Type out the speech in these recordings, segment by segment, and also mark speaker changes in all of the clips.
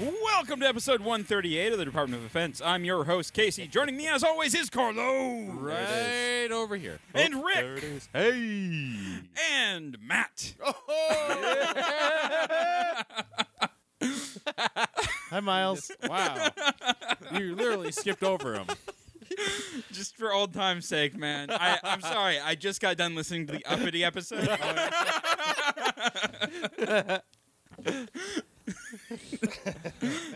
Speaker 1: Welcome to episode 138 of the Department of Defense. I'm your host, Casey. Joining me, as always, is Carlo.
Speaker 2: Right over here.
Speaker 1: And
Speaker 2: Oh,
Speaker 1: Rick.
Speaker 2: There it is. Hey.
Speaker 1: And Matt.
Speaker 2: Hi, Miles. wow. You literally skipped over him.
Speaker 1: Just for old time's sake, man. I, I'm sorry. I just got done listening to the Uppity episode.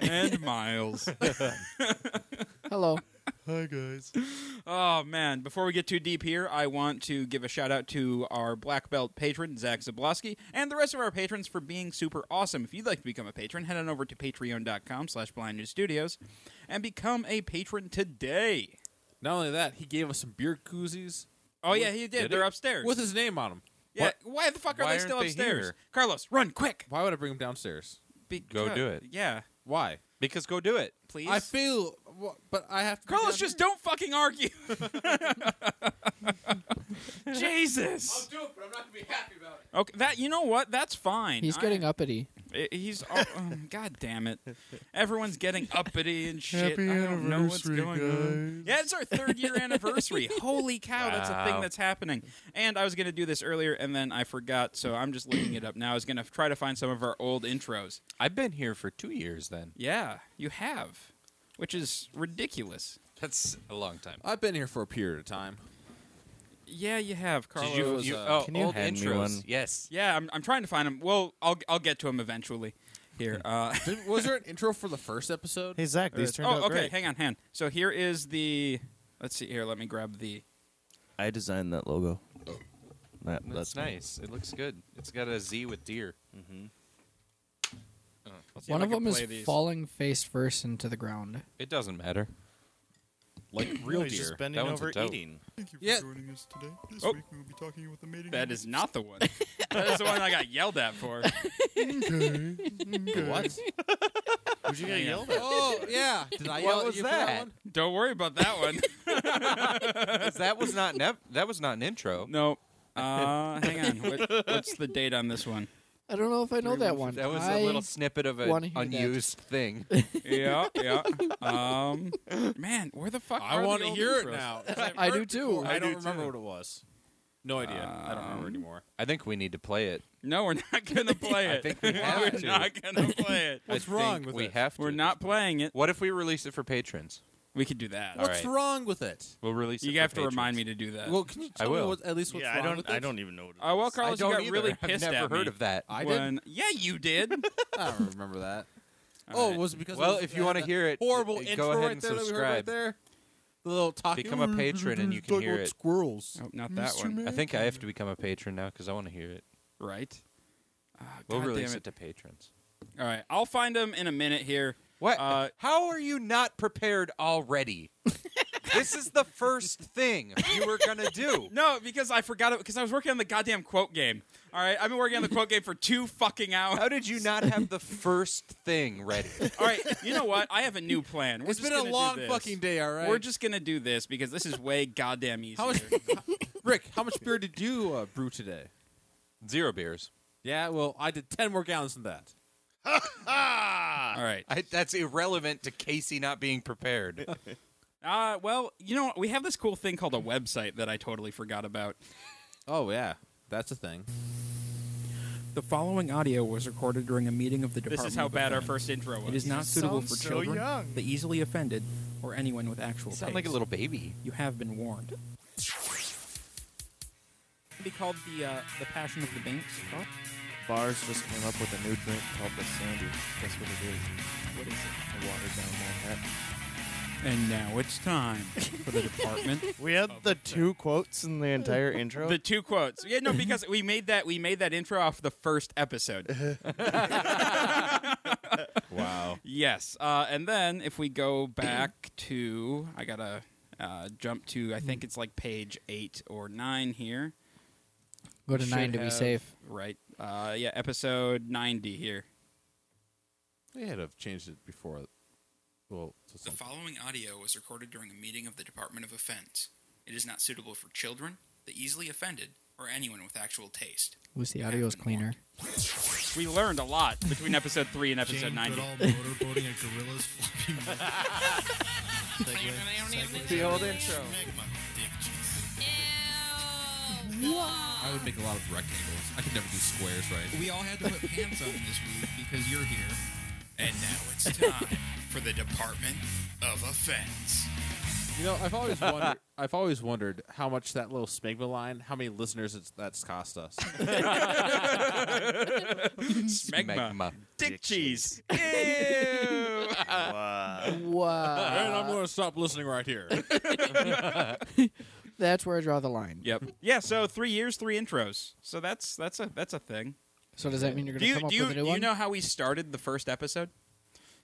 Speaker 1: and Miles.
Speaker 3: Hello.
Speaker 2: Hi, guys.
Speaker 1: Oh man! Before we get too deep here, I want to give a shout out to our black belt patron Zach Zablowski and the rest of our patrons for being super awesome. If you'd like to become a patron, head on over to patreon.com/slash Blind News Studios and become a patron today.
Speaker 2: Not only that, he gave us some beer koozies
Speaker 1: Oh yeah, he did.
Speaker 2: Did
Speaker 1: They're
Speaker 2: he?
Speaker 1: upstairs.
Speaker 2: with his name on them.
Speaker 1: yeah. Why the fuck are
Speaker 4: Why
Speaker 1: they
Speaker 4: aren't
Speaker 1: still
Speaker 4: they
Speaker 1: upstairs?
Speaker 4: here?
Speaker 1: Carlos, run quick!
Speaker 2: Why would I bring him downstairs?
Speaker 1: Because-
Speaker 4: do it.
Speaker 1: Yeah,
Speaker 2: Why?
Speaker 4: Because go do it.
Speaker 1: please.
Speaker 2: I feel, wha- but I have to. be
Speaker 1: Carlos,
Speaker 2: down
Speaker 1: just don't fucking argue. Jesus.
Speaker 2: here.
Speaker 1: Okay, that you know what? That's fine.
Speaker 3: He's
Speaker 1: I-
Speaker 3: getting uppity.
Speaker 1: I- He's oh, um, god damn it! Everyone's getting uppity and shit. I don't know what's going on. Yeah, it's our third year anniversary. Holy cow, that's a thing
Speaker 4: Wow.
Speaker 1: that's happening. And I was gonna do this earlier, and then I forgot, so I'm just looking it up now. I was gonna try to find some of our old intros.
Speaker 4: I've been here for two years then.
Speaker 1: Yeah, you have, which is ridiculous.
Speaker 4: That's a long time.
Speaker 2: I've been here for a period of time.
Speaker 1: Yeah, you have, Carlos.
Speaker 4: you,
Speaker 2: was,
Speaker 4: you-
Speaker 2: uh,
Speaker 4: oh,
Speaker 5: Can you
Speaker 4: old
Speaker 5: hand me
Speaker 4: intros.
Speaker 5: one?
Speaker 4: Yes.
Speaker 1: yeah, I'm, I'm trying to find him. Well, I'll I'll get to him eventually. Here. Uh,
Speaker 2: Did, was there an intro for the first episode?
Speaker 5: Hey Zach, these turned
Speaker 1: oh,
Speaker 5: out
Speaker 1: okay.
Speaker 5: great.
Speaker 1: Hang on, hang. on. So here is the. Let's see here. Let me grab the.
Speaker 5: I designed that logo. That,
Speaker 4: That's,
Speaker 5: that's me.
Speaker 4: nice. It looks good. It's got a Z with deer.
Speaker 1: let's see if
Speaker 3: One
Speaker 1: I
Speaker 3: of
Speaker 1: can
Speaker 3: them is
Speaker 1: play these.
Speaker 3: falling face first into the ground.
Speaker 4: It doesn't matter.
Speaker 2: Like real
Speaker 5: He's
Speaker 2: deer.
Speaker 5: just bending
Speaker 4: That one's a
Speaker 5: over
Speaker 4: dope.
Speaker 5: eating.
Speaker 6: Thank you for
Speaker 2: Yeah.
Speaker 6: joining us today. This
Speaker 1: Oh.
Speaker 6: week we will be talking about the mating.
Speaker 1: That is not the one. that is the one I got yelled at for.
Speaker 2: what?
Speaker 5: Would you get
Speaker 1: Yeah.
Speaker 5: yelled at?
Speaker 2: Oh yeah. Did I
Speaker 4: What
Speaker 2: yell at
Speaker 4: was
Speaker 2: you for
Speaker 4: that?
Speaker 2: that one?
Speaker 1: Don't worry about that one.
Speaker 4: 'Cause that was not nev- that was not an intro.
Speaker 1: no. Uh, hang on. What, what's the date on this one?
Speaker 3: I don't know if I know that one.
Speaker 4: That was
Speaker 3: I,
Speaker 4: a little snippet of
Speaker 3: wanna
Speaker 4: an
Speaker 3: hear that.
Speaker 4: unused thing.
Speaker 1: Yeah, yeah. Um, man, where the fuck?
Speaker 2: I
Speaker 1: want to
Speaker 2: hear it now. 'cause I've
Speaker 3: I
Speaker 2: heard
Speaker 3: do
Speaker 2: it
Speaker 3: too.
Speaker 2: before. I,
Speaker 3: I
Speaker 2: don't
Speaker 6: do
Speaker 2: remember
Speaker 6: too.
Speaker 2: what it was. No idea. I don't remember anymore.
Speaker 4: I think we need to play it.
Speaker 1: No, we're not gonna play it.
Speaker 4: I think we
Speaker 1: we're
Speaker 4: have to.
Speaker 1: not gonna play it.
Speaker 2: What's
Speaker 4: I
Speaker 2: wrong
Speaker 4: think
Speaker 2: with
Speaker 4: we
Speaker 2: it?
Speaker 4: have to.
Speaker 1: We're not playing it.
Speaker 4: What if we release it for patrons?
Speaker 1: We could do that.
Speaker 4: All
Speaker 2: What's
Speaker 4: right.
Speaker 2: wrong with it?
Speaker 4: We'll release.
Speaker 1: You
Speaker 4: it
Speaker 1: have
Speaker 4: for
Speaker 1: to remind me
Speaker 4: patrons.
Speaker 1: to do that.
Speaker 2: Well, can you
Speaker 4: I
Speaker 2: tell me
Speaker 4: will.
Speaker 2: what, at least what's
Speaker 5: Yeah,
Speaker 2: wrong
Speaker 5: I don't.
Speaker 2: with it?
Speaker 5: I don't even know what it is.
Speaker 1: Uh, well,
Speaker 4: I
Speaker 1: Carlos,
Speaker 4: don't
Speaker 1: you got
Speaker 4: either.
Speaker 1: really
Speaker 4: I've
Speaker 1: pissed
Speaker 4: never
Speaker 1: at
Speaker 4: heard
Speaker 1: me
Speaker 4: of that.
Speaker 2: I
Speaker 1: when,
Speaker 2: didn't.
Speaker 1: Yeah, you did.
Speaker 2: I don't remember that. oh,
Speaker 1: right.
Speaker 2: was it because?
Speaker 4: Well,
Speaker 2: of
Speaker 4: if you wanna
Speaker 2: that
Speaker 4: hear it,
Speaker 2: horrible
Speaker 4: uh, go
Speaker 2: intro
Speaker 4: ahead
Speaker 2: right
Speaker 4: and
Speaker 2: there that we heard
Speaker 4: subscribe.
Speaker 2: right there. The little talk.
Speaker 4: Become a patron and you can
Speaker 2: Talk
Speaker 4: hear
Speaker 2: about
Speaker 4: it.
Speaker 2: Squirrels.
Speaker 1: Oh, not that
Speaker 6: Mr.
Speaker 1: one.
Speaker 6: Man.
Speaker 4: I think I have to become a patron now because I want to hear it.
Speaker 1: Right. Ah,
Speaker 4: We'll
Speaker 1: God
Speaker 4: release
Speaker 1: damn
Speaker 4: it.
Speaker 1: it.
Speaker 4: to patrons.
Speaker 1: All right, I'll find him in a minute here.
Speaker 4: What?
Speaker 1: Uh,
Speaker 4: How are you not prepared already? this is the first thing you were gonna do.
Speaker 1: No, because I forgot it because I was working on the goddamn quote game. All right, I've been working on the quote game for two fucking
Speaker 4: How
Speaker 1: hours.
Speaker 4: did you not have the first thing ready?
Speaker 1: All right, you know what? I have a new plan. We're
Speaker 2: It's
Speaker 1: just
Speaker 2: been a
Speaker 1: gonna do
Speaker 2: long
Speaker 1: this.
Speaker 2: fucking day. All right.
Speaker 1: We're just gonna do this because this is way goddamn easy.
Speaker 2: how much? Rick, how much beer did you uh, brew today?
Speaker 4: Zero beers.
Speaker 2: Yeah, well, I did ten more gallons than that.
Speaker 1: All right.
Speaker 4: I, that's irrelevant to Casey not being prepared.
Speaker 1: Uh, well, you know what? we have this cool thing called a website that I totally forgot about.
Speaker 2: Oh yeah, that's a thing.
Speaker 7: The following audio was recorded during a meeting of the
Speaker 1: This
Speaker 7: Department.
Speaker 1: is how
Speaker 7: of
Speaker 1: bad our
Speaker 7: Defense.
Speaker 1: first intro was.
Speaker 7: It is not suitable
Speaker 5: sounds
Speaker 7: for
Speaker 5: so
Speaker 7: children,
Speaker 5: young.
Speaker 7: the easily offended, or anyone with
Speaker 4: You
Speaker 7: actual taste.
Speaker 4: sound like a little baby.
Speaker 7: You have been warned. Be called the uh, the Passion of the Banks.
Speaker 5: Bars just came up with a new drink called the Sandy. That's what it is.
Speaker 7: What is it?
Speaker 5: A watered down Manhattan.
Speaker 1: And now it's time for the department.
Speaker 5: We had the two quotes in the entire intro.
Speaker 1: The two quotes. Yeah, no, because we made that we made that intro off the first
Speaker 3: Uh-huh.
Speaker 1: episode.
Speaker 2: Wow.
Speaker 1: yes, uh, and then if we go back to,
Speaker 3: Hmm.
Speaker 1: I gotta uh, jump to. I think it's like page eight or nine here.
Speaker 3: Go to
Speaker 1: should
Speaker 3: nine to be
Speaker 1: have-
Speaker 3: safe.
Speaker 1: Right. Uh, yeah, episode 90 here.
Speaker 8: They had to have changed it before. Well, to
Speaker 1: The
Speaker 8: some-
Speaker 1: following audio was recorded during a meeting of the Department of Offense. It is not suitable for children, the easily offended, or anyone with actual taste.
Speaker 3: Lucy
Speaker 1: Yeah,
Speaker 3: audio's
Speaker 1: good
Speaker 3: cleaner.
Speaker 1: We learned a lot between episode 3 and episode
Speaker 6: Jane
Speaker 1: 90.
Speaker 6: Goodall motorboating a gorilla's floppy mouth. Segue, segue,
Speaker 4: The old
Speaker 6: segue.
Speaker 4: intro.
Speaker 6: Magma, dick juice.
Speaker 9: I would make a lot of rectangles. I could never do squares, right?
Speaker 1: We all had to put pants on this week because you're here. And now it's time for the Department of Offense.
Speaker 8: you know, I've always wondered. I've always wondered how much that little smegma line, how many listeners it's, that's cost us.
Speaker 1: Smegma.
Speaker 4: Smegma.
Speaker 1: Dick cheese. Ew.
Speaker 5: Wow.
Speaker 8: and
Speaker 3: Wow.
Speaker 8: I'm going to stop listening right here.
Speaker 3: That's where I draw the line.
Speaker 1: yep. Yeah, so 3 years, 3 intros. So that's that's a that's a thing.
Speaker 3: So does that mean you're
Speaker 1: Do you
Speaker 3: going to come up
Speaker 1: do you,
Speaker 3: with a new
Speaker 1: do
Speaker 3: one?
Speaker 1: you know how we started the first episode?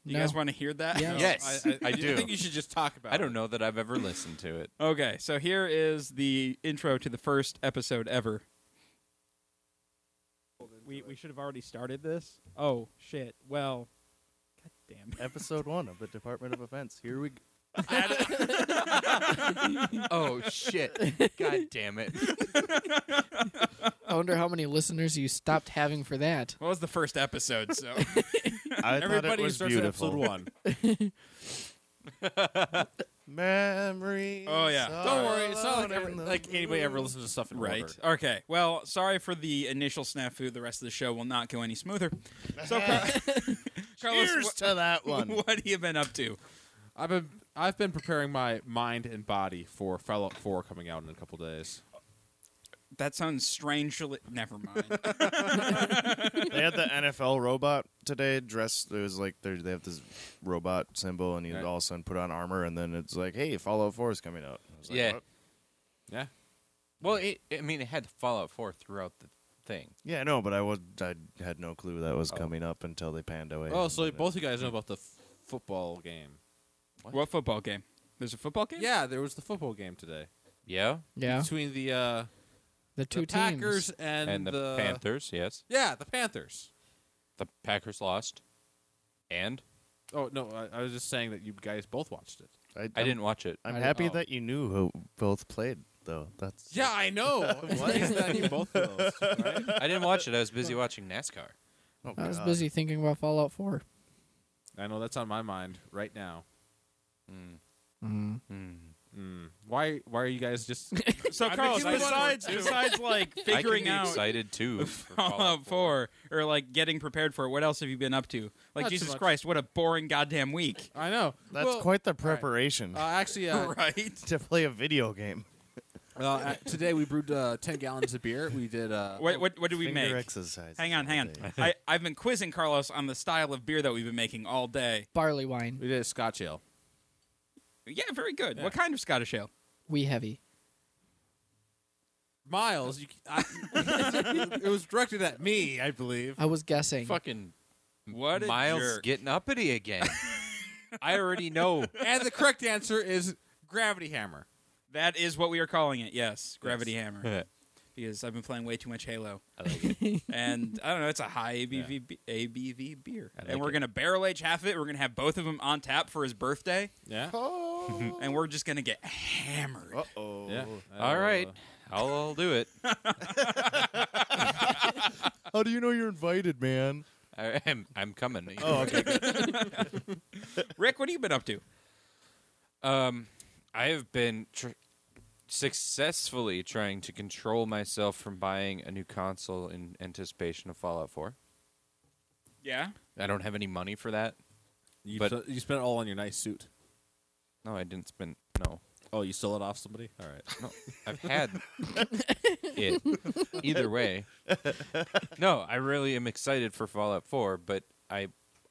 Speaker 1: Do you
Speaker 3: No.
Speaker 1: guys want to hear that?
Speaker 3: Yeah.
Speaker 4: Yes,
Speaker 8: I, I,
Speaker 4: I do.
Speaker 8: think you should just talk about.
Speaker 4: I don't know that I've ever listened to it.
Speaker 1: Okay, so here is the intro to the first episode ever.
Speaker 7: We, we should have already started this. Oh, shit. Well, god damn.
Speaker 5: Episode one of the Department of Offense. Here we go.
Speaker 4: Oh shit! God damn it!
Speaker 3: I wonder how many listeners you stopped having for that.
Speaker 1: Well, it was the first episode, so
Speaker 5: I
Speaker 8: Everybody who starts at episode one.
Speaker 5: Memory.
Speaker 1: Oh, yeah.
Speaker 8: Don't worry, it's not like, ever, like anybody ever listens to stuff in
Speaker 1: right.
Speaker 8: order.
Speaker 1: Okay. Well, sorry for the initial snafu. The rest of the show will not go any smoother. So, Car- Carlos,
Speaker 5: Cheers
Speaker 1: wha-
Speaker 5: to that
Speaker 1: what,
Speaker 5: one.
Speaker 1: have you been up to?
Speaker 8: I've been I've been preparing my mind and body for Fallout 4 coming out in a couple days.
Speaker 1: That sounds strangely. Never mind.
Speaker 5: they had the NFL robot today dressed. It was like they're- they have this robot symbol, and he
Speaker 8: Right.
Speaker 5: all of a sudden put on armor, and then it's like, hey, Fallout 4 is coming out. I was like,
Speaker 4: Yeah.
Speaker 5: "What?"
Speaker 8: Yeah.
Speaker 4: Well, it, I mean, it had Fallout 4 throughout the thing.
Speaker 5: Yeah, no, but I was I had no clue that was coming up until they panned away.
Speaker 8: Oh, so
Speaker 5: But it-
Speaker 8: both you guys know about the f- football game.
Speaker 1: what football game? There's a football game.
Speaker 8: Yeah, there was the football game today
Speaker 4: Yeah,
Speaker 3: Yeah.
Speaker 8: between the uh,
Speaker 3: The two
Speaker 8: the Packers
Speaker 3: teams.
Speaker 8: and,
Speaker 4: and, the, Panthers. Yes,
Speaker 8: Yeah, the Panthers.
Speaker 4: the Packers lost, and
Speaker 8: Oh no, I, I was just saying that you guys both watched it.
Speaker 4: I
Speaker 5: I'm-
Speaker 4: didn't watch it.
Speaker 5: I'm
Speaker 3: I-
Speaker 5: happy
Speaker 4: oh.
Speaker 5: that you knew who both played, though. That's
Speaker 8: Yeah, I know. what Oh, is that? You both of those, right?
Speaker 4: I didn't watch it. I was busy watching NASCAR.
Speaker 5: Oh,
Speaker 3: I was
Speaker 5: God.
Speaker 3: busy thinking about Fallout 4.
Speaker 8: I know that's on my mind right now. Hmm.
Speaker 3: Mm.
Speaker 8: Mm. Why? Wwhy are you guys just?
Speaker 1: So,
Speaker 8: I'm
Speaker 1: Carlos,
Speaker 8: excited
Speaker 1: besides
Speaker 8: for it, too.
Speaker 1: besides like figuring
Speaker 4: I can be
Speaker 1: out
Speaker 4: excited too. for
Speaker 1: Fallout 4 or like getting prepared for it, what else have you been up to? Like
Speaker 8: Not too
Speaker 1: Jesus
Speaker 8: much.
Speaker 1: Christ, what a boring goddamn week.
Speaker 8: I know.
Speaker 5: That's
Speaker 8: Well,
Speaker 5: quite the preparation
Speaker 8: Uh, actually, uh,
Speaker 1: Right.
Speaker 5: to play a video game.
Speaker 8: uh, uh, today we brewed uh, ten gallons of beer. We did. Uh,
Speaker 1: What what what do we
Speaker 5: Finger
Speaker 1: make?
Speaker 5: exercises
Speaker 1: Hang on,
Speaker 5: all
Speaker 1: hang on.
Speaker 5: day.
Speaker 1: I, I've been quizzing Carlos on the style of beer that we've been making all day.
Speaker 3: Barley wine.
Speaker 8: We did a Scotch ale.
Speaker 1: Yeah, very good. What kind of Scottish ale?
Speaker 3: We heavy.
Speaker 8: Miles, you, I, it was directed at me, I believe.
Speaker 3: I was guessing.
Speaker 4: Fucking
Speaker 1: What a
Speaker 4: Miles
Speaker 1: jerk.
Speaker 4: getting uppity again. I already know.
Speaker 8: And the correct answer is gravity hammer.
Speaker 1: That is what we are calling it. Yes, Gravity Hammer. because I've been playing way too much Halo. and I don't know, it's a high ABV be- ABV beer. and we're going to barrel age half of it. We're going to have both of them on tap for his birthday
Speaker 8: Yeah.
Speaker 1: and we're just going to get hammered.
Speaker 5: Uh-oh.
Speaker 8: Yeah.
Speaker 4: Oh.
Speaker 8: Uh,
Speaker 4: All
Speaker 1: Oh.
Speaker 4: right, I'll, I'll do it.
Speaker 5: How do you know you're invited, man?
Speaker 4: I, am I'm coming.
Speaker 5: Oh, okay.
Speaker 1: Rick, what have you been up to?
Speaker 4: Um, I have been tr- successfully trying to control myself from buying a new console in anticipation of Fallout 4.
Speaker 1: Yeah.
Speaker 4: I don't have any money for that.
Speaker 8: You,
Speaker 4: But-
Speaker 8: sp- you spent it all on your nice suit.
Speaker 4: No, I didn't spend. No,
Speaker 8: Oh, you stole it off somebody? All right.
Speaker 4: no, I've had it. Either way, no, I really am excited for Fallout 4, but I,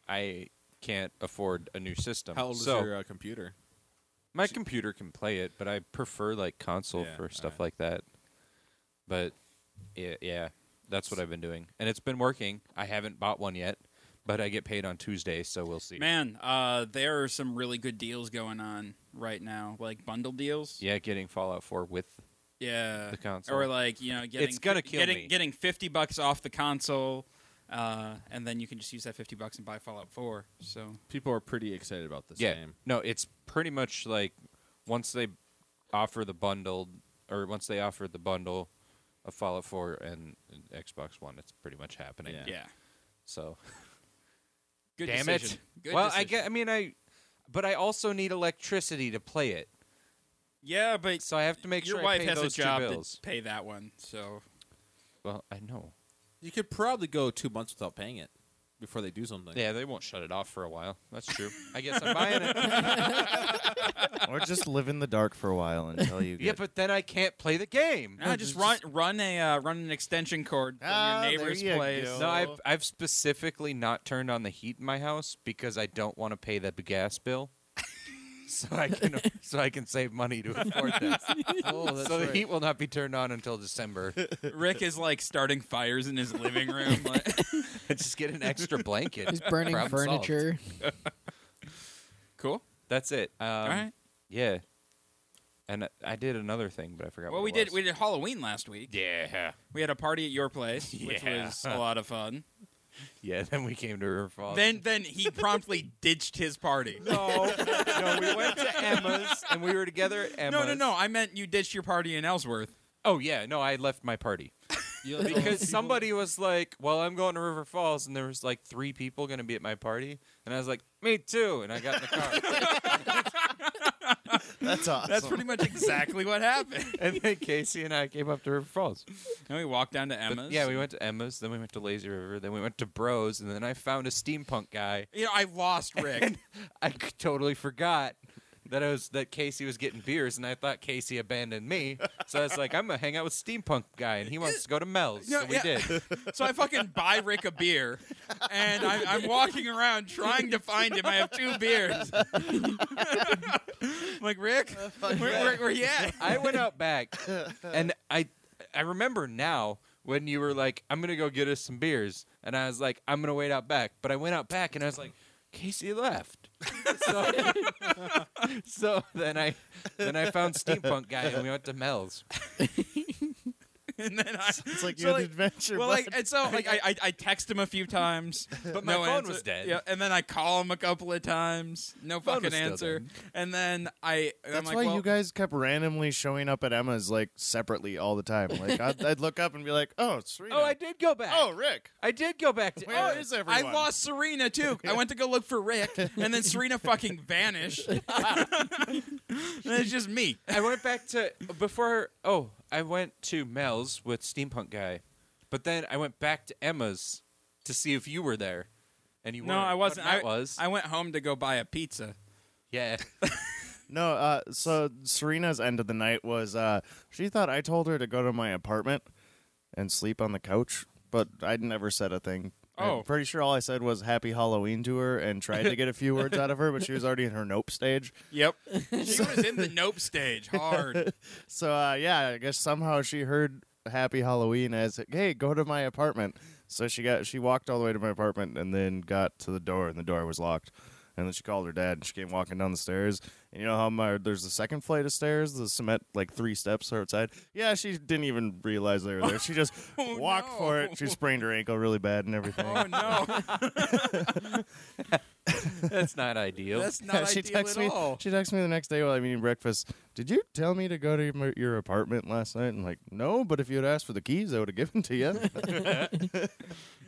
Speaker 4: I can't afford a new system.
Speaker 8: How old
Speaker 4: so
Speaker 8: is your uh, computer?
Speaker 4: my computer can play it, but I prefer like console
Speaker 8: Yeah,
Speaker 4: for
Speaker 8: alright.
Speaker 4: stuff like that. But yeah, yeah, that's what I've been doing, and it's been working. I haven't bought one yet, but I get paid on Tuesday, so we'll see.
Speaker 1: Man, uh, there are some really good deals going on right now, like bundle deals.
Speaker 4: Yeah, getting Fallout 4 with
Speaker 1: Yeah,
Speaker 4: the console.
Speaker 1: or like you know, getting
Speaker 4: it's gonna kill
Speaker 1: getting,
Speaker 4: me.
Speaker 1: Getting fifty bucks off the console, uh, and then you can just use that fifty bucks and buy Fallout Four. So
Speaker 8: People are pretty excited about this
Speaker 4: yeah,
Speaker 8: game.
Speaker 4: no, it's pretty much like once they offer the bundled or once they offer the bundle of Fallout 4 and, and Xbox One, it's pretty much happening.
Speaker 8: Yeah.
Speaker 1: Yeah.
Speaker 4: So
Speaker 1: Good
Speaker 4: damn
Speaker 1: decision.
Speaker 4: it.
Speaker 1: Good
Speaker 4: well, I
Speaker 1: decision.
Speaker 4: get. I mean, I. But I also need electricity to play it.
Speaker 1: yeah, but
Speaker 4: So I have to make
Speaker 1: your
Speaker 4: sure
Speaker 1: wife
Speaker 4: I pay
Speaker 1: has
Speaker 4: those
Speaker 1: a job
Speaker 4: two bills.
Speaker 1: to pay that one. So
Speaker 4: Well, I know.
Speaker 8: You could probably go two months without paying it before they do something.
Speaker 4: Yeah, they won't shut it off for a while. That's true. I guess I'm buying it.
Speaker 5: or just live in the dark for a while until you
Speaker 4: yeah,
Speaker 5: get.
Speaker 4: but then I can't play the game.
Speaker 1: nah, just run run a uh, run an extension cord from
Speaker 5: Ah, there
Speaker 1: your neighbor's
Speaker 5: you
Speaker 1: place.
Speaker 5: go.
Speaker 4: No, I've I've specifically not turned on the heat in my house because I don't want to pay the gas bill. so I can so I can save money to afford this.
Speaker 3: Oh, that's
Speaker 4: so the
Speaker 3: right.
Speaker 4: heat will not be turned on until December.
Speaker 1: Rick is like starting fires in his living room. like-
Speaker 4: Just get an extra blanket.
Speaker 3: He's burning
Speaker 4: Problem solved.
Speaker 3: furniture.
Speaker 1: cool.
Speaker 4: That's it. Um,
Speaker 1: All right.
Speaker 4: Yeah. And I- I did another thing, but I forgot.
Speaker 1: Well,
Speaker 4: what
Speaker 1: we
Speaker 4: it
Speaker 1: did
Speaker 4: was.
Speaker 1: we did Halloween last week.
Speaker 4: Yeah.
Speaker 1: We had a party at your place, which
Speaker 4: Yeah.
Speaker 1: was a lot of fun.
Speaker 4: Yeah. Then we came to River Falls.
Speaker 1: Then then he promptly ditched his party.
Speaker 4: no, no, we went to Emma's and we were together at Emma's.
Speaker 1: No, no, no. I meant you ditched your party in Ellsworth.
Speaker 4: Oh yeah, no, I left my party. because somebody was like, "Well, I'm going to River Falls," and there was like three people going to be at my party, and I was like, "Me too," and I got in the car,
Speaker 5: That's awesome.
Speaker 1: That's pretty much exactly what happened.
Speaker 4: and then Casey and I came up to River Falls.
Speaker 1: And we walked down to
Speaker 4: But,
Speaker 1: Emma's.
Speaker 4: yeah, we went to Emma's, then we went to Lazy River, then we went to Bros, and then I found a steampunk guy.
Speaker 1: You know, I lost Rick.
Speaker 4: I c- totally forgot. That I was that Casey was getting beers, and I thought Casey abandoned me. So I was like, "I'm gonna hang out with Steampunk guy, and he wants to go to Mel's."
Speaker 1: No,
Speaker 4: so we
Speaker 1: yeah.
Speaker 4: did.
Speaker 1: so I fucking buy Rick a beer, and I'm, I'm walking around trying to find him. I have two beers. I'm like Rick, where, where, where you at?
Speaker 4: I went out back, and I I remember now when you were like, "I'm gonna go get us some beers," and I was like, "I'm gonna wait out back," but I went out back, and I was like, "Casey left." so, so then I then I found steampunk guy, and we went to Mel's.
Speaker 1: And then I,
Speaker 5: It's like
Speaker 1: so,
Speaker 5: you had
Speaker 1: like,
Speaker 5: adventure.
Speaker 1: Well,
Speaker 5: bud.
Speaker 1: like, and so like I, I, I text him a few times,
Speaker 4: But my
Speaker 1: no
Speaker 4: phone
Speaker 1: answer.
Speaker 4: was dead.
Speaker 1: Yeah, and then I call him a couple of times, no
Speaker 4: Phone was
Speaker 1: fucking
Speaker 4: still
Speaker 1: answer. And then I, and I'm
Speaker 5: That's
Speaker 1: like,
Speaker 5: why
Speaker 1: well,
Speaker 5: you guys kept randomly showing up at Emma's like separately all the time. Like I'd, I'd look up and be like, "Oh, it's Serena.
Speaker 4: Oh, I did go back.
Speaker 5: Oh, Rick.
Speaker 4: I did go back to.
Speaker 5: Where
Speaker 4: oh,
Speaker 5: is everyone?
Speaker 1: I lost Serena too. I went to go look for Rick, and then Serena fucking vanished. and it's just me.
Speaker 4: I went back to before. Oh, I went to Mel's with Steampunk guy, but then I went back to Emma's to see if you were there, and you
Speaker 1: No,
Speaker 4: weren't.
Speaker 1: I wasn't.
Speaker 4: But
Speaker 1: I
Speaker 4: Matt was.
Speaker 1: I went home to go buy a pizza.
Speaker 4: yeah.
Speaker 5: No, uh, so Serena's end of the night was uh, she thought I told her to go to my apartment and sleep on the couch, but I never said a thing.
Speaker 1: Oh.
Speaker 5: I'm pretty sure all I said was happy Halloween to her and tried to get a few words out of her, but she was already in her nope stage.
Speaker 1: Yep. she was in the nope stage hard.
Speaker 5: So, uh, yeah, I guess somehow she heard happy Halloween as, hey, go to my apartment. So she got she walked all the way to my apartment and then got to the door, and the door was locked. And then she called her dad, and she came walking down the stairs. And you know how my, there's the second flight of stairs, the cement like three steps are outside. Yeah, she didn't even realize they were there. She just walked
Speaker 1: Oh, no.
Speaker 5: for it. She sprained her ankle really bad and everything.
Speaker 1: Oh no,
Speaker 4: That's not ideal.
Speaker 1: that's
Speaker 5: Yeah,
Speaker 1: not
Speaker 5: she
Speaker 1: ideal
Speaker 5: texts
Speaker 1: at
Speaker 5: me.
Speaker 1: all.
Speaker 5: She texts me the next day while I'm eating breakfast. Did you tell me to go to your, your apartment last night? And like, no, but if you had asked for the keys, I would have given to you.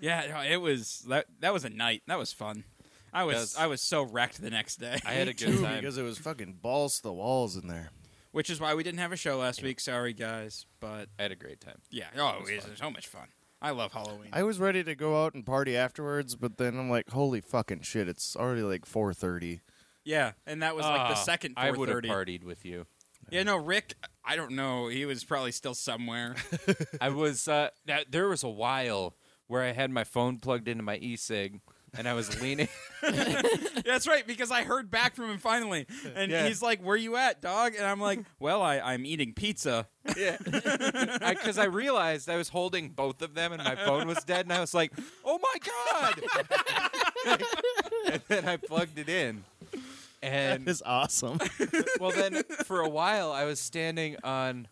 Speaker 1: Yeah, no, it was that. That was a night. That was fun. I was
Speaker 4: Yes.
Speaker 1: I was so wrecked the next day,
Speaker 4: I had a good
Speaker 5: Too,
Speaker 4: time.
Speaker 5: because it was fucking balls to the walls in there.
Speaker 1: which is why we didn't have a show last week. Sorry guys, but
Speaker 4: I had a great time.
Speaker 1: yeah, oh, it was, so much fun. I love Halloween.
Speaker 5: I was ready to go out and party afterwards, but then I'm like, holy fucking shit! It's already like 4:30.
Speaker 1: yeah, and that was like the second
Speaker 4: Ah, I would have
Speaker 1: 4:30.
Speaker 4: partied with you.
Speaker 1: Yeah, no, Rick. I don't know. He was probably still somewhere.
Speaker 4: I was. Uh, th- there was a while where I had my phone plugged into my e-cig, and I was leaning.
Speaker 1: That's right, because I heard back from him finally, and
Speaker 4: Yeah.
Speaker 1: he's like, "Where you at, dog?" And I'm like, "Well, I, I'm eating pizza."
Speaker 4: Yeah, because I, realized I was holding both of them, and my phone was dead, and I was like, "Oh my god!" and then I plugged it in, and
Speaker 5: That is awesome.
Speaker 4: well, then for a while I was standing on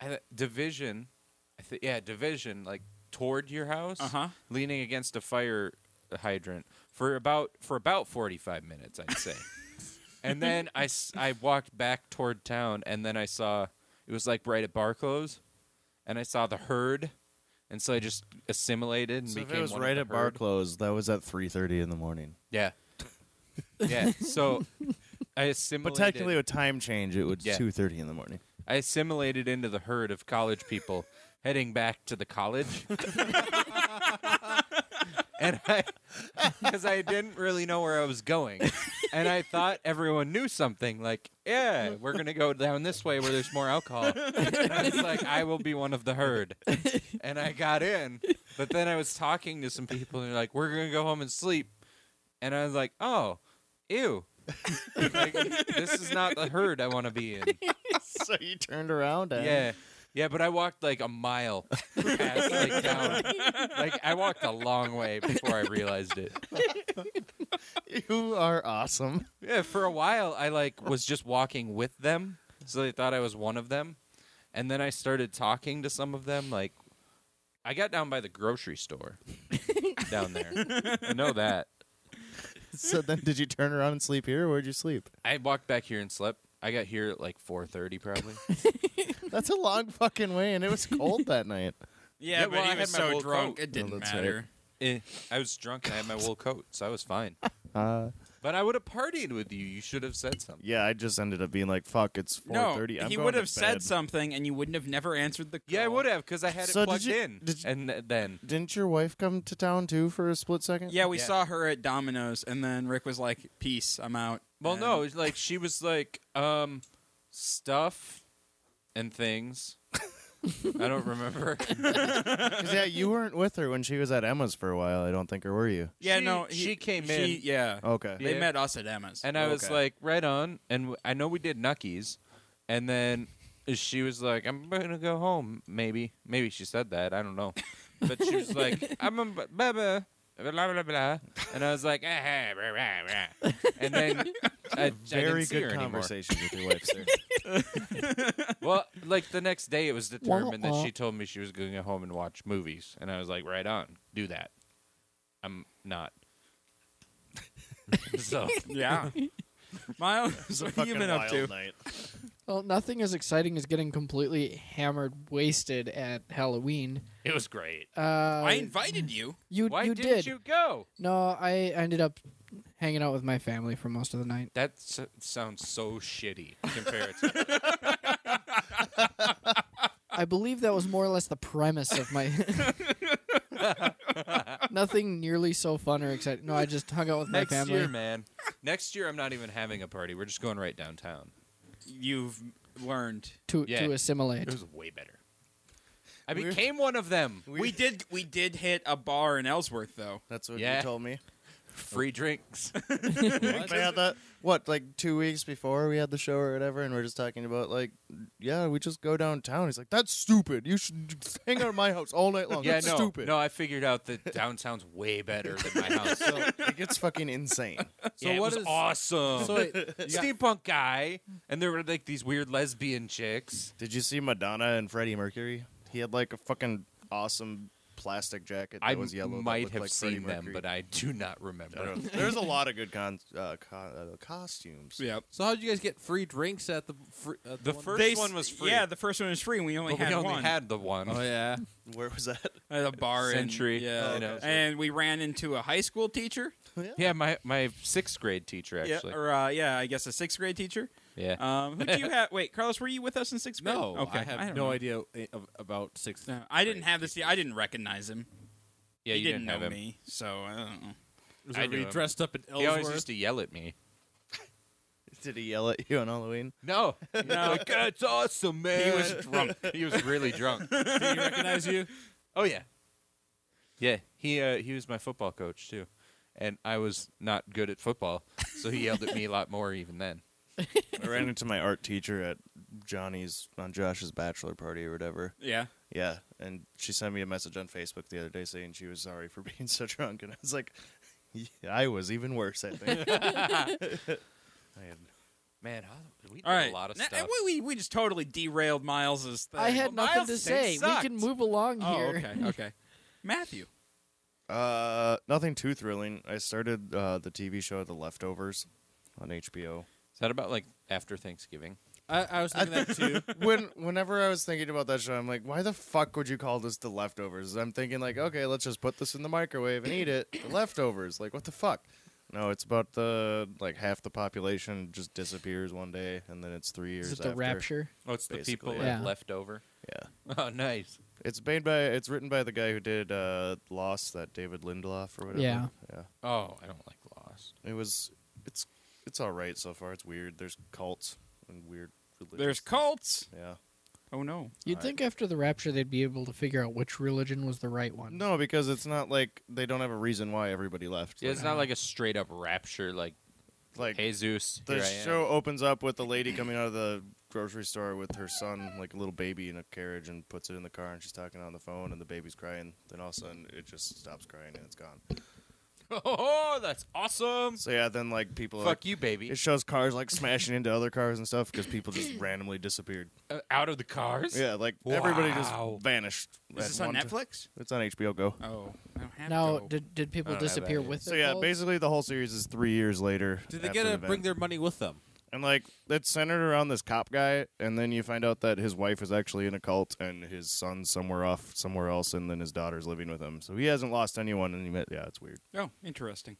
Speaker 4: I, division, I th- yeah, division, like toward your house,
Speaker 1: Uh-huh.
Speaker 4: leaning against a fire hydrant for about for about forty five minutes, I'd say. and then I, s- I walked back toward town, and then I saw it was like right at Barclow's, and I saw the herd, and so I just assimilated and
Speaker 5: So if
Speaker 4: became
Speaker 5: it was
Speaker 4: one
Speaker 5: right at
Speaker 4: of the herd.
Speaker 5: Barclow's, that was at 3.30 in the morning.
Speaker 4: Yeah. Yeah. So I assimilated.
Speaker 5: But technically with time change, it was
Speaker 4: Yeah.
Speaker 5: 2.30 in the morning.
Speaker 4: I assimilated into the herd of college people heading back to the college. and I, because I didn't really know where I was going. And I thought everyone knew something like, yeah, we're going to go down this way where there's more alcohol. And I was like, I will be one of the herd. And I got in. But then I was talking to some people and they're like, we're going to go home and sleep. And I was like, oh, ew. like, this is not the herd I want to be in.
Speaker 5: so you turned around and...
Speaker 4: Yeah. Yeah, but I walked like a mile past, like, down. like I walked a long way before I realized it.
Speaker 5: You are awesome.
Speaker 4: Yeah, for a while I like was just walking with them, so they thought I was one of them. And then I started talking to some of them like I got down by the grocery store down there. I know that.
Speaker 5: So then did you turn around and sleep here or where'd you sleep?
Speaker 4: I walked back here and slept. I got here at like 4:30 probably.
Speaker 5: That's a long fucking way and it was cold that night.
Speaker 1: Yeah, but
Speaker 4: well,
Speaker 1: he
Speaker 4: I had
Speaker 1: was
Speaker 4: my
Speaker 1: so
Speaker 4: wool
Speaker 1: drunk
Speaker 4: coat.
Speaker 1: it
Speaker 5: No,
Speaker 1: didn't
Speaker 5: that's right.
Speaker 1: matter.
Speaker 4: Eh, I was drunk and I had my wool coat, so I was fine.
Speaker 5: Uh,
Speaker 4: But I would have partied with you. You should have said something.
Speaker 5: yeah, I just ended up being like, fuck, it's 4.30.
Speaker 1: No,
Speaker 5: I'm
Speaker 1: he
Speaker 5: going
Speaker 1: would
Speaker 5: to
Speaker 1: have said
Speaker 5: bed.
Speaker 1: something, and you wouldn't have never answered the. Call.
Speaker 4: Yeah, I would have because I had
Speaker 5: So
Speaker 4: it
Speaker 5: did
Speaker 4: plugged
Speaker 5: you-
Speaker 4: in.
Speaker 5: did you-
Speaker 4: and th- then
Speaker 5: Didn't your wife come to town too for a split second?
Speaker 1: Yeah, we
Speaker 4: Yeah.
Speaker 1: saw her at Domino's, and then Rick was like, "Peace, I'm out."
Speaker 4: well,
Speaker 1: And-
Speaker 4: no, it's like she was like um stuff and things. I don't remember.
Speaker 5: 'Cause, yeah, you weren't with her when she was at Emma's for a while, I don't think, or were you?
Speaker 1: Yeah,
Speaker 4: She-
Speaker 1: no, he-
Speaker 4: she came
Speaker 1: she-
Speaker 4: in.
Speaker 1: Yeah,
Speaker 5: Okay.
Speaker 4: Yeah.
Speaker 1: they met us at Emma's, Oh,
Speaker 4: and I was
Speaker 5: Okay.
Speaker 4: like, right on. And w- I know we did Nuckies, and then she was like, I'm gonna go home. Maybe, maybe she said that. I don't know, but she was like, I'm a b- blah blah blah blah blah, blah. and I was like, ah, ah, rah, rah, rah. and then I, I didn't
Speaker 5: Very
Speaker 4: see her
Speaker 5: good
Speaker 4: anymore.
Speaker 5: conversation with your wife, sir.
Speaker 4: Well, like the next day, it was determined that
Speaker 3: Wah-wah.
Speaker 4: she told me she was going to go home and watch movies, and I was like, "Right on, do that." I'm not. so
Speaker 1: yeah. Miles, what have you been up to?
Speaker 5: night.
Speaker 3: Well, nothing as exciting as getting completely hammered, wasted at Halloween.
Speaker 4: it was great.
Speaker 3: Uh,
Speaker 1: I invited you.
Speaker 3: you.
Speaker 4: Why
Speaker 3: you
Speaker 4: didn't
Speaker 3: did.
Speaker 4: you go?
Speaker 3: No, I ended up hanging out with my family for most of the night.
Speaker 4: That s- sounds so shitty compared to.
Speaker 3: I believe that was more or less the premise of my. Nothing nearly so fun or exciting. No, I just hung out with my
Speaker 4: Next
Speaker 3: family.
Speaker 4: year, man. Next year, I'm not even having a party. We're just going right downtown.
Speaker 1: You've learned.
Speaker 3: to
Speaker 4: Yeah. Uh,
Speaker 3: to assimilate.
Speaker 4: It was way better. I became one of them.
Speaker 1: We, did. We did hit a bar in Ellsworth, though.
Speaker 5: That's what
Speaker 4: Yeah.
Speaker 5: you told me.
Speaker 4: Free drinks.
Speaker 5: They had that what like two weeks before we had the show or whatever, and we're just talking about like, yeah, we just go downtown. He's like, that's stupid. You should hang out at my house all night long.
Speaker 4: yeah,
Speaker 5: Oh, that's
Speaker 4: no,
Speaker 5: stupid.
Speaker 4: no. I figured out that downtown's way better than my house.
Speaker 5: So it gets fucking insane.
Speaker 4: So what is awesome?
Speaker 2: So wait,
Speaker 4: steampunk guy, and there were like these weird lesbian chicks.
Speaker 5: Did you see Madonna and Freddie Mercury? He had like a fucking awesome plastic jacket that
Speaker 4: I
Speaker 5: was yellow. that
Speaker 4: might
Speaker 5: looked
Speaker 4: have
Speaker 5: like Freddie
Speaker 4: seen them,
Speaker 5: Mercury.
Speaker 4: but I do not
Speaker 5: I
Speaker 4: remember.
Speaker 5: don't know. There's a lot of good con- uh, co- uh, costumes.
Speaker 1: Yep.
Speaker 2: So how'd you guys get free drinks at the free, at
Speaker 4: The
Speaker 2: one-
Speaker 4: first
Speaker 1: They s-
Speaker 4: one was free.
Speaker 1: Yeah, the first one was free, and we only
Speaker 4: but we
Speaker 1: had
Speaker 4: only
Speaker 1: one
Speaker 4: had the one.
Speaker 2: Oh yeah.
Speaker 5: Where was that?
Speaker 1: at a bar
Speaker 4: Century,
Speaker 1: In, yeah,
Speaker 4: you know.
Speaker 1: and we ran into a high school teacher.
Speaker 4: Yeah, my my sixth grade teacher actually.
Speaker 1: Yeah, or uh, yeah, I guess a sixth grade teacher.
Speaker 4: Yeah.
Speaker 1: Um, who do you have? Wait, Carlos, were you with us in sixth grade?
Speaker 2: No,
Speaker 1: okay,
Speaker 2: I have
Speaker 1: don't
Speaker 2: no
Speaker 1: know.
Speaker 2: idea a- of- about sixth.
Speaker 1: No, I didn't have this. I didn't recognize him.
Speaker 4: yeah,
Speaker 1: he
Speaker 4: you
Speaker 1: didn't,
Speaker 4: have
Speaker 1: know
Speaker 4: him.
Speaker 1: me, so I don't know.
Speaker 2: Was
Speaker 4: I
Speaker 2: everybody
Speaker 4: do.
Speaker 2: dressed up in
Speaker 4: He always
Speaker 2: Ellsworth?
Speaker 4: used to yell at me.
Speaker 5: Did he yell at you on Halloween?
Speaker 4: No, like, that's awesome, man. He was drunk. he was really drunk.
Speaker 2: Did he recognize you?
Speaker 4: Oh yeah, yeah. He uh, he was my football coach too, and I was not good at football, so he yelled at me a lot more even then.
Speaker 5: I ran into my art teacher at Johnny's on Josh's bachelor party or whatever.
Speaker 1: Yeah.
Speaker 5: Yeah, and she sent me a message on Facebook the other day saying she was sorry for being so drunk, and I was like, yeah, I was even worse. I think. I had
Speaker 4: Man, how- we did
Speaker 1: All right.
Speaker 4: a lot of
Speaker 1: Nah,
Speaker 4: stuff.
Speaker 1: We, we, we just totally derailed Miles's thing.
Speaker 3: I had
Speaker 1: Well,
Speaker 3: nothing
Speaker 1: Miles'
Speaker 3: to
Speaker 1: thing
Speaker 3: say. We
Speaker 1: sucked.
Speaker 3: can move along
Speaker 1: Oh,
Speaker 3: here.
Speaker 1: okay, okay. Matthew.
Speaker 5: Uh, nothing too thrilling. I started uh, the TV show The Leftovers on HBO.
Speaker 4: Is that about like after Thanksgiving?
Speaker 8: I, I was thinking that too.
Speaker 5: when whenever I was thinking about that show, I'm like, why the fuck would you call this The Leftovers? I'm thinking like, okay, let's just put this in the microwave and eat it. The Leftovers, like, what the fuck? No, it's about the like half the population just disappears one day, and then it's three years.
Speaker 3: Is it the
Speaker 5: after.
Speaker 3: rapture?
Speaker 4: Oh, it's the people
Speaker 5: Basically,
Speaker 4: that
Speaker 3: yeah.
Speaker 4: left over.
Speaker 5: Yeah.
Speaker 4: Oh, nice.
Speaker 5: It's made by it's written by the guy who did uh Lost, that David Lindelof or whatever.
Speaker 3: Yeah.
Speaker 5: Yeah.
Speaker 4: Oh, I don't like Lost.
Speaker 5: It was it's it's all right so far. It's weird. There's cults and weird religions.
Speaker 1: There's cults.
Speaker 5: yeah.
Speaker 1: Oh, no.
Speaker 3: You'd think after the rapture they'd be able to figure out which religion was the right one.
Speaker 5: No, because it's not like they don't have a reason why everybody left.
Speaker 4: Yeah, it's not like a straight up rapture like
Speaker 5: Like, like
Speaker 4: Jesus.
Speaker 5: the
Speaker 4: here I am.
Speaker 5: show opens up with the lady coming out of the grocery store with her son, like a little baby in a carriage, and puts it in the car, and she's talking on the phone, and the baby's crying. Then all of a sudden, it just stops crying and it's gone.
Speaker 4: Oh, that's awesome.
Speaker 5: So yeah, then like people,
Speaker 4: Fuck
Speaker 5: like,
Speaker 4: you, baby.
Speaker 5: it shows cars like smashing into other cars and stuff because people just randomly disappeared.
Speaker 4: Uh, out of the cars.
Speaker 5: Yeah, like everybody just
Speaker 4: Wow.
Speaker 5: vanished. at
Speaker 1: Is this on
Speaker 5: one ti-
Speaker 1: Netflix?
Speaker 5: It's on HBO Go.
Speaker 1: Oh, I don't have
Speaker 3: Now,
Speaker 1: Go.
Speaker 3: did did people
Speaker 4: I don't have that
Speaker 3: disappear
Speaker 4: yet.
Speaker 3: with
Speaker 5: So
Speaker 3: the
Speaker 5: yeah,
Speaker 3: cult?
Speaker 5: basically the whole series is three years later.
Speaker 8: Did they
Speaker 5: after
Speaker 8: get
Speaker 5: the
Speaker 8: to
Speaker 5: event.
Speaker 8: bring their money with them?
Speaker 5: And like it's centered around this cop guy, and then you find out that his wife is actually in a cult, and his son's somewhere off somewhere else, and then his daughter's living with him. So he hasn't lost anyone, and he met. Yeah, it's weird.
Speaker 1: Oh, interesting.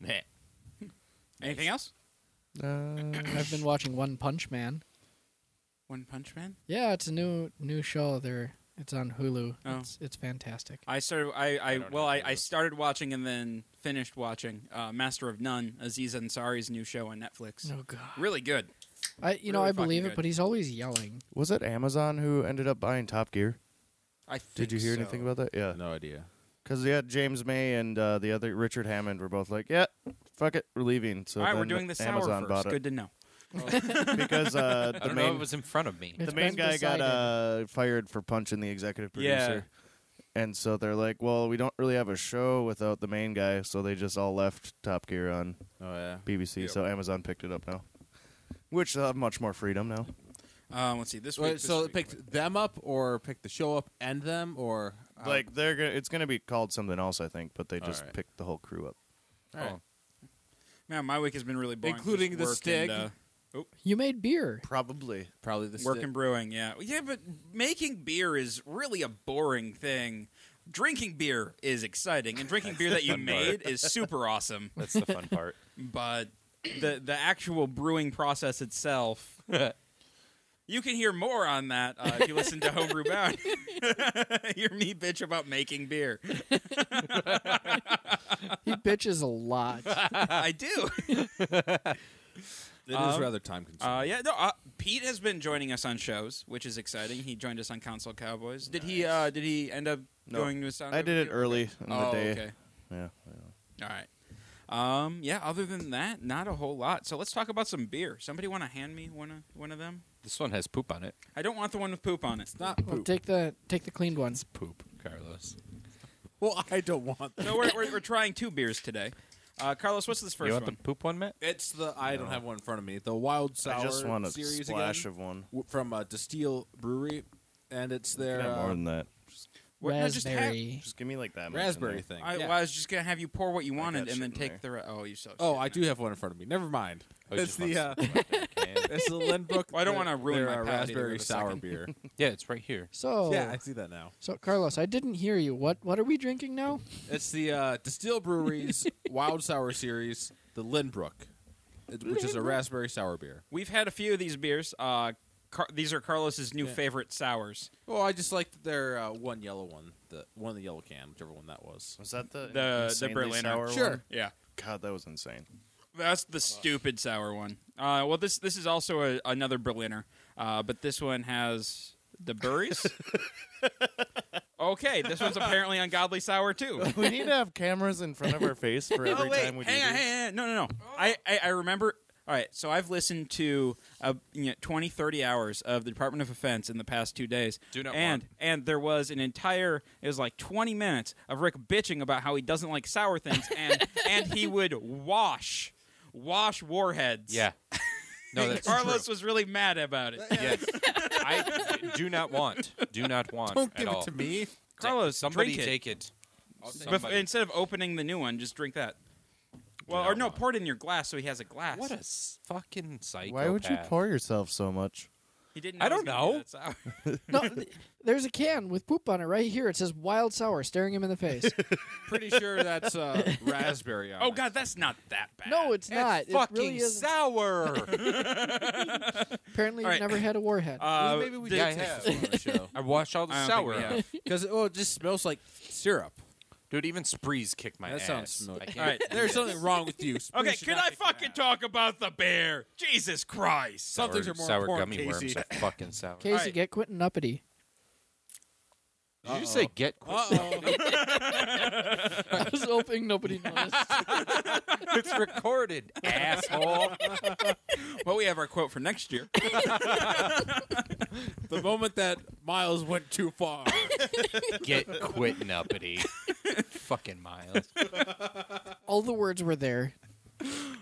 Speaker 4: Meh.
Speaker 1: Anything else?
Speaker 5: Uh,
Speaker 3: I've been watching One Punch Man.
Speaker 1: One Punch Man?
Speaker 3: Yeah, it's a new new show. There, it's on Hulu.
Speaker 1: Oh.
Speaker 3: It's it's fantastic.
Speaker 1: I started. I, I, well, I, I started watching and then finished watching uh, Master of None, Aziz Ansari's new show on Netflix.
Speaker 3: Oh god,
Speaker 1: Really good.
Speaker 3: I you know
Speaker 1: really
Speaker 3: I believe
Speaker 1: fucking
Speaker 3: it,
Speaker 1: good.
Speaker 3: but he's always yelling.
Speaker 5: was it Amazon who ended up buying Top Gear?
Speaker 1: I
Speaker 5: Did you
Speaker 1: think
Speaker 5: hear
Speaker 1: so.
Speaker 5: anything about that? Yeah,
Speaker 8: No idea.
Speaker 5: because yeah, James May and uh, the other Richard Hammond were both like, "Yeah, fuck it, we're leaving." So
Speaker 1: All right,
Speaker 5: then
Speaker 1: we're doing the sour
Speaker 5: Amazon
Speaker 1: first.
Speaker 5: bought it
Speaker 1: Good to know.
Speaker 5: because uh,
Speaker 4: I
Speaker 5: the
Speaker 4: don't know.
Speaker 5: main
Speaker 4: It was in front of me.
Speaker 3: It's
Speaker 5: the main
Speaker 3: been
Speaker 5: guy got
Speaker 3: decided.
Speaker 5: uh, fired for punching the executive producer. And so they're like, well, we don't really have a show without the main guy, so they just all left Top Gear on
Speaker 8: Oh yeah.
Speaker 5: BBC. So Amazon picked it up now, which they have much more freedom now.
Speaker 1: Um, let's see. This week.
Speaker 8: Wait,
Speaker 1: this
Speaker 8: so
Speaker 1: week,
Speaker 8: it picked them up or picked the show up and them or how-
Speaker 5: Like they're gonna, it's gonna be called something else, I think, but they
Speaker 8: All
Speaker 5: just
Speaker 8: right.
Speaker 5: picked the whole crew up.
Speaker 8: All right.
Speaker 1: Man, my week has been really boring.
Speaker 8: oh, Including
Speaker 1: Just
Speaker 8: the
Speaker 1: work
Speaker 8: Stig.
Speaker 1: And, uh,
Speaker 3: You made beer.
Speaker 5: Probably.
Speaker 8: probably the
Speaker 1: work
Speaker 8: sti-
Speaker 1: and brewing, yeah. Yeah, but making beer is really a boring thing. Drinking beer is exciting, and drinking beer that you made is super awesome.
Speaker 4: That's the fun part.
Speaker 1: But the the actual brewing process itself, you can hear more on that uh, if you listen to Homebrew Bound. hear me bitch about making beer.
Speaker 3: He bitches a lot.
Speaker 1: I do.
Speaker 8: It is
Speaker 1: Um,
Speaker 8: rather time consuming.
Speaker 1: Uh, yeah, no. Uh, Pete has been joining us on shows, which is exciting. He joined us on Console Cowboys. Did he? Uh, did he end up
Speaker 5: No.
Speaker 1: going to a sound?
Speaker 5: I did it
Speaker 1: overview?
Speaker 5: early in
Speaker 1: oh,
Speaker 5: the day.
Speaker 1: okay.
Speaker 5: Yeah.
Speaker 1: All right. Um, yeah. Other than that, not a whole lot. So let's talk about some beer. Somebody want to hand me one of one of them?
Speaker 4: This one has poop on it.
Speaker 1: I don't want the one with poop on it.
Speaker 8: not
Speaker 3: Well, take the take the cleaned one.
Speaker 4: Poop, Carlos.
Speaker 8: Well, I don't want that.
Speaker 1: No, we're, we're, we're trying two beers today. Uh, Carlos, what's this
Speaker 4: you
Speaker 1: first
Speaker 4: want
Speaker 1: one?
Speaker 4: the poop one, Matt?
Speaker 8: It's the I don't have one in front of me. The Wild Sour
Speaker 5: I just want a
Speaker 8: series
Speaker 5: splash
Speaker 8: again,
Speaker 5: of one.
Speaker 8: w- from uh, Distill Brewery, and it's their
Speaker 5: Not more
Speaker 8: uh,
Speaker 5: than that. Just,
Speaker 1: What- no, just have-
Speaker 3: Raspberry.
Speaker 5: just give me like that. much in
Speaker 8: raspberry
Speaker 5: there.
Speaker 8: thing.
Speaker 1: I,
Speaker 8: Yeah.
Speaker 1: well, I was just gonna have you pour what you wanted
Speaker 5: got
Speaker 1: and
Speaker 5: shit
Speaker 1: then
Speaker 5: in
Speaker 1: take
Speaker 5: there.
Speaker 1: the. Re- oh, you so.
Speaker 8: oh, I do have one in front of me. Never mind.
Speaker 4: Oh, you
Speaker 8: it's
Speaker 4: just want
Speaker 8: the uh,
Speaker 4: some left in the can.
Speaker 8: it's the Lindbrook.
Speaker 1: Well, I don't
Speaker 8: their-
Speaker 1: wanna ruin my
Speaker 8: their, uh,
Speaker 1: palate either
Speaker 8: raspberry
Speaker 1: with a
Speaker 8: sour
Speaker 1: second.
Speaker 8: beer.
Speaker 4: yeah, it's right here.
Speaker 3: So
Speaker 8: Yeah, I see that now.
Speaker 3: so Carlos, I didn't hear you. What what are we drinking now?
Speaker 8: It's the uh, Distill Brewery's Wild Sour series, the Lindbrook, it- which is a raspberry sour beer.
Speaker 1: We've had a few of these beers. Uh, Car- these are Carlos's new
Speaker 8: Yeah.
Speaker 1: favorite sours.
Speaker 8: Well, I just liked their uh, one yellow one, the one in the yellow can, whichever one that was.
Speaker 5: Was that the
Speaker 1: the
Speaker 5: insanely
Speaker 1: Berliner.
Speaker 5: sour
Speaker 8: Sure.
Speaker 5: one?
Speaker 1: Yeah.
Speaker 5: God, that was insane.
Speaker 1: That's the stupid sour one. Uh, well, this this is also a, another Berliner, uh, but this one has the berries. okay, this one's apparently ungodly sour too.
Speaker 5: we need to have cameras in front of our face for every
Speaker 1: oh wait,
Speaker 5: time we
Speaker 1: hang
Speaker 5: do
Speaker 1: on,
Speaker 5: these.
Speaker 1: hang on, no, no, no. I, I I remember. All right, so I've listened to uh, you know, 20, 30 hours of the Department of Defense in the past two days.
Speaker 4: Do not
Speaker 1: and
Speaker 4: want.
Speaker 1: and there was an entire it was like twenty minutes of Rick bitching about how he doesn't like sour things and and he would wash wash warheads.
Speaker 4: Yeah. No, that's
Speaker 1: Carlos was really mad about it.
Speaker 4: Yes. I do not want. Do not want.
Speaker 1: Don't
Speaker 4: at
Speaker 1: give it
Speaker 4: all.
Speaker 1: to
Speaker 8: Uh,
Speaker 1: me.
Speaker 4: Ta-
Speaker 1: Carlos,
Speaker 4: somebody
Speaker 1: drink it.
Speaker 4: take it.
Speaker 1: Bef-
Speaker 4: Somebody.
Speaker 1: instead of opening the new one, just drink that. Well, or no, pour it in your glass so he has a glass. What
Speaker 4: a s- fucking psycho!
Speaker 5: Why would you pour yourself so much?
Speaker 1: He didn't.
Speaker 4: I don't know.
Speaker 3: No, th- there's a can with poop on it right here. It says wild sour, staring him in the face.
Speaker 8: Pretty sure that's uh, raspberry.
Speaker 1: Oh God, that's not that bad.
Speaker 3: no, it's not. It
Speaker 4: fucking
Speaker 3: really isn't.
Speaker 4: sour.
Speaker 3: Apparently,
Speaker 1: All right.
Speaker 3: you've never had a warhead.
Speaker 1: Uh,
Speaker 8: maybe we
Speaker 1: the-
Speaker 8: did taste this on the show
Speaker 4: I washed all the
Speaker 1: I don't think
Speaker 4: sour
Speaker 1: we
Speaker 4: out.
Speaker 1: have.
Speaker 8: because oh, it just smells like syrup.
Speaker 4: Dude, even Sprees kicked my
Speaker 8: that
Speaker 4: ass.
Speaker 8: sounds familiar.
Speaker 4: I can't-
Speaker 1: All right.
Speaker 8: There's something wrong with you. Spree
Speaker 1: Okay,
Speaker 8: should
Speaker 1: can
Speaker 8: not
Speaker 1: I
Speaker 8: be-
Speaker 1: fucking talk about the bear? Jesus Christ!
Speaker 8: Some things
Speaker 4: sour,
Speaker 8: are more
Speaker 4: sour
Speaker 8: important,
Speaker 4: gummy
Speaker 8: Casey.
Speaker 4: worms are fucking sour.
Speaker 3: Casey,
Speaker 1: alright.
Speaker 3: get Quentin uppity.
Speaker 4: Did you just say get quick?
Speaker 8: Uh-oh.
Speaker 3: I was hoping nobody noticed.
Speaker 4: it's recorded, asshole.
Speaker 1: Well, we have our quote for next year.
Speaker 8: the moment that Miles went too far.
Speaker 4: Get quitting uppity. fucking Miles.
Speaker 3: All the words were there.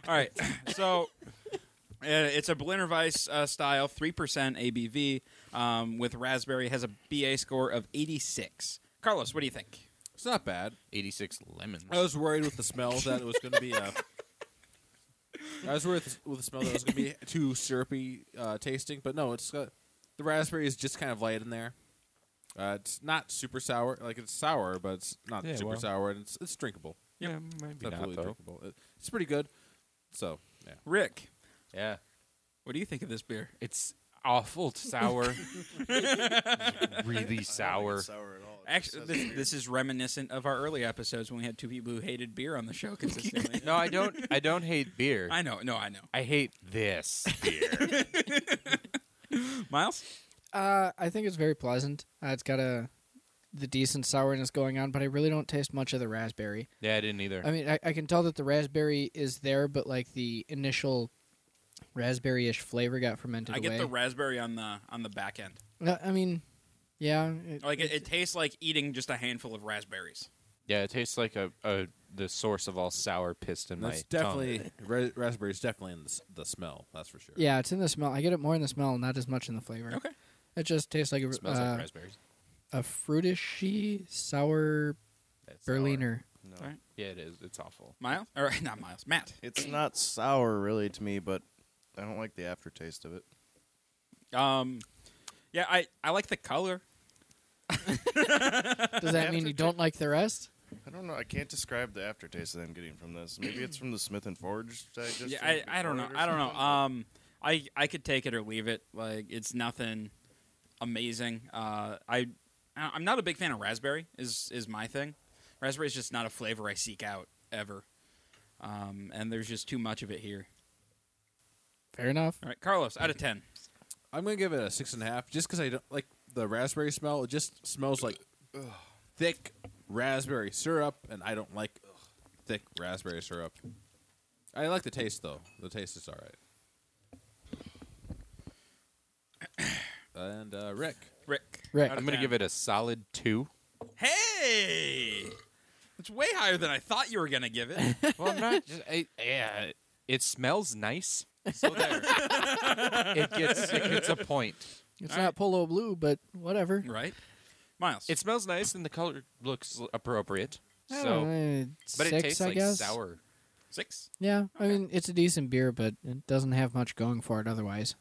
Speaker 1: All right, so uh, it's a Blinderweiss uh, style, three percent ABV um, with raspberry. Has a BA score of eighty six. Carlos, what do you think?
Speaker 8: It's not bad.
Speaker 4: 86 lemons.
Speaker 8: I was worried with the smell that it was going to be a. I was worried with the smell that it was going to be too syrupy uh, tasting, but no, it's got the raspberry is just kind of light in there. Uh, it's not super sour, like it's sour, but it's not
Speaker 4: Yeah,
Speaker 8: super
Speaker 4: well.
Speaker 8: sour, and it's it's drinkable.
Speaker 4: Yeah, maybe
Speaker 8: It's absolutely
Speaker 4: not, though.
Speaker 8: drinkable. It- It's pretty good. So yeah,
Speaker 1: Rick,
Speaker 4: Yeah.
Speaker 1: what do you think of this beer?
Speaker 4: It's awful sour. really sour.
Speaker 5: sour at all.
Speaker 1: Actually, this, this is reminiscent of our early episodes when we had two people who hated beer on the show consistently.
Speaker 4: No, I don't I don't hate beer.
Speaker 1: I know, no, I know.
Speaker 4: I hate this beer.
Speaker 1: Miles,
Speaker 3: Uh, I think it's very pleasant. Uh, it's got a the decent sourness going on, but I really don't taste much of the raspberry.
Speaker 4: yeah, I didn't either.
Speaker 3: I mean, I, I can tell that the raspberry is there, but like the initial raspberry-ish flavor got fermented
Speaker 1: I get
Speaker 3: away.
Speaker 1: the raspberry on the on the Oh, back end.
Speaker 3: Uh, I mean, yeah, it-
Speaker 1: Like it, it tastes like eating just a handful of raspberries.
Speaker 4: yeah, it tastes like a, a the source of all sour pissed in my
Speaker 8: that's definitely ra- raspberry is definitely in the, s- the smell. That's for sure.
Speaker 3: yeah, it's in the smell. I get it more in the smell, not as much in the flavor.
Speaker 1: Okay.
Speaker 3: It just tastes like a
Speaker 4: tongue. It smells
Speaker 3: uh,
Speaker 4: like raspberries.
Speaker 3: a fruitishy sour
Speaker 4: That's sour.
Speaker 3: Berliner.
Speaker 4: Yeah, it is. It's awful.
Speaker 1: Miles, or not Miles, Matt.
Speaker 5: It's not sour really to me, but I don't like the aftertaste of it.
Speaker 1: Um, yeah, I I like the color.
Speaker 3: Does that mean you don't like the rest?
Speaker 5: I don't know. I can't describe the aftertaste that I'm getting from this. Maybe it's from the Smith and Forge. digestion
Speaker 1: Yeah, I, I don't know.
Speaker 5: before it or
Speaker 1: I don't know.
Speaker 5: something, but
Speaker 1: Um, I I could take it or leave it. Like it's nothing amazing. Uh, I I- I'm not a big fan of raspberry. Is is my thing. Raspberry is just not a flavor I seek out ever. Um, and there's just too much of it here.
Speaker 3: Fair enough.
Speaker 1: All right, Carlos, out of ten.
Speaker 8: I'm gonna give it a six and a half, just because I don't like the raspberry smell. It just smells like thick raspberry syrup, and I don't like thick raspberry syrup. I like the taste though. The taste is all right. And uh, Rick,
Speaker 1: Rick.
Speaker 3: Rick.
Speaker 1: Out
Speaker 4: I'm
Speaker 1: of
Speaker 4: going to
Speaker 1: 10.
Speaker 4: give it a solid 2.
Speaker 1: Hey, it's way higher than I thought you were gonna give it.
Speaker 4: Well, I'm not. Just, I, yeah, it smells nice. So there, it gets it gets a point.
Speaker 3: It's
Speaker 1: All
Speaker 3: not
Speaker 1: right.
Speaker 3: polo blue, but whatever.
Speaker 1: right, Miles.
Speaker 4: It smells nice, and the color looks l- appropriate.
Speaker 3: I
Speaker 4: So,
Speaker 3: don't know,
Speaker 4: but
Speaker 3: Oh, eh, six,
Speaker 4: it tastes
Speaker 3: I
Speaker 4: like
Speaker 3: guess.
Speaker 4: sour.
Speaker 1: six.
Speaker 3: Yeah, I mean it's a decent beer, but it doesn't have much going for it otherwise.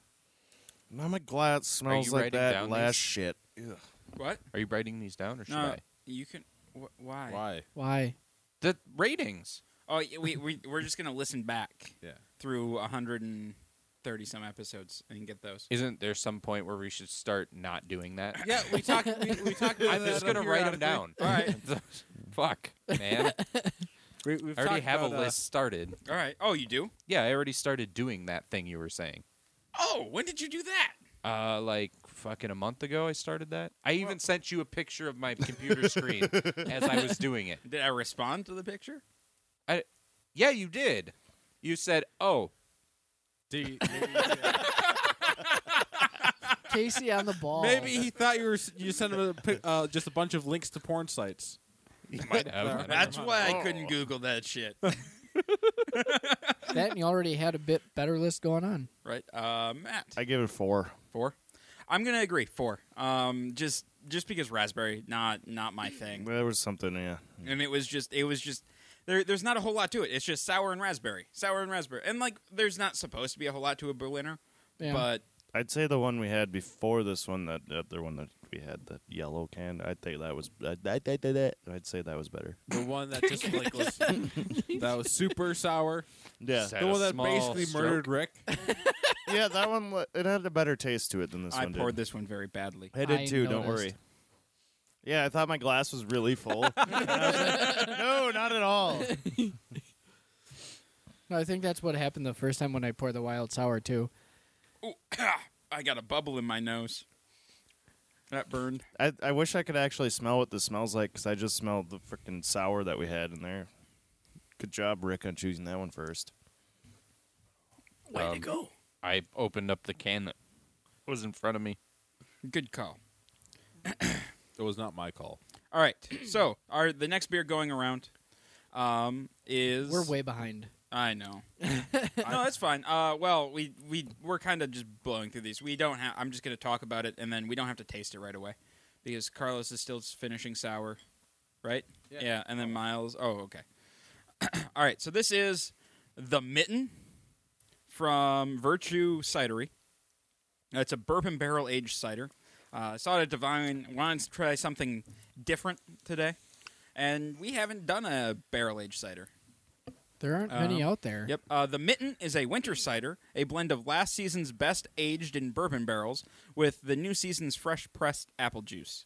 Speaker 5: Mama Glass smells
Speaker 4: you
Speaker 5: like
Speaker 4: writing
Speaker 5: that
Speaker 4: down
Speaker 5: last
Speaker 4: these?
Speaker 5: shit. Ugh.
Speaker 1: What?
Speaker 4: Are you writing these down, or should
Speaker 1: No,
Speaker 4: I?
Speaker 1: you can. Wh- why?
Speaker 8: why?
Speaker 3: Why?
Speaker 4: The ratings.
Speaker 1: Oh, y- we we we're just gonna listen back
Speaker 8: Yeah,
Speaker 1: through 130 some episodes and get those.
Speaker 4: Isn't there some point where we should start not doing that?
Speaker 8: yeah. We talked. We, we talked.
Speaker 4: I'm just gonna write them down.
Speaker 1: All right,
Speaker 4: Fuck, man.
Speaker 8: We, we've
Speaker 4: I already
Speaker 8: talked
Speaker 4: have a
Speaker 8: about, uh,
Speaker 4: list started.
Speaker 1: all right. Oh, you do?
Speaker 4: Yeah, I already started doing that thing you were saying.
Speaker 1: Oh, when did you do that?
Speaker 4: Uh, like fucking a month ago, I started that. I even sent you a picture of my computer screen as I was doing it.
Speaker 1: Did I respond to the picture?
Speaker 4: Yeah, you did. You said, "Oh,
Speaker 8: D-
Speaker 3: Casey on the ball.
Speaker 8: Maybe he thought you were s- you sent him a, pic- uh, just a bunch of links to porn sites.
Speaker 4: you might have." I don't
Speaker 1: That's
Speaker 4: know.
Speaker 1: why I couldn't Google that shit.
Speaker 3: that and you already had a bit better list going on.
Speaker 1: Right, uh, Matt.
Speaker 5: I give it four.
Speaker 1: Four. I'm gonna agree four. Um, just just because raspberry, not not my thing.
Speaker 5: There was something, yeah.
Speaker 1: and it was just it was just there, there's not a whole lot to it it's just sour and raspberry sour and raspberry and like there's not supposed to be a whole lot to a berliner but
Speaker 5: I'd say the one we had before this one, that the other one that we had, that yellow can. I think that was. I, I, I, I, I, I'd say that was better.
Speaker 8: The one that just like was that was super sour.
Speaker 5: Yeah.
Speaker 8: the one that basically murdered Rick.
Speaker 5: yeah, that one. wa- It had a better taste to it than this
Speaker 1: i
Speaker 5: one.
Speaker 1: poured
Speaker 5: did.
Speaker 1: this one very badly
Speaker 5: I did too. Don't worry. Yeah, I thought my glass was really full. And I was like, no, not at all.
Speaker 3: No, I think that's what happened the first time when I poured the wild sour too.
Speaker 1: Ooh, i got a bubble in my nose that burned
Speaker 5: I, I wish I could actually smell what this smells like because I just smelled the freaking sour that we had in there. Good job, Rick, on choosing that one first.
Speaker 4: Way to go. Um, I opened up the can that was in front of me.
Speaker 1: good call
Speaker 8: It was not my call.
Speaker 1: all right so our the next beer going around um is
Speaker 3: We're way behind.
Speaker 1: I know. no, that's fine. Uh, well, we we we're kind of just blowing through these. We don't have. I'm just going to talk about it, and then we don't have to taste it right away, because Carlos is still finishing sour, right?
Speaker 8: Yeah.
Speaker 1: and then Miles. Oh, okay. All right. So this is the Mitten from Virtue Cidery. It's a bourbon barrel aged cider. Uh, I saw it at Divine. Wanted to try something different today, and we haven't done a barrel aged cider.
Speaker 3: There aren't many
Speaker 1: Um,
Speaker 3: out there.
Speaker 1: Yep. Uh, the Mitten is a winter cider, a blend of last season's best aged in bourbon barrels with the new season's fresh pressed apple juice.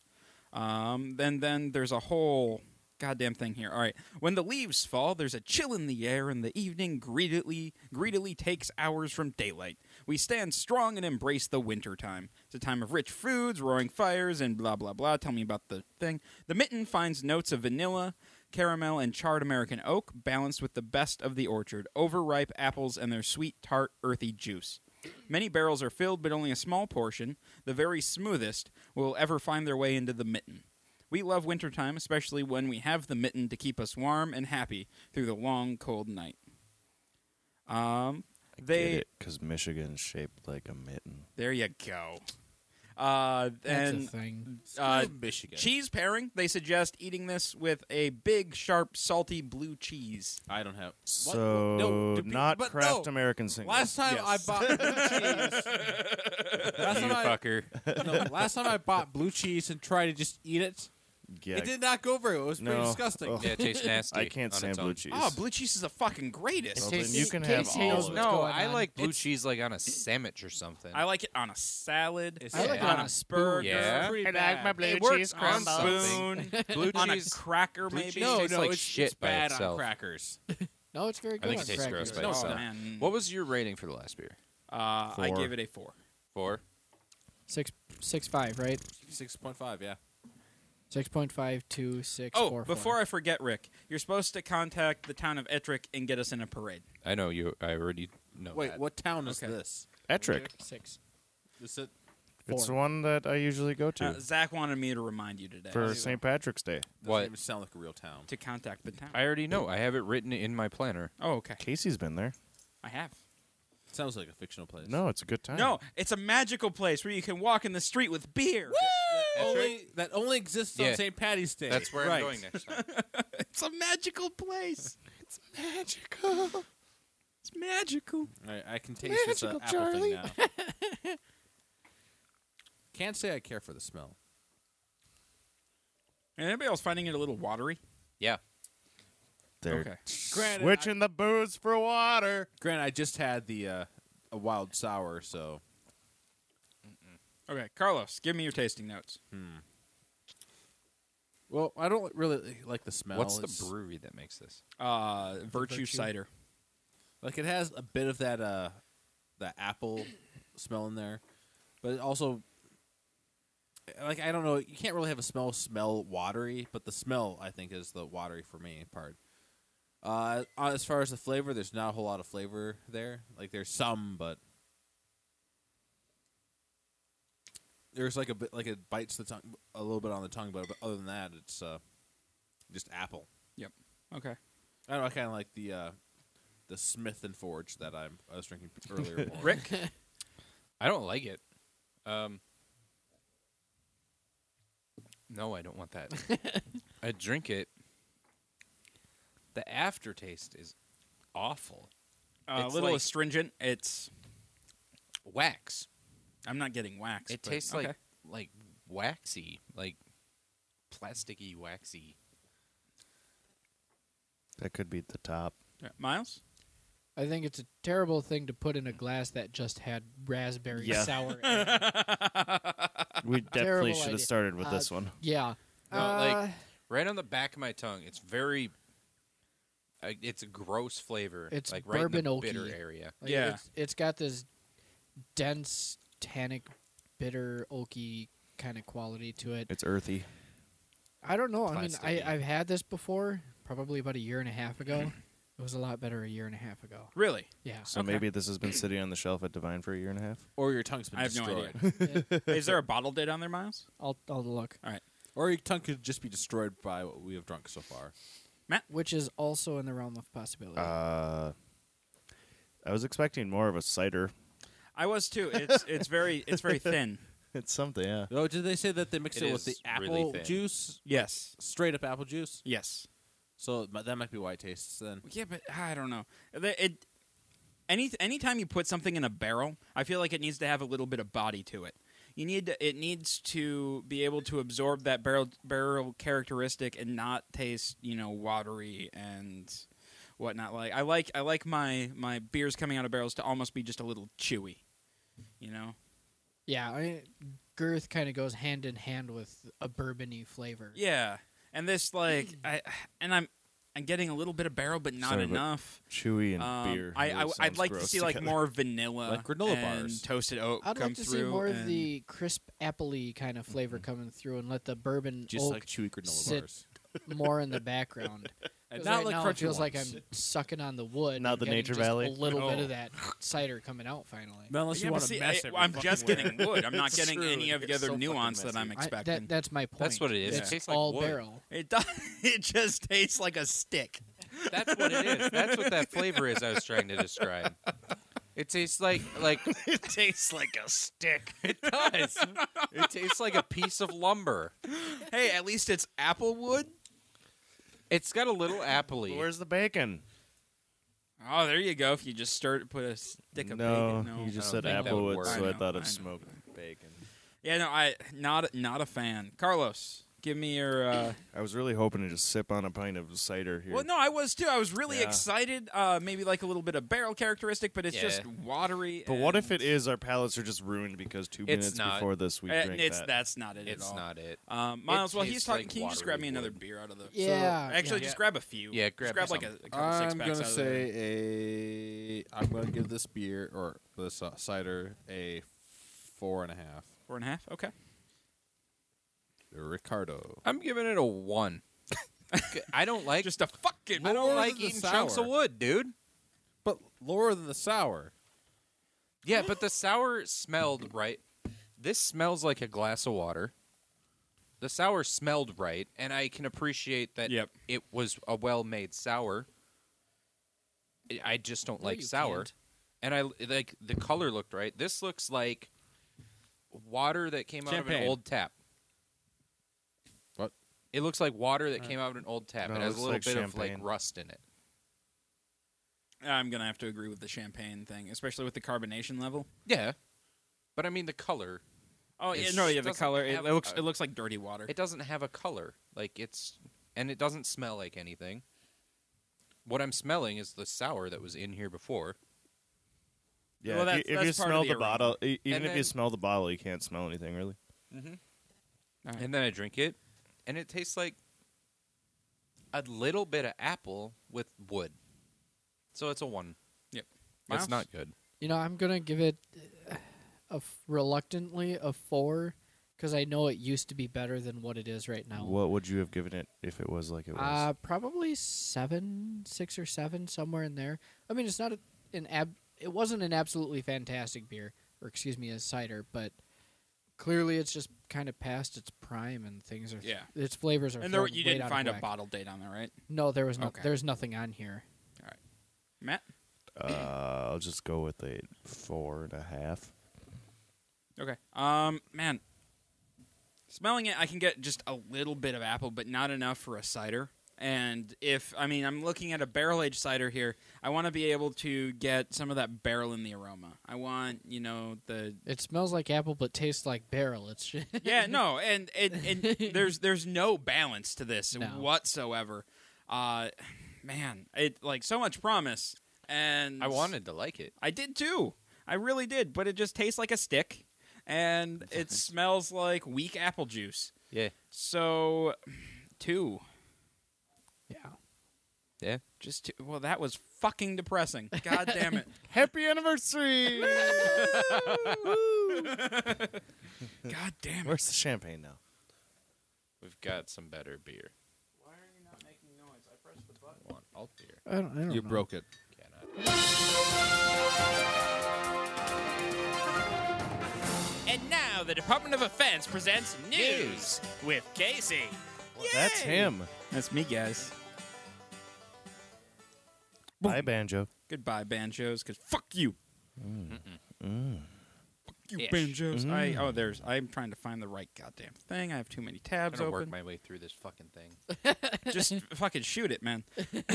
Speaker 1: Um, then, then there's a whole goddamn thing here. All right. When the leaves fall, there's a chill in the air, and the evening greedily greedily takes hours from daylight. We stand strong and embrace the winter time. It's a time of rich foods, roaring fires, and blah blah blah. Tell me about the thing. The Mitten finds notes of vanilla caramel and charred American oak, balanced with the best of the orchard, overripe apples and their sweet, tart, earthy juice. Many barrels are filled, but only a small portion, the very smoothest, will ever find their way into the mitten. We love wintertime, especially when we have the mitten to keep us warm and happy through the long, cold night. Um, they
Speaker 5: because Michigan's shaped like a mitten.
Speaker 1: there you go. Uh,
Speaker 3: That's a
Speaker 1: and
Speaker 3: thing.
Speaker 1: Uh,
Speaker 8: Screw Michigan.
Speaker 1: cheese pairing. They suggest eating this with a big, sharp, salty blue cheese.
Speaker 8: I don't have. What?
Speaker 5: So
Speaker 8: no, do pe-
Speaker 5: not
Speaker 8: but
Speaker 5: Kraft
Speaker 8: no.
Speaker 5: American single.
Speaker 8: Last time I
Speaker 1: Yes.
Speaker 8: bought blue cheese. last,
Speaker 4: you
Speaker 8: time I,
Speaker 4: fucker.
Speaker 8: no, last time I bought blue cheese and tried to just eat it,
Speaker 5: yeah,
Speaker 8: it did not go very well. It was pretty
Speaker 5: No.
Speaker 8: disgusting.
Speaker 5: Ugh.
Speaker 4: yeah, it tastes nasty.
Speaker 5: I can't
Speaker 4: on
Speaker 5: stand
Speaker 4: its own.
Speaker 5: blue cheese.
Speaker 10: Ah,
Speaker 1: Oh, blue cheese is the fucking
Speaker 5: Well,
Speaker 1: greatest.
Speaker 5: then
Speaker 3: Tastes-
Speaker 5: you can have
Speaker 3: Casey knows
Speaker 5: all of
Speaker 3: what's
Speaker 5: it.
Speaker 4: No,
Speaker 3: going
Speaker 4: I
Speaker 3: on.
Speaker 4: like blue cheese like on a sandwich or something.
Speaker 1: I like it on a salad.
Speaker 8: It's
Speaker 3: I like it
Speaker 4: Yeah.
Speaker 3: on a spoon.
Speaker 4: Yeah.
Speaker 8: Pretty
Speaker 5: I like
Speaker 8: bad.
Speaker 5: my blue
Speaker 4: It works
Speaker 5: cheese
Speaker 4: on
Speaker 5: crumble.
Speaker 1: spoon.
Speaker 4: blue
Speaker 1: on a
Speaker 4: cheese.
Speaker 1: cracker,
Speaker 4: blue
Speaker 1: maybe.
Speaker 4: cheese tastes like shit
Speaker 8: it's
Speaker 4: by
Speaker 8: bad on
Speaker 4: itself.
Speaker 8: crackers.
Speaker 3: No, it's very good.
Speaker 4: I think
Speaker 3: on
Speaker 4: it tastes gross
Speaker 3: crackers.
Speaker 4: by
Speaker 1: No, it's
Speaker 4: itself.
Speaker 1: not. Oh, Man.
Speaker 4: What was your rating for the last beer?
Speaker 1: Uh, I
Speaker 5: Four.
Speaker 1: gave it a four.
Speaker 4: Four.
Speaker 3: Six six five, right?
Speaker 8: Six point five, yeah.
Speaker 3: Six point five two six
Speaker 1: Oh,
Speaker 3: four, four.
Speaker 1: before I forget, Rick, you're supposed to contact the town of Ettrick and get us in a parade.
Speaker 4: I know you. I already know.
Speaker 8: Wait,
Speaker 4: that.
Speaker 8: what town is
Speaker 1: Okay.
Speaker 8: this?
Speaker 5: Ettrick.
Speaker 3: six.
Speaker 8: Is it?
Speaker 5: It's
Speaker 3: Four.
Speaker 5: the one that I usually go to
Speaker 1: Uh, Zach wanted me to remind you today
Speaker 5: for St. Patrick's Day.
Speaker 8: Doesn't
Speaker 4: What?
Speaker 8: even sound like a real town.
Speaker 1: to contact the town.
Speaker 4: I already know. I have it written in my planner.
Speaker 1: oh, okay.
Speaker 5: Casey's been there.
Speaker 1: I have.
Speaker 8: sounds like a fictional place.
Speaker 5: No, it's a good time.
Speaker 1: No, it's a magical place where you can walk in the street with beer.
Speaker 8: That only that only exists on
Speaker 4: Yeah.
Speaker 8: St. Patty's Day.
Speaker 4: That's where
Speaker 8: Right.
Speaker 4: I'm going next time.
Speaker 1: It's a magical place.
Speaker 5: magical.
Speaker 1: It's magical.
Speaker 8: All right, I can taste this uh,
Speaker 3: Magical
Speaker 8: apple
Speaker 3: Charlie.
Speaker 8: thing now. Can't say I care for the smell.
Speaker 1: And anybody else finding it a little watery?
Speaker 4: Yeah.
Speaker 5: They're
Speaker 1: Okay.
Speaker 8: Granted,
Speaker 5: switching the booze for water.
Speaker 8: Grant, I just had the uh, a wild sour, so
Speaker 1: Okay, Carlos, give me your tasting notes.
Speaker 8: well, I don't really like the smell.
Speaker 4: What's
Speaker 8: It's-
Speaker 4: the brewery that makes this?
Speaker 1: Uh, virtue,
Speaker 3: Virtue.
Speaker 1: cider.
Speaker 8: Like it has a bit of that uh, that apple smell in there, but it also like I don't know. You can't really have a smell smell watery, but the smell I think is the watery for me part. Uh, uh, as far as the flavor, there's not a whole lot of flavor there. Like there's some, but there's like a bit like it bites the tongue a little bit on the tongue, but, but other than that, it's uh, just apple.
Speaker 1: Okay.
Speaker 8: I don't know. I kind of like the uh, the Smith and Forge that I'm, I was drinking earlier. morning.
Speaker 4: Rick? I don't like it. Um, no, I don't want that. I drink it. The aftertaste is awful.
Speaker 1: Uh, A
Speaker 4: It's
Speaker 1: little
Speaker 4: like-
Speaker 1: astringent. It's
Speaker 4: wax.
Speaker 1: I'm not getting wax.
Speaker 4: It
Speaker 1: but-
Speaker 4: tastes
Speaker 1: okay.
Speaker 4: like like waxy, like plasticky waxy.
Speaker 5: That could be at the top.
Speaker 1: Uh, Miles.
Speaker 3: I think it's a terrible thing to put in a glass that just had raspberry
Speaker 5: Yeah.
Speaker 3: sour. ale.
Speaker 5: We definitely
Speaker 3: Terrible
Speaker 5: should have
Speaker 3: idea.
Speaker 5: started with
Speaker 3: Uh,
Speaker 5: this one.
Speaker 3: Yeah.
Speaker 4: No,
Speaker 3: Uh,
Speaker 4: like right on the back of my tongue. It's very. Uh, it's a gross flavor.
Speaker 3: It's
Speaker 4: like right
Speaker 3: bourbon
Speaker 4: in the
Speaker 3: oaky.
Speaker 4: bitter area.
Speaker 3: Like, it's- it's got this dense tannic, bitter oaky kind of quality to it.
Speaker 5: It's earthy.
Speaker 3: I don't know. I mean,
Speaker 4: plasticky.
Speaker 3: I, I've had this before, probably about a year and a half ago. it was a lot better a year and a half ago.
Speaker 1: Really?
Speaker 3: Yeah.
Speaker 5: So maybe this has been sitting on the shelf at Divine for a year and a half.
Speaker 8: Or your tongue's been
Speaker 1: I have no
Speaker 8: destroyed.
Speaker 1: idea. Is there a bottle date on there, Miles?
Speaker 3: I'll I'll look.
Speaker 1: All right,
Speaker 8: or your tongue could just be destroyed by what we have drunk so far.
Speaker 3: Which is also in the realm of possibility.
Speaker 5: Uh, I was expecting more of a cider.
Speaker 1: I was too. It's it's very it's very thin.
Speaker 5: It's something, yeah.
Speaker 8: Oh, did they say that they mixed
Speaker 4: It
Speaker 8: it, with the
Speaker 4: is really
Speaker 8: apple
Speaker 4: thin.
Speaker 8: juice?
Speaker 1: Yes.
Speaker 8: Straight up apple juice?
Speaker 1: Yes.
Speaker 8: So mi- that might be why it tastes then.
Speaker 1: Yeah, but I don't know. The- It any anytime you put something in a barrel, I feel like it needs to have a little bit of body to it. You need to, it needs to be able to absorb that barrel barrel characteristic and not taste you know watery and whatnot. Like I like I like my my beers coming out of barrels to almost be just a little chewy, you know.
Speaker 3: yeah. I, girth kind of goes hand in hand with a bourbony flavor.
Speaker 1: Yeah, and this like
Speaker 3: Mm.
Speaker 1: I and I'm I'm getting a little bit of barrel, but not
Speaker 5: Son of a-
Speaker 1: enough.
Speaker 5: Chewy and
Speaker 1: Um,
Speaker 5: beer.
Speaker 1: I,
Speaker 5: Really
Speaker 1: I would
Speaker 5: sounds
Speaker 1: like to
Speaker 5: gross
Speaker 1: see like
Speaker 5: together.
Speaker 1: more vanilla,
Speaker 8: Like granola
Speaker 1: and
Speaker 8: bars.
Speaker 1: toasted oat
Speaker 3: Oh, I'd
Speaker 1: come
Speaker 3: like to
Speaker 1: through.
Speaker 3: see more of
Speaker 1: and-
Speaker 3: the crisp appley kind of flavor coming through, and let the bourbon
Speaker 8: Just
Speaker 3: oak
Speaker 8: like chewy granola
Speaker 3: sit
Speaker 8: bars.
Speaker 3: more in the background.
Speaker 8: And
Speaker 3: 'Cause
Speaker 8: not
Speaker 3: right
Speaker 8: like
Speaker 3: now it
Speaker 8: crunchy
Speaker 3: feels like
Speaker 8: ones.
Speaker 3: I'm sucking on the wood.
Speaker 5: Not
Speaker 3: and
Speaker 5: the
Speaker 3: getting
Speaker 5: Nature
Speaker 3: just
Speaker 5: Valley?
Speaker 3: A little bit
Speaker 1: No.
Speaker 3: of that cider coming out finally.
Speaker 8: Not unless
Speaker 1: Yeah,
Speaker 8: you
Speaker 1: but
Speaker 8: want
Speaker 1: see,
Speaker 8: to mess
Speaker 1: I,
Speaker 8: it.
Speaker 1: I'm just getting wood. I'm not
Speaker 4: It's
Speaker 1: getting
Speaker 4: true.
Speaker 1: any of the
Speaker 4: It's
Speaker 1: other
Speaker 4: so fucking
Speaker 1: nuance that I'm
Speaker 4: messy.
Speaker 3: I-
Speaker 1: expecting.
Speaker 3: that, that's my point.
Speaker 4: That's what it is. It
Speaker 3: It's
Speaker 4: tastes like
Speaker 3: all
Speaker 4: wood.
Speaker 3: barrel.
Speaker 1: it does, It just tastes like a stick.
Speaker 4: That's what it is. That's what that flavor is. I was trying to describe. It tastes like like
Speaker 1: It tastes like a stick.
Speaker 4: it does. It tastes like a piece of lumber.
Speaker 1: hey, at least it's apple wood.
Speaker 4: It's got a little appley.
Speaker 5: Where's the bacon?
Speaker 1: Oh, there you go. If you just stir, put a stick of
Speaker 5: no,
Speaker 1: bacon. No,
Speaker 5: you just
Speaker 4: I
Speaker 5: said
Speaker 4: don't think that would
Speaker 5: applewood,
Speaker 4: work.
Speaker 5: so
Speaker 1: I
Speaker 5: I,
Speaker 1: know,
Speaker 5: thought
Speaker 1: I know.
Speaker 5: of smoked bacon.
Speaker 1: yeah, no, I not not a fan. Carlos, give me your. Uh,
Speaker 5: I was really hoping to just sip on a pint of cider here.
Speaker 1: well, no, I was too. I was really
Speaker 5: Yeah.
Speaker 1: excited. Uh, maybe like a little bit of barrel characteristic, but it's
Speaker 4: Yeah.
Speaker 1: just watery.
Speaker 5: but what if
Speaker 1: and-
Speaker 5: it is our palates are just ruined because two minutes
Speaker 4: not.
Speaker 5: before this we
Speaker 1: Uh,
Speaker 5: drank
Speaker 1: it's
Speaker 5: that?
Speaker 1: that's not it
Speaker 4: It's
Speaker 1: at all.
Speaker 4: not it.
Speaker 1: Um, Miles,
Speaker 4: It
Speaker 1: while he's
Speaker 4: tastes
Speaker 1: talking,
Speaker 4: like
Speaker 1: can you just grab me
Speaker 4: watery
Speaker 1: another
Speaker 4: wood.
Speaker 1: beer out of the?
Speaker 3: Yeah.
Speaker 1: actually,
Speaker 3: yeah.
Speaker 1: just grab a few.
Speaker 4: Yeah,
Speaker 1: Just
Speaker 4: grab
Speaker 1: grab like a,
Speaker 4: some.
Speaker 1: a couple six
Speaker 8: I'm
Speaker 1: packs.
Speaker 8: gonna
Speaker 1: out of there.
Speaker 8: say a. I'm gonna give this beer or this uh, cider a four and a half.
Speaker 1: four and a half. Okay.
Speaker 8: Ricardo.
Speaker 4: I'm giving it a one. I don't like.
Speaker 1: Just a fucking.
Speaker 4: I
Speaker 8: Lower
Speaker 4: don't like
Speaker 8: than the
Speaker 4: eating chunks
Speaker 8: sour.
Speaker 4: of wood, dude.
Speaker 8: But lower than the sour.
Speaker 4: Yeah, but the sour smelled right. This smells like a glass of water. The sour smelled right, and I can appreciate that
Speaker 1: Yep.
Speaker 4: it was a well-made sour. I- I just don't
Speaker 3: No,
Speaker 4: like
Speaker 3: you
Speaker 4: sour.
Speaker 3: can't.
Speaker 4: And I like the color looked right. This looks like water that came out of an
Speaker 8: Champagne.
Speaker 4: old tap.
Speaker 8: What?
Speaker 4: It looks like water that came out of an old tap.
Speaker 5: No,
Speaker 4: it
Speaker 5: it
Speaker 4: has a
Speaker 5: looks
Speaker 4: little
Speaker 5: like
Speaker 4: bit of like
Speaker 5: champagne.
Speaker 4: rust in it.
Speaker 1: I'm gonna have to agree with the champagne thing, especially with the carbonation level.
Speaker 4: Yeah. But I mean the color.
Speaker 1: Oh yeah,
Speaker 4: It's-
Speaker 1: no, yeah,
Speaker 4: it
Speaker 1: the
Speaker 4: doesn't
Speaker 1: color. It,
Speaker 4: have
Speaker 1: it looks
Speaker 4: a-
Speaker 1: it looks like dirty water.
Speaker 4: It doesn't have a color. Like it's and it doesn't smell like anything. What I'm smelling is the sour that was in here before.
Speaker 5: Yeah,
Speaker 1: Well,
Speaker 5: if
Speaker 1: that's-
Speaker 5: you, if
Speaker 1: that's
Speaker 5: you
Speaker 1: part of
Speaker 5: smell
Speaker 1: the
Speaker 5: the, bottle, e- even
Speaker 4: And
Speaker 5: if
Speaker 4: then-
Speaker 5: you smell the bottle, you can't smell anything really.
Speaker 1: All right.
Speaker 4: And then I drink it and it tastes like a little bit of apple with wood. So it's a one.
Speaker 1: Yep. Miles?
Speaker 4: It's not good.
Speaker 3: You know, I'm gonna give it uh, a f- reluctantly a four because I know it used to be better than what it is right now.
Speaker 5: What would you have given it if it was like it was?
Speaker 3: Uh, probably seven, six or seven, somewhere in there. I mean, it's not a, an ab. It wasn't an absolutely fantastic beer, or excuse me, a cider, but clearly it's just kind of past its prime and things are.
Speaker 1: Yeah.
Speaker 3: Its flavors are.
Speaker 1: And there
Speaker 3: floating
Speaker 1: you
Speaker 3: way
Speaker 1: didn't
Speaker 3: out of
Speaker 1: find a
Speaker 3: whack.
Speaker 1: bottle date on there, right?
Speaker 3: No, there was no.
Speaker 1: Okay.
Speaker 3: There's nothing on here.
Speaker 1: Matt.
Speaker 5: Uh, I'll just go with a four and a half.
Speaker 1: Okay. Um, man, smelling it, I can get just a little bit of apple, but not enough for a cider. And if I mean, I'm looking at a barrel aged cider here. I want to be able to get some of that barrel in the aroma. I want, you know, the
Speaker 3: It smells like apple, but tastes like barrel. It's shit.
Speaker 1: yeah, no, and and, and there's there's no balance to this
Speaker 3: No.
Speaker 1: whatsoever. Uh, man, it like so much promise, and
Speaker 4: I wanted to like it.
Speaker 1: I did too. I really did, but it just tastes like a stick, and it smells like weak apple juice.
Speaker 4: Yeah.
Speaker 1: So, two,
Speaker 3: yeah.
Speaker 4: Yeah.
Speaker 1: just two. Well, that was fucking depressing. God damn it.
Speaker 5: Happy anniversary!
Speaker 1: God damn it.
Speaker 5: Where's the champagne now?
Speaker 4: We've got some better beer. Why are you not making noise? I pressed the button. alt beer.
Speaker 3: I don't, I don't
Speaker 9: You
Speaker 3: know.
Speaker 9: broke it.
Speaker 1: And now the Department of Defense presents news with Casey.
Speaker 5: That's him.
Speaker 1: That's me, guys.
Speaker 5: Bye, banjo.
Speaker 1: Goodbye, banjos, because fuck you. Fuck you,
Speaker 4: Mm. Ish.
Speaker 1: banjos. I, oh, there's. I'm trying to find the right goddamn thing. I have too many
Speaker 4: I'm
Speaker 1: tabs
Speaker 4: gonna work
Speaker 1: open.
Speaker 4: my way through this fucking thing.
Speaker 1: Just fucking shoot it, man.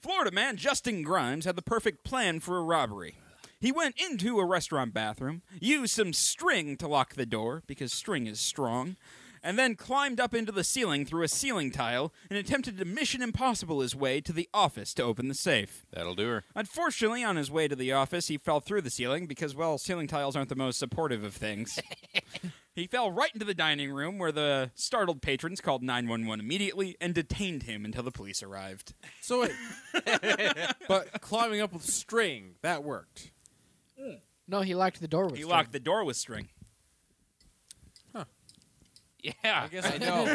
Speaker 1: Florida man Justin Grimes had the perfect plan for a robbery. He went into a restaurant bathroom, used some string to lock the door, because string is strong, and then climbed up into the ceiling through a ceiling tile and attempted to Mission Impossible his way to the office to open the safe.
Speaker 4: That'll do her.
Speaker 1: Unfortunately, on his way to the office, he fell through the ceiling because, well, ceiling tiles aren't the most supportive of things. he fell right into the dining room where the startled patrons called 911 immediately and detained him until the police arrived.
Speaker 8: So wait, but climbing up with string that worked.
Speaker 3: No, he locked the door with
Speaker 1: He
Speaker 3: string.
Speaker 1: locked the door with string. Huh. Yeah.
Speaker 8: I guess I know.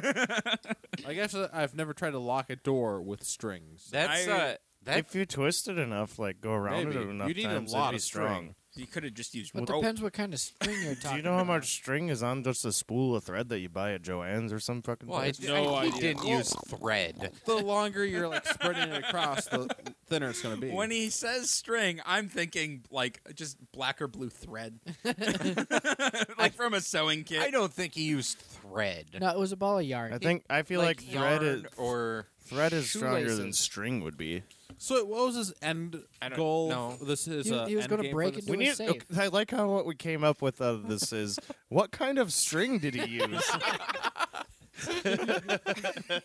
Speaker 8: I guess uh, I've never tried to lock a door with strings.
Speaker 4: That's
Speaker 1: I-
Speaker 4: uh. That
Speaker 5: if you twist it enough, like go around it
Speaker 8: Maybe.
Speaker 5: enough
Speaker 8: You need a
Speaker 5: times,
Speaker 8: lot
Speaker 5: it'd be
Speaker 8: of string.
Speaker 5: strong.
Speaker 1: you could have just used
Speaker 3: Well, it
Speaker 1: rope.
Speaker 3: depends what kind of string you're talking
Speaker 5: Do you know how
Speaker 3: about.
Speaker 5: much string is on just a spool of thread that you buy at Joann's or some fucking
Speaker 4: well, I,
Speaker 5: place?
Speaker 4: no
Speaker 8: I- he
Speaker 4: didn't
Speaker 8: didn't
Speaker 4: use thread.
Speaker 8: the longer you're like spreading it across, the thinner it's going to be.
Speaker 1: When he says string, I'm thinking like just black or blue thread, like from a sewing kit.
Speaker 4: I don't think he used thread.
Speaker 3: No, it was a ball of yarn.
Speaker 5: I think I feel like, thread is
Speaker 4: yarn or
Speaker 5: thread is stronger than
Speaker 3: shoelaces.
Speaker 5: string would be.
Speaker 8: so what was his end
Speaker 4: I don't
Speaker 8: goal?
Speaker 4: know.
Speaker 8: This is
Speaker 3: He-
Speaker 8: uh,
Speaker 3: he was
Speaker 8: going
Speaker 3: gonna
Speaker 8: to
Speaker 3: break
Speaker 8: this?
Speaker 3: into- It was safe.
Speaker 5: okay, I like how what we came up with out of this is what kind of string did he use?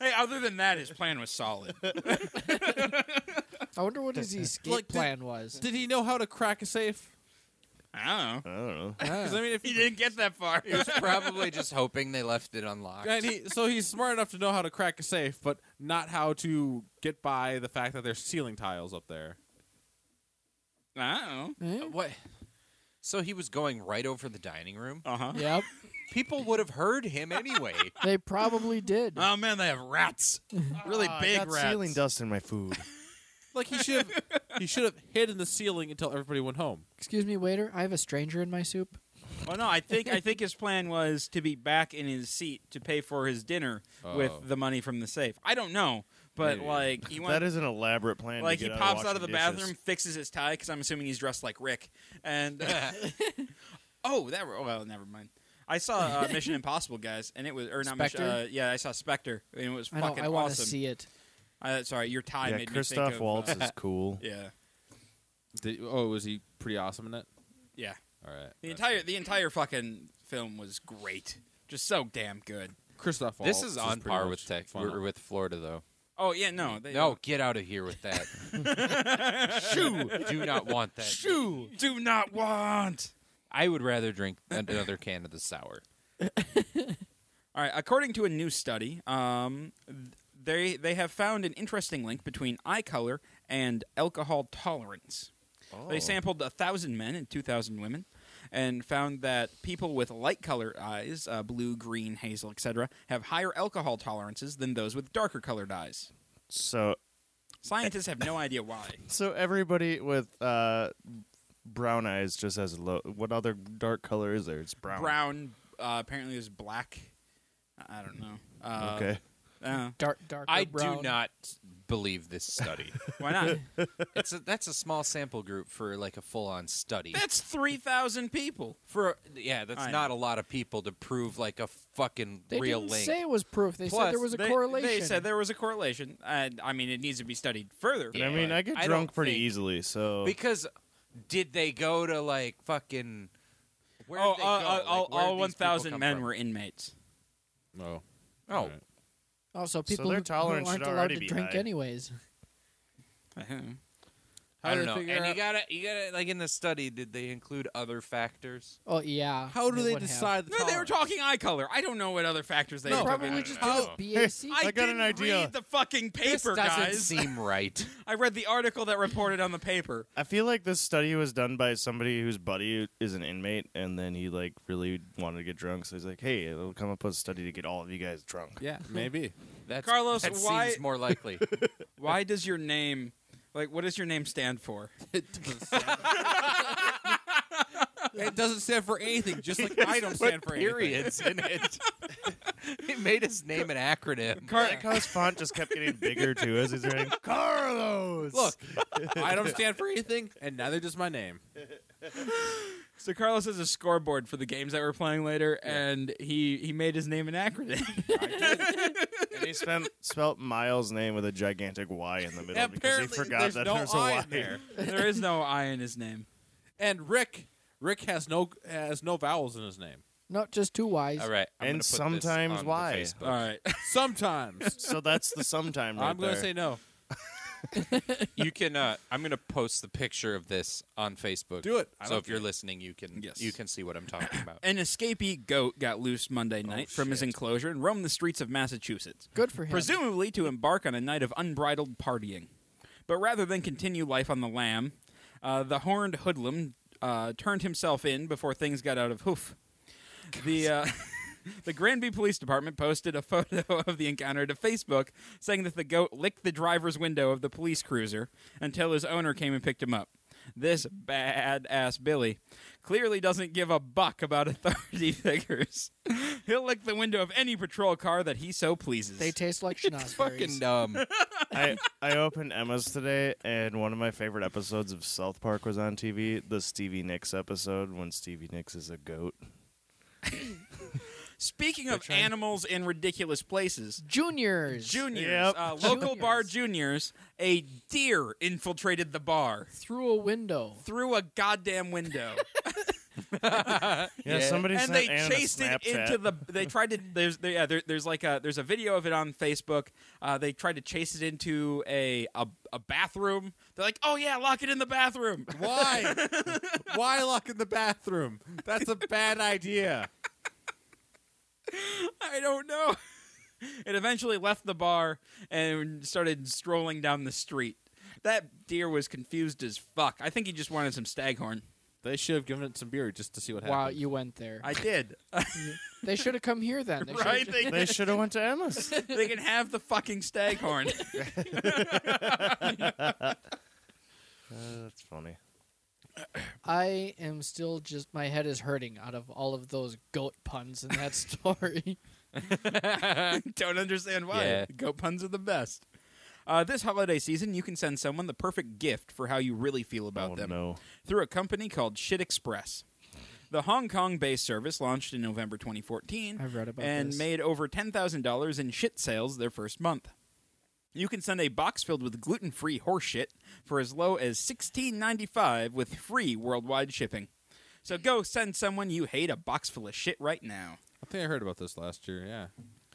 Speaker 1: Hey, other than that, his plan was solid.
Speaker 3: I wonder what his escape
Speaker 8: Like, did-
Speaker 3: plan was.
Speaker 8: Did he know how to crack a safe?
Speaker 1: I don't know.
Speaker 5: I don't know.
Speaker 8: 'Cause, I mean, if
Speaker 1: He didn't get that far.
Speaker 4: he was probably just hoping they left it unlocked.
Speaker 8: and he, so he's smart enough to know how to crack a safe, but not how to get by the fact that there's ceiling tiles up there.
Speaker 1: I don't know.
Speaker 3: Eh?
Speaker 4: what? So he was going right over the dining room.
Speaker 1: Uh huh.
Speaker 3: Yep,
Speaker 4: People would have heard him anyway.
Speaker 3: they probably did.
Speaker 1: Oh man, they have rats. Really
Speaker 5: Ah,
Speaker 1: big
Speaker 5: I got
Speaker 1: rats.
Speaker 5: ceiling dust in my food.
Speaker 8: Like he should have, he should have hid in the ceiling until everybody went home.
Speaker 3: Excuse me, waiter. I have a stranger in my soup.
Speaker 1: Oh no, I think I think his plan was to be back in his seat to pay for his dinner with
Speaker 9: Oh.
Speaker 1: the money from the safe. I don't know, but
Speaker 9: Maybe.
Speaker 1: like he
Speaker 5: that
Speaker 1: went,
Speaker 5: is an elaborate plan. to
Speaker 1: like he
Speaker 5: get
Speaker 1: pops out of the
Speaker 5: washing dishes.
Speaker 1: bathroom, fixes his tie because I'm assuming he's dressed like Rick. And uh, oh, that were- well, never mind. I saw uh, Mission Impossible guys, and it was or not Mission.
Speaker 3: Spectre?
Speaker 1: Uh, yeah, I saw Spectre, and it was
Speaker 3: I know.
Speaker 1: fucking
Speaker 3: I want to
Speaker 1: awesome.
Speaker 3: see it.
Speaker 1: Uh, sorry, your tie
Speaker 5: Yeah,
Speaker 1: made me
Speaker 5: Christoph
Speaker 1: think of,
Speaker 5: Waltz
Speaker 1: uh,
Speaker 5: is cool.
Speaker 1: yeah,
Speaker 8: Did, oh, was he pretty awesome in it?
Speaker 1: yeah.
Speaker 8: All right. Uh,
Speaker 1: The entire the entire fucking film was great. Just so damn good.
Speaker 8: Christoph.
Speaker 4: this
Speaker 8: Waltz
Speaker 4: is on
Speaker 8: pretty
Speaker 4: par
Speaker 8: much
Speaker 4: with Tech
Speaker 8: fun.
Speaker 4: or with Florida, though.
Speaker 1: Oh yeah,
Speaker 3: Mm,
Speaker 1: no, they,
Speaker 4: No, get out of here with that. Shoo! Do not want that.
Speaker 1: Shoo! Do not want.
Speaker 4: I would rather drink another can of the sour.
Speaker 1: All right. According to a new study, um, th- they they have found an interesting link between eye color and alcohol tolerance. They sampled a thousand men and two thousand women, and found that people with light colored eyes, uh, blue, green, hazel, etc., have higher alcohol tolerances than those with darker colored eyes.
Speaker 5: So
Speaker 1: Scientists have no idea why.
Speaker 5: so everybody with uh, brown eyes just has a low. What other dark color is there? It's brown.
Speaker 1: Brown uh, apparently is black. I I don't know. Uh,
Speaker 5: Okay.
Speaker 1: I don't know.
Speaker 3: Dark, dark.
Speaker 4: I
Speaker 3: brown.
Speaker 4: do not believe this study.
Speaker 1: Why not?
Speaker 4: it's a, that's a small sample group for like a full-on study.
Speaker 1: That's three thousand people.
Speaker 4: for yeah, that's
Speaker 1: I
Speaker 4: not a lot of people to prove like a fucking
Speaker 3: They
Speaker 4: real
Speaker 3: didn't
Speaker 4: link.
Speaker 3: say it was proof. They said
Speaker 4: Plus,
Speaker 3: there was a
Speaker 1: They-
Speaker 3: correlation.
Speaker 1: They said there was a correlation. I, I mean, it needs to be studied further.
Speaker 4: Yeah.
Speaker 5: I mean, I get
Speaker 4: I don't
Speaker 5: drunk pretty
Speaker 4: think-
Speaker 5: easily, so
Speaker 4: because did they go to like fucking? Where
Speaker 1: oh,
Speaker 4: did they
Speaker 1: all,
Speaker 4: go?
Speaker 1: all,
Speaker 4: Like,
Speaker 1: all,
Speaker 4: where did these
Speaker 1: one
Speaker 4: people
Speaker 1: thousand
Speaker 4: come
Speaker 1: men
Speaker 4: from?
Speaker 1: were inmates.
Speaker 8: No.
Speaker 4: Oh,
Speaker 8: All right.
Speaker 3: also, people
Speaker 5: their
Speaker 3: who- who
Speaker 5: tolerance should
Speaker 3: aren't allowed
Speaker 5: already
Speaker 3: to
Speaker 5: be
Speaker 3: drink
Speaker 5: high.
Speaker 3: anyways.
Speaker 8: How
Speaker 4: I
Speaker 8: do they
Speaker 4: don't know.
Speaker 8: figure
Speaker 4: And you
Speaker 8: out-
Speaker 4: gotta, you gotta, like in the study, did they include other factors?
Speaker 3: Oh yeah.
Speaker 8: How do
Speaker 3: it
Speaker 8: they
Speaker 3: would have.
Speaker 8: decide? The
Speaker 1: No, they were
Speaker 8: tolerance?
Speaker 1: talking eye color. I don't know what other factors they
Speaker 3: They
Speaker 1: were talking
Speaker 3: probably
Speaker 1: about.
Speaker 3: just
Speaker 4: know.
Speaker 3: did a BAC.
Speaker 1: I,
Speaker 5: I got an
Speaker 1: didn't
Speaker 5: idea.
Speaker 1: Read the fucking
Speaker 4: This
Speaker 1: paper,
Speaker 4: doesn't
Speaker 1: guys.
Speaker 4: seem right.
Speaker 1: I read the article that reported on the paper.
Speaker 5: I feel like this study was done by somebody whose buddy is an inmate, and then he like really wanted to get drunk, so he's like, "Hey, it'll come up with a study to get all of you guys drunk."
Speaker 8: Yeah, maybe.
Speaker 4: That's,
Speaker 1: Carlos,
Speaker 4: that
Speaker 1: why-
Speaker 4: seems more likely.
Speaker 1: Why does your name, like, what does your name stand for?
Speaker 8: It doesn't stand, it doesn't stand for anything, just like I don't stand for anything.
Speaker 4: periods in it. it made his name an acronym.
Speaker 5: I like how his font just kept getting bigger too as he's writing Carlos.
Speaker 8: Look, I don't stand for anything, and neither does my name.
Speaker 1: So Carlos has a scoreboard for the games that we're playing later, and he he made his name an acronym.
Speaker 5: and he spent, spelt Miles' name with a gigantic Y in the middle because he
Speaker 8: Apparently,
Speaker 5: forgot
Speaker 8: there's
Speaker 5: that
Speaker 8: no
Speaker 5: there's a
Speaker 8: I
Speaker 5: Y
Speaker 8: in there.
Speaker 1: there is no I in his name.
Speaker 8: And Rick, Rick has no has no vowels in his name.
Speaker 3: No, just two Ys.
Speaker 4: All right,
Speaker 5: And
Speaker 4: I'm gonna put this
Speaker 5: sometimes
Speaker 4: on the
Speaker 5: why?
Speaker 4: Facebook.
Speaker 1: All right.
Speaker 8: Sometimes
Speaker 5: So that's the sometime right
Speaker 8: I'm going to
Speaker 5: there.
Speaker 8: say no.
Speaker 4: you can. Uh, I'm gonna post the picture of this on Facebook.
Speaker 8: Do it. I
Speaker 4: So
Speaker 8: don't
Speaker 4: if you're listening, you can
Speaker 1: Yes.
Speaker 4: you can see what I'm talking about.
Speaker 1: An escapee goat got loose Monday night from his enclosure and roamed the streets of Massachusetts,
Speaker 3: Good for him.
Speaker 1: presumably to embark on a night of unbridled partying. But rather than continue life on the lam, uh, the horned hoodlum uh, turned himself in before things got out of hoof. The uh, the Granby Police Department posted a photo of the encounter to Facebook, saying that the goat licked the driver's window of the police cruiser until his owner came and picked him up. This badass Billy clearly doesn't give a buck about authority figures. He'll lick the window of any patrol car that he so pleases.
Speaker 3: They taste like schnozberries.
Speaker 4: Fucking um, dumb.
Speaker 5: I, I opened Emma's today, and one of my favorite episodes of South Park was on TV the Stevie Nicks episode when Stevie Nicks is a goat.
Speaker 1: Speaking of animals in ridiculous places,
Speaker 3: Juniors.
Speaker 1: juniors,
Speaker 5: Yep.
Speaker 1: uh, local bar juniors,
Speaker 3: Juniors.
Speaker 1: a deer infiltrated the bar
Speaker 3: through a window.
Speaker 1: through a goddamn window.
Speaker 5: Yeah, somebody
Speaker 1: and
Speaker 5: sent
Speaker 1: they
Speaker 5: Anna
Speaker 1: chased
Speaker 5: a
Speaker 1: it
Speaker 5: Snapchat.
Speaker 1: into the. They tried to. There's there, yeah. There, there's like a. There's a video of it on Facebook. Uh, they tried to chase it into a, a a bathroom. They're like, oh yeah, lock it in the bathroom.
Speaker 8: Why? Why lock in the bathroom? That's a bad idea.
Speaker 1: I don't know. It eventually left the bar and started strolling down the street. That deer was confused as fuck. I think he just wanted some staghorn.
Speaker 8: They should have given it some beer just to see what
Speaker 3: Wow,
Speaker 8: happened.
Speaker 3: you went there.
Speaker 1: I did.
Speaker 3: they should have come here then. They should've
Speaker 1: right?
Speaker 3: ju-
Speaker 1: They,
Speaker 5: They should have went to Emma's.
Speaker 1: they can have the fucking staghorn.
Speaker 5: Uh, that's funny.
Speaker 3: I am still just my head is hurting out of all of those goat puns in that story.
Speaker 1: Don't understand why.
Speaker 4: Yeah.
Speaker 1: Goat puns are the best. Uh, this holiday season, you can send someone the perfect gift for how you really feel about
Speaker 5: oh,
Speaker 1: them
Speaker 5: no.
Speaker 1: through a company called Shit Express. The Hong Kong based service launched in November 2014
Speaker 3: I've read about
Speaker 1: and
Speaker 3: this.
Speaker 1: made over $10,000 in shit sales their first month. You can send a box filled with gluten free horse shit for as low as $16.95 with free worldwide shipping. So go send someone you hate a box full of shit right now.
Speaker 8: I think I heard about this last year. Yeah.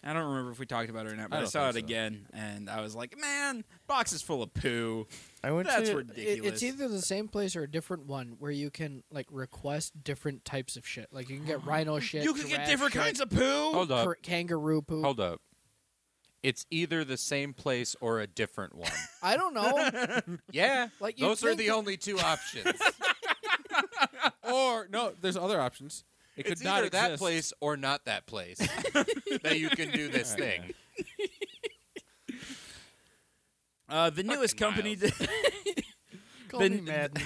Speaker 1: I don't remember if we talked about it or not, but
Speaker 8: I
Speaker 1: I,
Speaker 8: don't
Speaker 1: saw it
Speaker 8: think so.
Speaker 1: again and I was like, man, boxes full of poo.
Speaker 5: I went
Speaker 1: That's
Speaker 5: to,
Speaker 3: It-
Speaker 1: ridiculous.
Speaker 3: it's either the same place or a different one where you can like request different types of shit. Like you can get Oh, rhino shit.
Speaker 1: you can get
Speaker 3: giraffe
Speaker 1: different
Speaker 3: shit,
Speaker 1: kinds of poo.
Speaker 4: Hold up.
Speaker 3: cur- kangaroo poo.
Speaker 4: Hold up. It's either the same place or a different one.
Speaker 3: I don't know.
Speaker 4: yeah.
Speaker 3: Like, you'd
Speaker 4: those are
Speaker 3: think-
Speaker 4: the only two options.
Speaker 8: Or no, there's other options. It could
Speaker 4: it's
Speaker 8: not
Speaker 4: either
Speaker 8: exist.
Speaker 4: that place or not that place that you can do this thing.
Speaker 1: Uh, the newest company to,
Speaker 3: Call
Speaker 1: The-
Speaker 3: me Madden.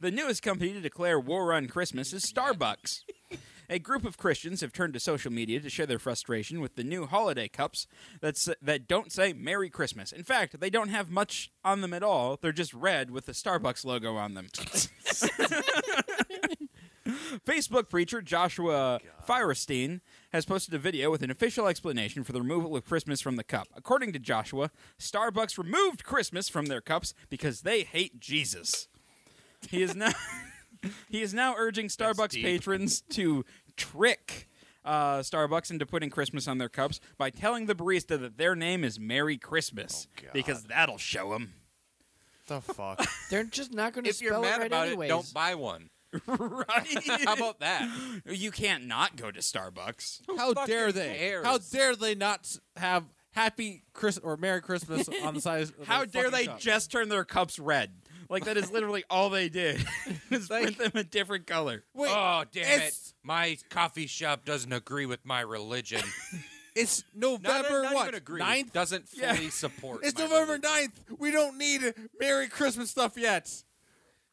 Speaker 1: the newest company to declare war on Christmas is Starbucks. a group of Christians have turned to social media to share their frustration with the new holiday cups that's, that don't say Merry Christmas. In fact, they don't have much on them at all. They're just red with the Starbucks logo on them. Facebook preacher Joshua Firestein has posted a video with an official explanation for the removal of Christmas from the cup. According to Joshua, Starbucks removed Christmas from their cups because they hate Jesus. He is now he is now urging Starbucks patrons to trick uh, Starbucks into putting Christmas on their cups by telling the barista that their name is Merry Christmas because that'll show them.
Speaker 5: The fuck?
Speaker 3: They're just not going to
Speaker 4: if you're
Speaker 3: spell
Speaker 4: mad
Speaker 3: it right
Speaker 4: about
Speaker 3: anyways.
Speaker 4: it, don't buy one.
Speaker 1: right?
Speaker 4: How about that?
Speaker 1: You can't not go to Starbucks.
Speaker 8: How
Speaker 4: fucking
Speaker 8: dare they?
Speaker 4: cares?
Speaker 8: How dare they not s- have Happy Chris or Merry Christmas on the side? Of their
Speaker 1: How dare
Speaker 8: fucking
Speaker 1: they
Speaker 8: cup?
Speaker 1: just turn their cups red? Like that is literally all they did. is print them a different color.
Speaker 8: Wait,
Speaker 4: oh damn
Speaker 8: it's-
Speaker 4: it! My coffee shop doesn't agree with my religion.
Speaker 8: it's
Speaker 4: not,
Speaker 8: November
Speaker 4: not
Speaker 8: what
Speaker 4: even agree.
Speaker 8: ninth?
Speaker 4: Doesn't fully
Speaker 1: Yeah.
Speaker 4: support.
Speaker 8: It's
Speaker 4: my
Speaker 8: November
Speaker 4: religion.
Speaker 8: 9th. We don't need Merry Christmas stuff yet.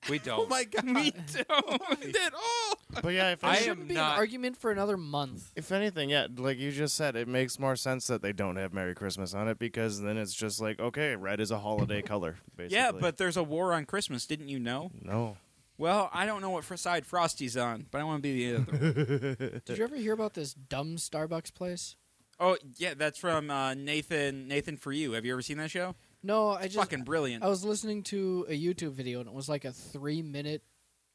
Speaker 4: We
Speaker 8: Oh
Speaker 4: don't.
Speaker 8: my god.
Speaker 1: Me too. Did all.
Speaker 5: But yeah, if,
Speaker 4: I
Speaker 5: any-
Speaker 4: am
Speaker 3: Shouldn't be
Speaker 4: not-
Speaker 3: an argument for another month.
Speaker 5: if anything, yeah, like you just said, it makes more sense that they don't have Merry Christmas on it because then it's just like, okay, red is a holiday color. Basically.
Speaker 1: Yeah, but there's a war on Christmas. Didn't you know?
Speaker 5: no.
Speaker 1: Well, I don't know what fr- side Frosty's on, but I want to be the other. one.
Speaker 3: Did you ever hear about this dumb Starbucks place?
Speaker 1: oh yeah, that's from uh, Nathan. Nathan for you. Have you ever seen that show?
Speaker 3: No, I just Oh.
Speaker 1: Fucking brilliant.
Speaker 3: I was listening to a YouTube video and it was like a three minute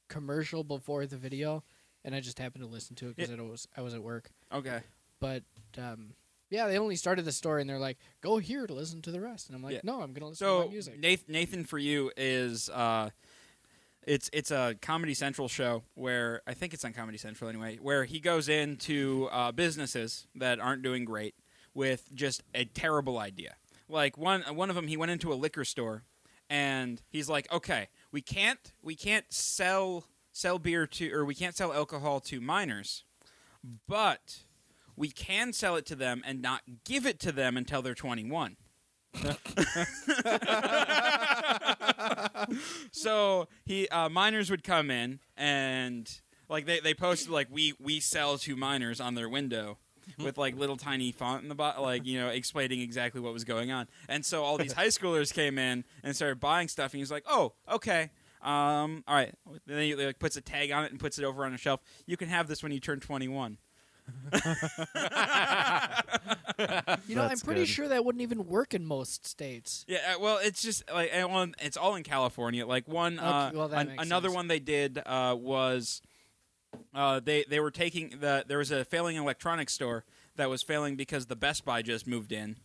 Speaker 3: commercial before the video, and I just happened to listen to it because I was I was at work.
Speaker 1: okay.
Speaker 3: But um, yeah, they only started the story and they're like, "Go here to listen to the rest," and I'm like,
Speaker 1: Yeah.
Speaker 3: "No, I'm gonna listen to
Speaker 1: So
Speaker 3: my music."
Speaker 1: Nathan, Nathan for you is uh, it's it's a Comedy Central show where I think it's on Comedy Central anyway, where he goes into uh, businesses that aren't doing great with just a terrible idea. Like one one of them, he went into a liquor store and he's like, okay, we can't we can't sell sell beer to or we can't sell alcohol to minors, but we can sell it to them and not give it to them until they're 21. so he uh, miners would come in and like they, they posted like we we sell to miners on their window with like little tiny font in the bottom like you know explaining exactly what was going on and so all these high schoolers came in and started buying stuff and he was like oh okay um, all right then he like puts a tag on it and puts it over on a shelf you can have this when you turn 21
Speaker 3: you know, I'm
Speaker 5: That's
Speaker 3: pretty
Speaker 5: good.
Speaker 3: sure that wouldn't even work in most states.
Speaker 1: Yeah, uh, well, it's just like and, well, it's all in California. Like one, uh,
Speaker 3: well, that
Speaker 1: an-
Speaker 3: makes
Speaker 1: another
Speaker 3: sense.
Speaker 1: one they did uh, was uh, they they were taking the there was a failing electronics store that was failing because the Best Buy just moved in,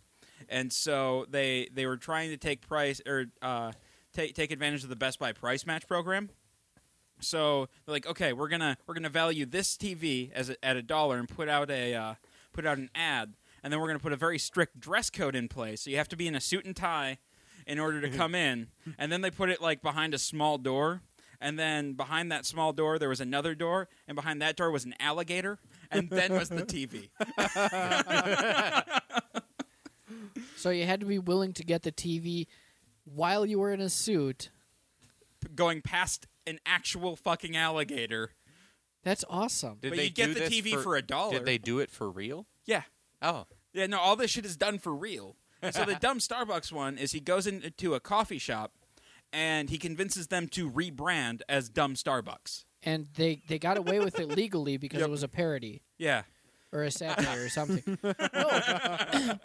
Speaker 1: and so they they were trying to take price or uh, take take advantage of the Best Buy price match program. So they're like, okay, we're gonna we're gonna value this TV as a, at a dollar and put out a uh, put out an ad, and then we're gonna put a very strict dress code in place. So you have to be in a suit and tie in order to come in, and then they put it like behind a small door, and then behind that small door there was another door, and behind that door was an alligator, and then was the TV.
Speaker 3: So you had to be willing to get the TV while you were in a suit.
Speaker 1: going past an actual fucking alligator.
Speaker 3: That's awesome.
Speaker 4: Did
Speaker 1: But
Speaker 4: they
Speaker 1: you get
Speaker 4: do
Speaker 1: the
Speaker 4: this
Speaker 1: TV for a dollar.
Speaker 4: Did they do it for real?
Speaker 1: Yeah,
Speaker 4: Oh,
Speaker 1: Yeah, no, all this shit is done for real. so the dumb Starbucks one is he goes into a coffee shop and he convinces them to rebrand as dumb Starbucks.
Speaker 3: And they, they got away with it legally because
Speaker 1: Yep.
Speaker 3: it was a parody
Speaker 1: Yeah.
Speaker 3: or a satire or something. No,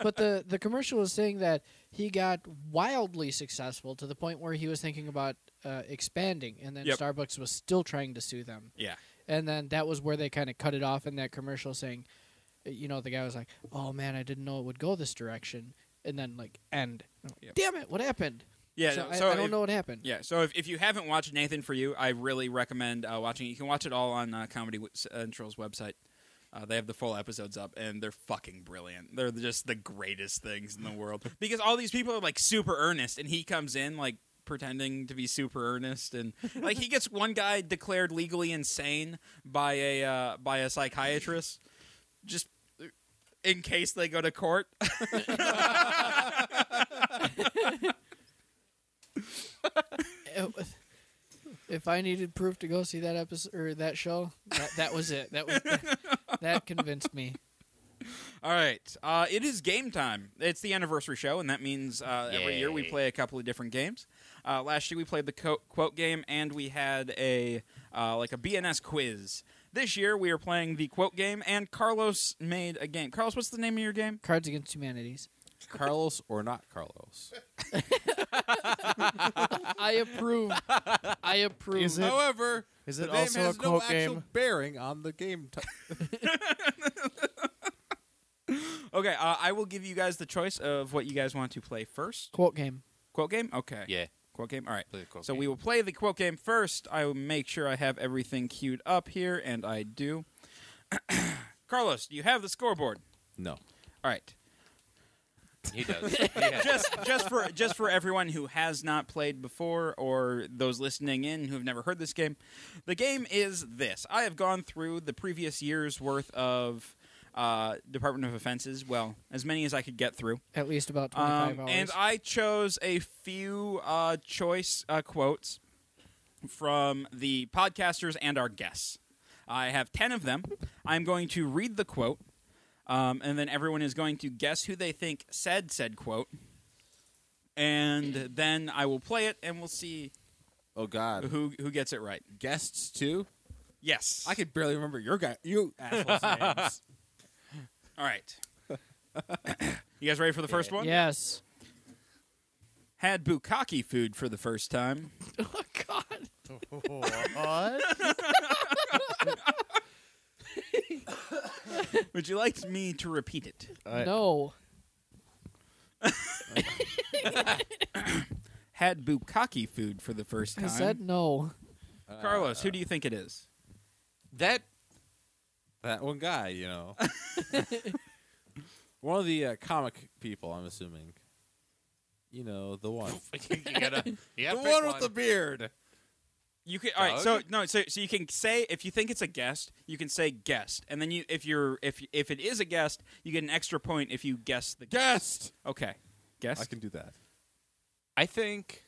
Speaker 3: but the, the commercial was saying that he got wildly successful to the point where he was thinking about uh, expanding, and then
Speaker 1: Yep.
Speaker 3: Starbucks was still trying to sue them.
Speaker 1: Yeah.
Speaker 3: And then that was where they kind of cut it off in that commercial saying, uh, you know, the guy was like, oh man, I didn't know it would go this direction. And then, like, end.
Speaker 1: Yep.
Speaker 3: Damn it, what happened?
Speaker 1: Oh, Yeah.
Speaker 3: so, I-
Speaker 1: so
Speaker 3: I, don't
Speaker 1: if-
Speaker 3: know what happened.
Speaker 1: Yeah, so if, if you haven't watched Nathan for You, I really recommend uh, watching it. You can watch it all on uh, Comedy Central's website. Uh, they have the full episodes up, and they're fucking brilliant. They're just the greatest things in the world because all these people are like super earnest, and he comes in like pretending to be super earnest, and like he gets one guy declared legally insane by a uh, by a psychiatrist, just in case they go to court.
Speaker 3: It was- if I needed proof to go see that episode or that show, that, that was it. That was that convinced me.
Speaker 1: All right. Uh, it is game time. It's the anniversary show, and that means uh, every year we
Speaker 3: Yay.
Speaker 1: play a couple of different games. Uh, last year we played the co- quote game, and we had a uh, like a BNS quiz. This year we are playing the quote game, and Carlos made a game. Carlos, what's the name of your game?
Speaker 3: Cards Against Humanities.
Speaker 8: Carlos or not Carlos?
Speaker 3: I approve. I approve.
Speaker 8: Is it- However,
Speaker 5: is
Speaker 8: the
Speaker 5: it
Speaker 8: name
Speaker 5: also
Speaker 8: has
Speaker 5: a
Speaker 8: no
Speaker 5: quote
Speaker 8: actual
Speaker 5: game?
Speaker 8: bearing on the game. T-
Speaker 1: Okay, uh, I will give you guys the choice of what you guys want to play first.
Speaker 3: Quote game.
Speaker 1: Quote game? Okay.
Speaker 4: Yeah.
Speaker 1: Quote game? All right.
Speaker 4: Play the quote
Speaker 1: so
Speaker 4: game.
Speaker 1: we will play the quote game first. I will make sure I have everything queued up here, and I do. Carlos, do you have the scoreboard?
Speaker 8: no.
Speaker 1: All right.
Speaker 4: He does.
Speaker 1: just just for just for everyone who has not played before or those listening in who have never heard this game, the game is this. I have gone through the previous year's worth of uh, Department of Offenses, well, as many as I could get through.
Speaker 3: At least about 25
Speaker 1: Um,
Speaker 3: hours.
Speaker 1: And I chose a few uh, choice uh, quotes from the podcasters and our guests. I have 10 of them. I'm going to read the quote, um, and then everyone is going to guess who they think said said quote. And then I will play it, and we'll see
Speaker 8: Oh God.
Speaker 1: who who gets it right.
Speaker 8: Guests too.
Speaker 1: Yes.
Speaker 8: I could barely remember your guy. You assholes' names.
Speaker 1: All right. you guys ready for the first one?
Speaker 3: yes.
Speaker 1: Had bukkake food for the first time.
Speaker 3: Oh God.
Speaker 5: What?
Speaker 1: Would you like me to repeat it?
Speaker 5: I-
Speaker 3: no.
Speaker 1: had bukkake food for the first time. Uh,
Speaker 3: I said no.
Speaker 1: Carlos, who do you think it is?
Speaker 4: that
Speaker 8: that one guy, you know. one of the uh, comic people, I'm assuming. You know the one.
Speaker 4: you gotta, you
Speaker 8: the
Speaker 4: gotta pick
Speaker 8: one with the beard.
Speaker 1: You can all right. So
Speaker 4: Doug?
Speaker 1: no. So so you can say if you think it's a guest, you can say guest, and then you if you're if if it is a guest, you get an extra point if you guess the guest.
Speaker 8: Guest.
Speaker 1: Okay, guest.
Speaker 8: I can do that.
Speaker 4: I think.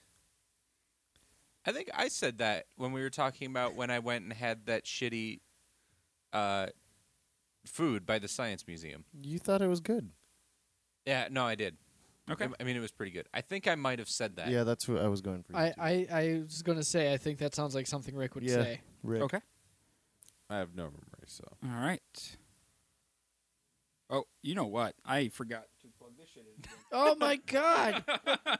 Speaker 4: I think I said that when we were talking about when I went and had that shitty uh, food by the Science Museum.
Speaker 5: You thought it was good.
Speaker 4: Yeah, no, I did.
Speaker 1: Okay.
Speaker 4: I- I mean, it was pretty good. I think I might have said that.
Speaker 5: Yeah, that's what I was going for.
Speaker 3: I, I, I was going to say, I think that sounds like something Rick would
Speaker 5: Yeah.
Speaker 3: say.
Speaker 5: Rick.
Speaker 1: Okay.
Speaker 8: I have no memory, so
Speaker 1: All right. Oh, you know what? I forgot to plug this shit in.
Speaker 3: Oh my God.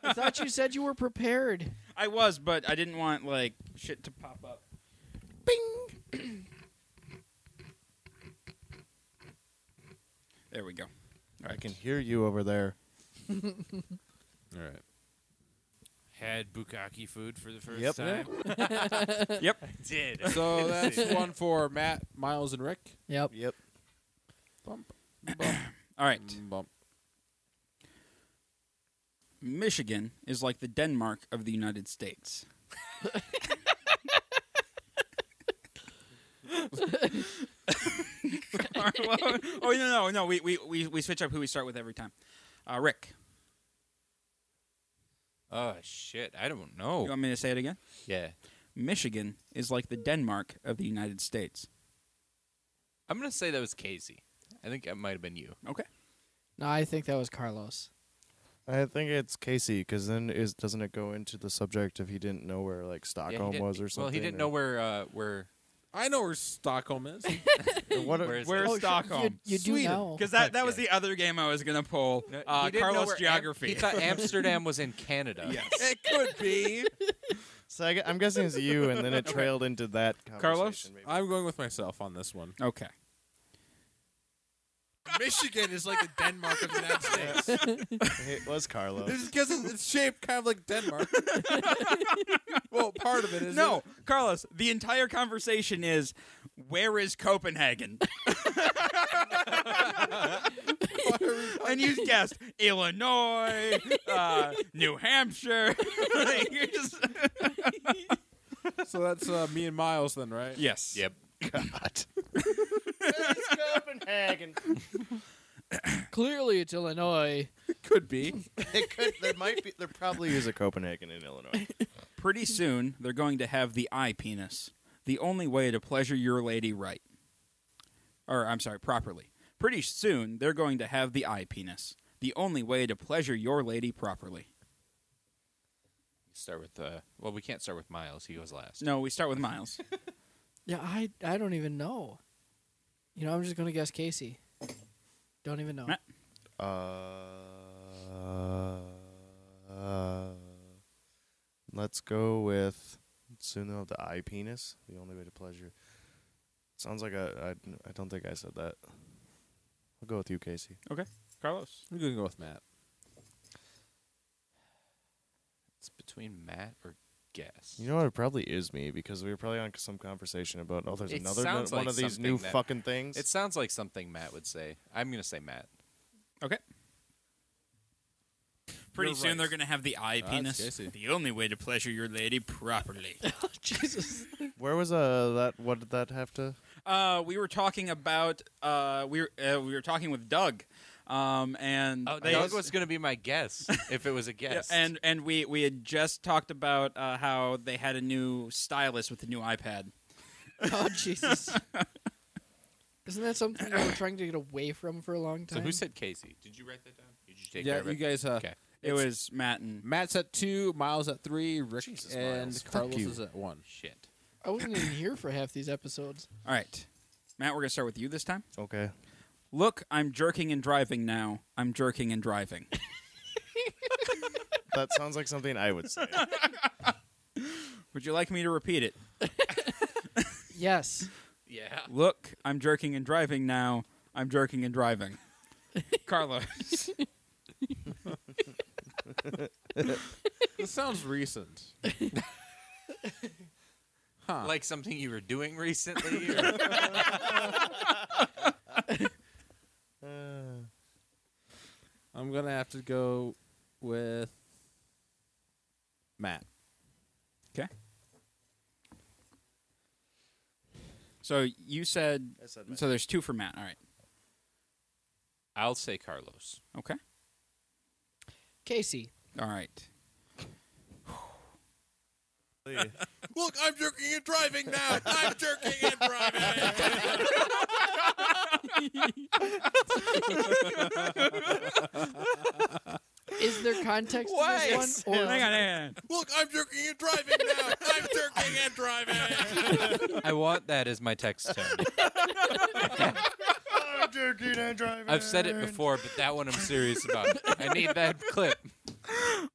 Speaker 3: I thought you said you were prepared.
Speaker 1: I was, but I didn't want like shit to pop up. Bing. there we go. All
Speaker 5: I
Speaker 1: right.
Speaker 5: can hear you over there.
Speaker 8: all right.
Speaker 9: Had bukkake food for the first
Speaker 5: Yep.
Speaker 9: time.
Speaker 1: yep.
Speaker 4: did.
Speaker 8: So that's one for Matt, Miles, and Rick.
Speaker 3: Yep.
Speaker 5: Yep.
Speaker 8: Bump, bump,
Speaker 1: All right.
Speaker 8: bump.
Speaker 1: Michigan is like the Denmark of the United States. Carlo- oh no no no we, we we we switch up who we start with every time. Uh, Rick,
Speaker 4: Oh shit! I don't
Speaker 1: you
Speaker 4: know.
Speaker 1: want me to say it again?
Speaker 4: Yeah,
Speaker 1: Michigan is like the Denmark of the United States.
Speaker 4: I'm gonna say that was Casey. I think it might have been you.
Speaker 1: Okay.
Speaker 3: No, I think that was Carlos.
Speaker 5: I think it's Casey because then is doesn't it go into the subject if he didn't know where like
Speaker 4: Yeah, he
Speaker 5: Stockholm
Speaker 4: didn't-
Speaker 5: was or something?
Speaker 4: Well, he didn't
Speaker 5: or-
Speaker 4: know where uh, where
Speaker 8: I know where Stockholm is.
Speaker 5: What
Speaker 4: where is
Speaker 1: Where's
Speaker 4: it?
Speaker 3: Oh, sure.
Speaker 1: Stockholm?
Speaker 3: You, you do
Speaker 8: Sweden.
Speaker 3: know.
Speaker 1: Because that, that was
Speaker 4: Okay.
Speaker 1: the other game I was gonna pull.
Speaker 4: No,
Speaker 1: Uh,
Speaker 4: he didn't know
Speaker 1: Carlos
Speaker 4: where Am-
Speaker 1: geography.
Speaker 4: he thought Amsterdam was in Canada.
Speaker 1: yes.
Speaker 8: it could be.
Speaker 5: So I, am guessing it's you, and then it trailed into that.
Speaker 1: Carlos?
Speaker 5: conversation, maybe.
Speaker 4: Uh,
Speaker 8: I'm going with myself on this one.
Speaker 1: Okay.
Speaker 9: Michigan is like the Denmark of the United States.
Speaker 5: It was Carlos.
Speaker 8: It's because it's shaped kind of like Denmark. well, part of it is
Speaker 1: No, Carlos, the entire conversation is where is Copenhagen? and you guessed Illinois, uh, New Hampshire. You're just-
Speaker 8: So that's uh, me and Miles then, right?
Speaker 1: yes.
Speaker 4: Yep.
Speaker 5: God.
Speaker 3: Copenhagen. Clearly, it's Illinois.
Speaker 8: Could be.
Speaker 5: It could. There might be. There probably is a Copenhagen in Illinois.
Speaker 1: Pretty soon, they're going to have the eye penis. The only way to pleasure your lady right. Or, I'm sorry, properly. Pretty soon, they're going to have the eye penis. The only way to pleasure your lady properly.
Speaker 4: Start with uh, well, we can't start with Miles. He goes last.
Speaker 1: No, we start with Miles.
Speaker 3: Yeah, I I don't even know. You know, I'm just gonna guess Casey. Don't even know.
Speaker 1: Matt?
Speaker 5: Uh, uh, let's go with Suno of the eye penis. The only way to pleasure. Sounds like I, I, I don't think I said that. I'll go with you, Casey.
Speaker 1: okay. Carlos.
Speaker 8: I'm gonna go with Matt.
Speaker 4: It's between Matt or Guess.
Speaker 5: You know what? It probably is me because we were probably on some conversation about oh, there's
Speaker 4: It
Speaker 5: another no-
Speaker 4: sounds
Speaker 5: one
Speaker 4: like
Speaker 5: of these
Speaker 4: something
Speaker 5: new
Speaker 4: that-
Speaker 5: fucking things.
Speaker 4: It sounds like something Matt would say. I'm gonna say Matt.
Speaker 1: Okay. Pretty
Speaker 8: You're
Speaker 1: soon
Speaker 8: right.
Speaker 1: they're going to have the eye
Speaker 4: Ah,
Speaker 8: That's
Speaker 1: penis.
Speaker 8: Casey.
Speaker 1: The only way to pleasure your lady properly.
Speaker 3: Jesus.
Speaker 5: Where was uh that? What did that have to?
Speaker 1: uh, we were talking about uh, we were, uh, we were talking with Doug, um, and
Speaker 4: Oh,
Speaker 1: they-
Speaker 4: Doug was gonna be my guess if it was a
Speaker 1: yeah,
Speaker 4: guess.
Speaker 1: and and we we had just talked about uh, how they had a new stylus with the new iPad.
Speaker 3: Oh Jesus. Isn't that something that we're trying to get away from for a long
Speaker 4: so
Speaker 3: time?
Speaker 4: who said Casey? Did you write that down? Did you take
Speaker 8: yeah,
Speaker 4: care of
Speaker 8: you
Speaker 4: it?
Speaker 8: guys. Uh,
Speaker 4: Okay.
Speaker 1: It was Matt and
Speaker 8: Matt's at two, Miles at three, Rick
Speaker 4: Jesus,
Speaker 8: and
Speaker 4: Miles.
Speaker 8: Carlos
Speaker 5: you.
Speaker 8: is at one.
Speaker 4: Shit.
Speaker 3: I wasn't even here for half these episodes.
Speaker 1: all right, Matt. We're gonna start with you this time.
Speaker 5: Okay.
Speaker 1: Look, I'm jerking and driving now. I'm jerking and driving.
Speaker 5: That sounds like something I would say.
Speaker 1: Would you like me to repeat it?
Speaker 3: Yes.
Speaker 4: Yeah.
Speaker 1: Look, I'm jerking and driving now. I'm jerking and driving. Carlos.
Speaker 8: this sounds recent. huh?
Speaker 4: Like something you were doing recently. or-
Speaker 5: Uh,
Speaker 8: I'm gonna have to go with Matt.
Speaker 1: Okay. So you said.
Speaker 5: I said Matt.
Speaker 1: So there's two for Matt. All right.
Speaker 4: I'll say Carlos.
Speaker 1: Okay.
Speaker 3: Casey.
Speaker 1: All right.
Speaker 9: Look, I'm jerking and driving now. I'm jerking and driving.
Speaker 3: Is there context to this one? Or
Speaker 1: Hang on, hang on.
Speaker 9: Look, I'm jerking and driving now. I'm jerking and driving.
Speaker 4: I want that as my text tone.
Speaker 5: I'm jerking and driving.
Speaker 4: I've said it before, but that one I'm serious about. I need that clip.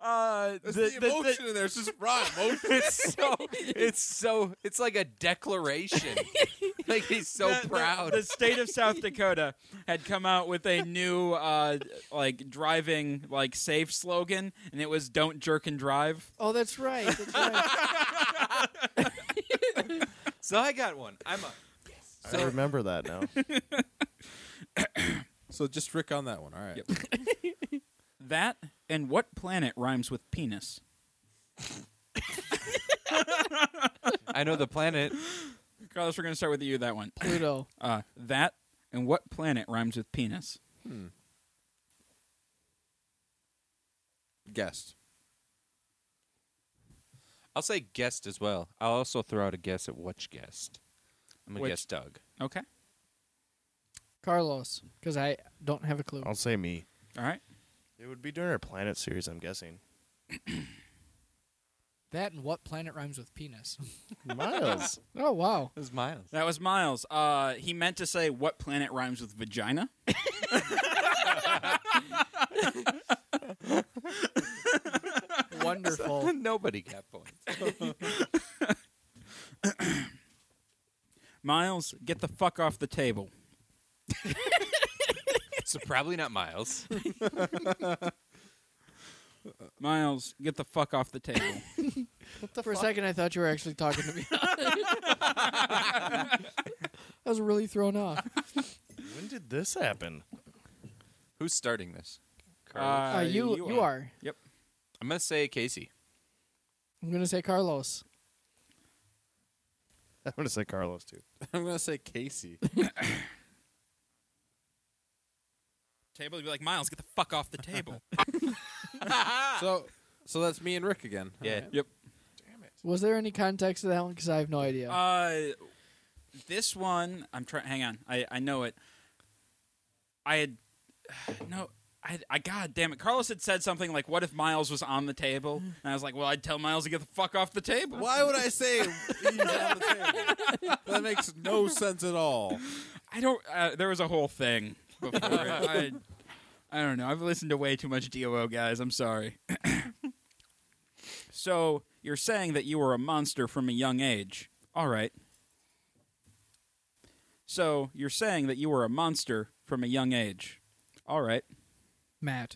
Speaker 1: Uh, the,
Speaker 9: The, emotion in there is just raw emotion.
Speaker 4: It's so. It's so. It's like a declaration. Like he's so
Speaker 1: the-
Speaker 4: proud.
Speaker 1: The, state of South Dakota had come out with a new uh, like driving like safe slogan, and it was "Don't jerk and drive."
Speaker 3: Oh, that's right. That's right.
Speaker 4: so I got one. I'm up.
Speaker 5: I remember that now.
Speaker 8: So just Rick on that one. All right.
Speaker 1: Yep. That and what planet rhymes with penis?
Speaker 4: I know the planet.
Speaker 1: Carlos, we're gonna start with you that one.
Speaker 3: Pluto.
Speaker 1: Uh, that and what planet rhymes with penis?
Speaker 8: Guest.
Speaker 4: I'll say guest as well. I'll also throw out a guess at which guest. I'm gonna
Speaker 1: Which-
Speaker 4: guess Doug.
Speaker 1: Okay.
Speaker 3: Carlos. Because I don't have a clue.
Speaker 5: I'll say me.
Speaker 1: All right.
Speaker 5: It would be during our planet series, I'm guessing.
Speaker 3: That and what planet rhymes with penis?
Speaker 5: Miles.
Speaker 3: Oh wow.
Speaker 4: It was Miles.
Speaker 1: That was Miles. Uh, he meant to say what planet rhymes with vagina.
Speaker 3: Wonderful.
Speaker 4: Nobody got points.
Speaker 1: Miles, get the fuck off the table.
Speaker 4: So probably not Miles.
Speaker 1: Miles, get the fuck off the table.
Speaker 3: For a second, I thought you were actually talking to me. I was really thrown off.
Speaker 5: when did this happen?
Speaker 4: Who's starting this? Carlos.
Speaker 1: Uh,
Speaker 3: Uh, you, you, are.
Speaker 1: Yep.
Speaker 4: I'm gonna say Casey.
Speaker 3: I'm gonna say Carlos.
Speaker 5: I'm gonna say Carlos too.
Speaker 8: I'm gonna say Casey.
Speaker 1: Table, you'd be like, Miles, get the fuck off the table.
Speaker 8: Ah. so so that's me and Rick again.
Speaker 4: Yeah.
Speaker 8: All right.
Speaker 1: yep.
Speaker 3: Was there any context to that one? Because I have no idea.
Speaker 1: Uh, this one, I'm trying. Hang on, I I know it. I had no. I, I god damn it. Carlos had said something like, "What if Miles was on the table?" And I was like, "Well, I'd tell Miles to get the fuck off the table."
Speaker 8: Why would I say he's on the table? That makes no sense at all.
Speaker 1: I don't. Uh, there was a whole thing before. it. I, I don't know. I've listened to way too much DOO, guys. I'm sorry. so you're saying that you were a monster from a young age. All right. So you're saying that you were a monster from a young age. All right.
Speaker 3: Matt.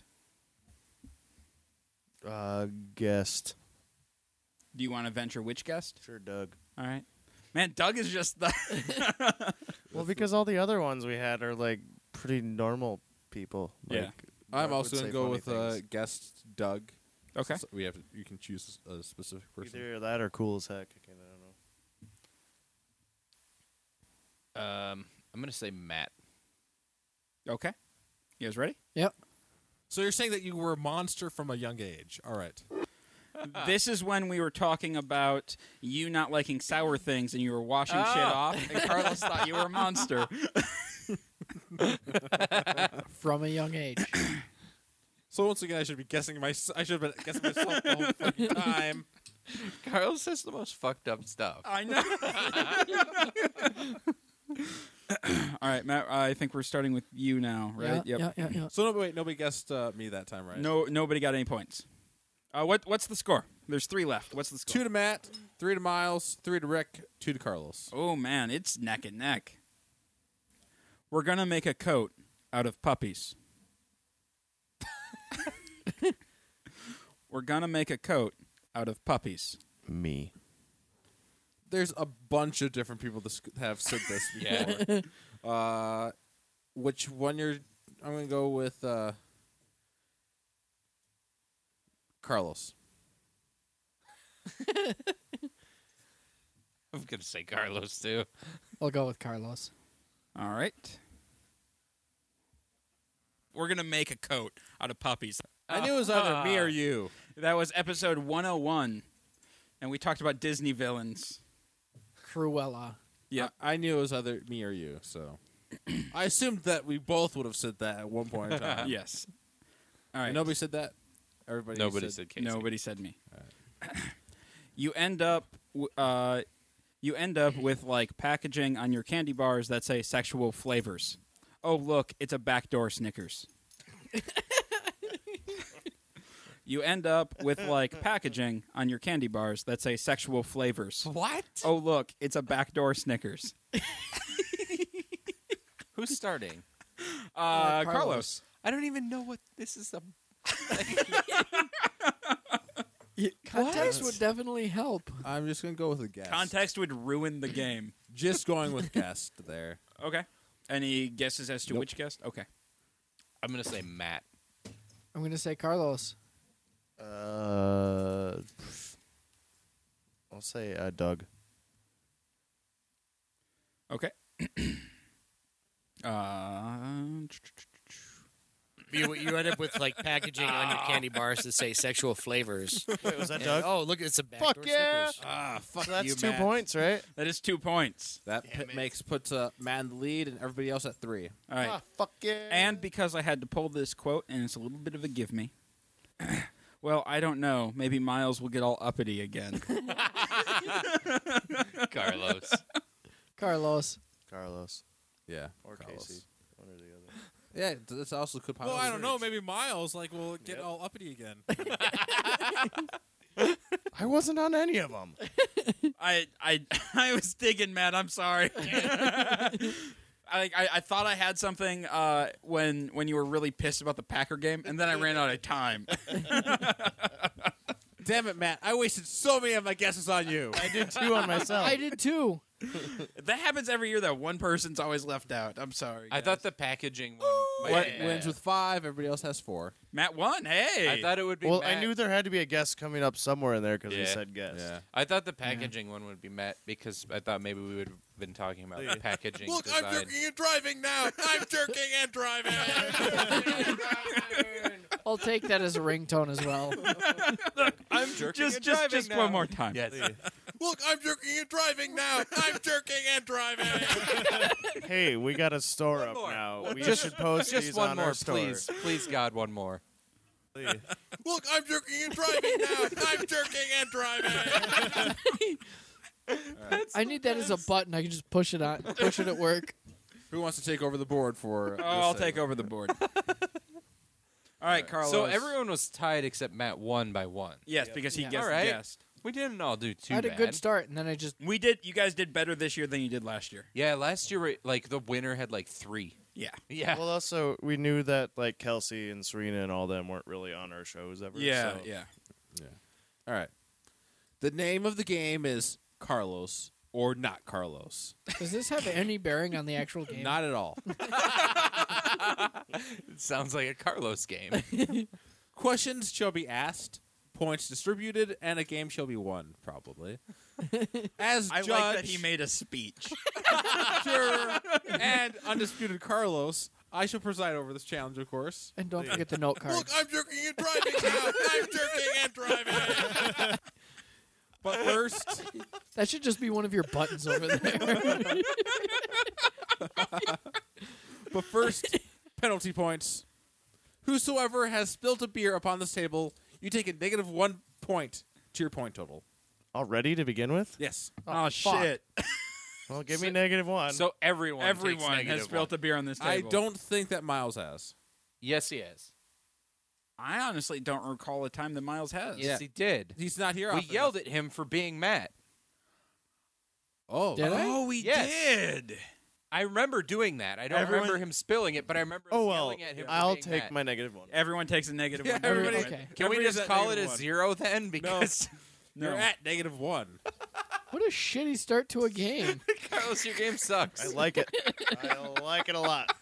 Speaker 5: Uh, guest.
Speaker 1: Do you want to venture which guest?
Speaker 5: Sure, Doug.
Speaker 1: All right. Man, Doug is just the.
Speaker 5: Well, because all the other ones we had are like pretty normal people.
Speaker 1: Yeah.
Speaker 5: Like, I
Speaker 8: I'm
Speaker 5: would
Speaker 8: also gonna
Speaker 5: say
Speaker 8: go
Speaker 5: funny
Speaker 8: with uh,
Speaker 5: things.
Speaker 8: guest Doug.
Speaker 1: Okay.
Speaker 8: So we have to, you can choose a specific person.
Speaker 5: either that or cool as heck. I don't know.
Speaker 4: Um, I'm gonna say Matt.
Speaker 1: okay. You guys ready?
Speaker 3: Yep.
Speaker 9: So you're saying that you were a monster from a young age. All right. Ah.
Speaker 1: This is when we were talking about you not liking sour things and you were washing shit
Speaker 4: Ah.
Speaker 1: off, and Carlos thought you were a monster.
Speaker 3: From a young age.
Speaker 9: So once again, I should be guessing my. I should have been guessing myself the whole fucking time.
Speaker 4: Carlos says the most fucked up stuff.
Speaker 1: I know. All right, Matt. I think we're starting with you now, right?
Speaker 3: Yeah,
Speaker 1: Yep.
Speaker 3: yeah, yeah, yeah.
Speaker 8: So no, wait, nobody guessed uh, me that time, right?
Speaker 1: No, nobody got any points. Uh, what What's the score? There's three left. What's the
Speaker 8: Two
Speaker 1: score?
Speaker 8: to Matt, three to Miles, three to Rick, two to Carlos.
Speaker 1: Oh man, it's neck and neck. We're gonna make a coat out of puppies. we're gonna make a coat out of puppies.
Speaker 5: Me.
Speaker 8: There's a bunch of different people that sc- have said this before. uh, which one you're? I'm gonna go with uh, Carlos.
Speaker 4: I'm gonna say Carlos too.
Speaker 3: I'll go with Carlos.
Speaker 1: All right. We're gonna make a coat out of puppies.
Speaker 8: I knew it was either me or you.
Speaker 1: That was episode 101, and we talked about Disney villains.
Speaker 3: Cruella.
Speaker 1: Yeah.
Speaker 8: I, I knew it was either me or you. So I assumed that we both would have said that at one point in time.
Speaker 1: yes. All right.
Speaker 8: And Nobody said that. Everybody.
Speaker 4: Nobody said Casey.
Speaker 1: Nobody said me. you end up, w- uh, you end up with like packaging on your candy bars that say sexual flavors. Oh look, it's a backdoor Snickers. you end up with like packaging on your candy bars that say sexual flavors.
Speaker 4: What?
Speaker 1: Oh look, it's a backdoor Snickers.
Speaker 4: Who's starting?
Speaker 1: Uh,
Speaker 3: Uh, Carlos.
Speaker 1: Carlos.
Speaker 4: I don't even know what this is. A...
Speaker 3: Context would definitely help.
Speaker 8: I'm just gonna go with a guess.
Speaker 1: Context would ruin the game.
Speaker 8: Just going with guest there.
Speaker 1: Okay. Any guesses as to which guest? Okay.
Speaker 4: I'm gonna say Matt.
Speaker 3: I'm going to say Carlos.
Speaker 5: Uh, I'll say uh, Doug.
Speaker 1: Okay. uh,
Speaker 11: You, you end up with like packaging on your candy bars that say sexual flavors.
Speaker 5: Wait, was that
Speaker 11: And,
Speaker 5: Doug?
Speaker 11: oh, look, it's a backdoor
Speaker 5: Fuck yeah!
Speaker 11: Snickers.
Speaker 8: Ah, fuck
Speaker 5: so that's
Speaker 8: you,
Speaker 5: two
Speaker 8: Matt.
Speaker 5: points, right?
Speaker 1: that is two points.
Speaker 8: That
Speaker 11: Damn
Speaker 8: p-
Speaker 11: it.
Speaker 8: makes puts uh, Matt in the lead and everybody else at three.
Speaker 1: All right.
Speaker 5: Ah, fuck yeah!
Speaker 1: And because I had to pull this quote, and it's a little bit of a give me. well, I don't know. Maybe Miles will get all uppity again.
Speaker 4: Carlos.
Speaker 3: Carlos.
Speaker 5: Carlos
Speaker 8: Yeah.
Speaker 5: or
Speaker 8: Carlos.
Speaker 5: Casey, one or the other.
Speaker 8: Yeah, th- this also could
Speaker 9: Well,
Speaker 8: possibly.
Speaker 9: I don't know.
Speaker 8: work.
Speaker 9: Maybe Miles like will get all uppity again.
Speaker 5: I wasn't on any of them.
Speaker 1: I I I was digging, man. I'm sorry. I, I I thought I had something uh, when when you were really pissed about the Packer game, and then I ran out of time.
Speaker 8: Damn it, Matt! I wasted so many of my guesses on you.
Speaker 5: I did two on myself.
Speaker 3: I did too.
Speaker 1: that happens every year. though. one person's always left out. I'm sorry.
Speaker 4: I
Speaker 1: guys.
Speaker 4: thought the packaging one. might
Speaker 8: What
Speaker 4: be
Speaker 8: wins
Speaker 4: Matt.
Speaker 8: with five? Everybody else has four.
Speaker 1: Matt won. Hey,
Speaker 4: I thought it would be.
Speaker 5: well, I
Speaker 4: Matt.
Speaker 5: knew there had to be a guest coming up somewhere in there because we
Speaker 4: Yeah.
Speaker 5: said guest.
Speaker 4: I thought the packaging one would be Matt because I thought maybe we would have been talking about packaging
Speaker 9: Look,
Speaker 4: design.
Speaker 9: I'm jerking and driving now. I'm jerking and driving.
Speaker 3: I'll take that as a ringtone as well.
Speaker 1: Look,
Speaker 4: I'm jerking
Speaker 1: just
Speaker 4: and
Speaker 1: just
Speaker 4: driving
Speaker 1: just one
Speaker 4: now.
Speaker 1: more time.
Speaker 4: Yes.
Speaker 9: Look, I'm jerking and driving now. I'm jerking and driving.
Speaker 5: hey, we got a store up
Speaker 9: more.
Speaker 5: now.
Speaker 9: One
Speaker 5: We
Speaker 9: more.
Speaker 5: should post
Speaker 4: just
Speaker 5: these
Speaker 4: one
Speaker 5: on
Speaker 4: more,
Speaker 5: our store.
Speaker 4: please, please, God, one more.
Speaker 9: Look, I'm jerking and driving now. I'm jerking and driving.
Speaker 3: I need that as a button. I can just push it on, push it at work.
Speaker 8: Who wants to take over the board for?
Speaker 1: Oh, I'll take over the board. All right, Carlos.
Speaker 4: So everyone was tied except Matt one by one.
Speaker 1: Yes, because he
Speaker 3: Yeah.
Speaker 1: guessed.
Speaker 4: all right,
Speaker 1: guessed.
Speaker 4: we didn't all do too
Speaker 3: I had a
Speaker 4: bad.
Speaker 3: good start, and then I just
Speaker 1: We did. You guys did better this year than you did last year.
Speaker 4: yeah, last year we- like the winner had like three.
Speaker 1: Yeah.
Speaker 4: Yeah,
Speaker 5: Well, also we knew that like Kelsey and Serena and all them weren't really on our shows ever.
Speaker 1: Yeah,
Speaker 5: so-
Speaker 1: yeah.
Speaker 8: All right. The name of the game is Carlos or not Carlos.
Speaker 3: does this have any bearing on the actual game?
Speaker 8: Not at all.
Speaker 4: it sounds like a Carlos game.
Speaker 8: Questions shall be asked, points distributed, and a game shall be won. Probably. As
Speaker 1: I
Speaker 8: judge,
Speaker 1: like that he made a speech.
Speaker 8: juror, and undisputed Carlos, I shall preside over this challenge, of course.
Speaker 3: and don't forget the note cards.
Speaker 9: Look, I'm jerking and driving now. I'm jerking and driving.
Speaker 8: But first,
Speaker 3: That should just be one of your buttons over there.
Speaker 8: but first, penalty points. Whosoever has spilt a beer upon this table, you take a negative one point to your point total.
Speaker 5: Already to begin with?
Speaker 8: Yes.
Speaker 1: oh,
Speaker 3: fuck.
Speaker 1: shit!
Speaker 5: Well, give me negative one.
Speaker 4: so everyone, takes
Speaker 1: Everyone has
Speaker 4: negative
Speaker 1: spilled
Speaker 4: one.
Speaker 1: a beer on this table.
Speaker 8: I don't think that Miles has.
Speaker 4: Yes, he has.
Speaker 1: I honestly don't recall a time that Miles has.
Speaker 4: Yes, he did.
Speaker 8: He's not here.
Speaker 4: we
Speaker 8: often.
Speaker 4: yelled at him for being Matt.
Speaker 8: Oh,
Speaker 3: Did I?
Speaker 1: Oh, we
Speaker 4: Yes.
Speaker 1: did.
Speaker 4: I remember doing that. I don't
Speaker 5: Everyone-
Speaker 4: remember him spilling it, but I remember us
Speaker 5: oh well,
Speaker 4: yelling at him. for
Speaker 5: I'll
Speaker 4: being
Speaker 5: take
Speaker 4: Matt.
Speaker 5: my negative one.
Speaker 1: Everyone takes a negative
Speaker 8: Yeah,
Speaker 1: one.
Speaker 8: everybody-
Speaker 1: Everyone-
Speaker 3: okay.
Speaker 4: Can we
Speaker 8: Everybody's
Speaker 4: just
Speaker 8: at
Speaker 4: call it
Speaker 8: negative
Speaker 4: a
Speaker 8: one.
Speaker 4: zero then? Because
Speaker 1: No.
Speaker 8: You're at negative one.
Speaker 3: What a shitty start to a game.
Speaker 4: Carlos, your game
Speaker 5: I
Speaker 4: sucks.
Speaker 5: like it. I like it a lot.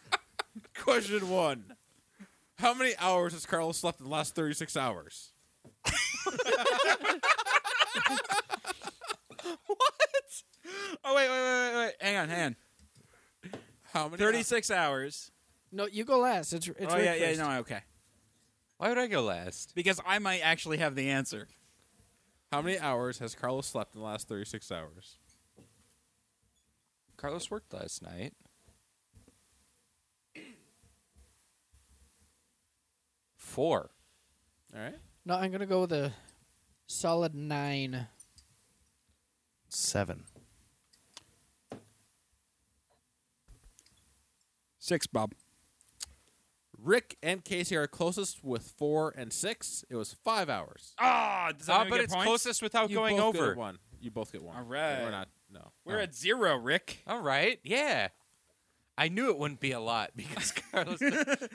Speaker 8: Question one. How many hours has Carlos slept in the last 36 hours?
Speaker 1: Oh wait, wait, wait, wait, wait. Hang on, hang on.
Speaker 8: How many?
Speaker 1: Thirty-six hours.
Speaker 3: No, you go last. It's it's
Speaker 1: oh
Speaker 3: Rick
Speaker 1: yeah,
Speaker 3: first.
Speaker 1: yeah. No, okay.
Speaker 4: Why would I go last?
Speaker 1: Because I might actually have the answer.
Speaker 8: How many hours has Carlos slept in the last 36 hours?
Speaker 4: Carlos worked last night. Four.
Speaker 8: All right.
Speaker 3: No, I'm gonna go with a solid nine.
Speaker 5: Seven.
Speaker 1: Six, Bob.
Speaker 8: Rick and Casey are closest with four and six. It was five hours.
Speaker 1: Ah, does that
Speaker 4: Ah,
Speaker 1: mean we
Speaker 4: but
Speaker 1: get
Speaker 4: it's
Speaker 1: points?
Speaker 4: closest without
Speaker 8: You
Speaker 4: going
Speaker 8: both
Speaker 4: over.
Speaker 8: Get one. You both get one.
Speaker 1: All right.
Speaker 8: We're not. No.
Speaker 1: We're at zero, Rick.
Speaker 4: All right. Yeah. I knew it wouldn't be a lot because Carlos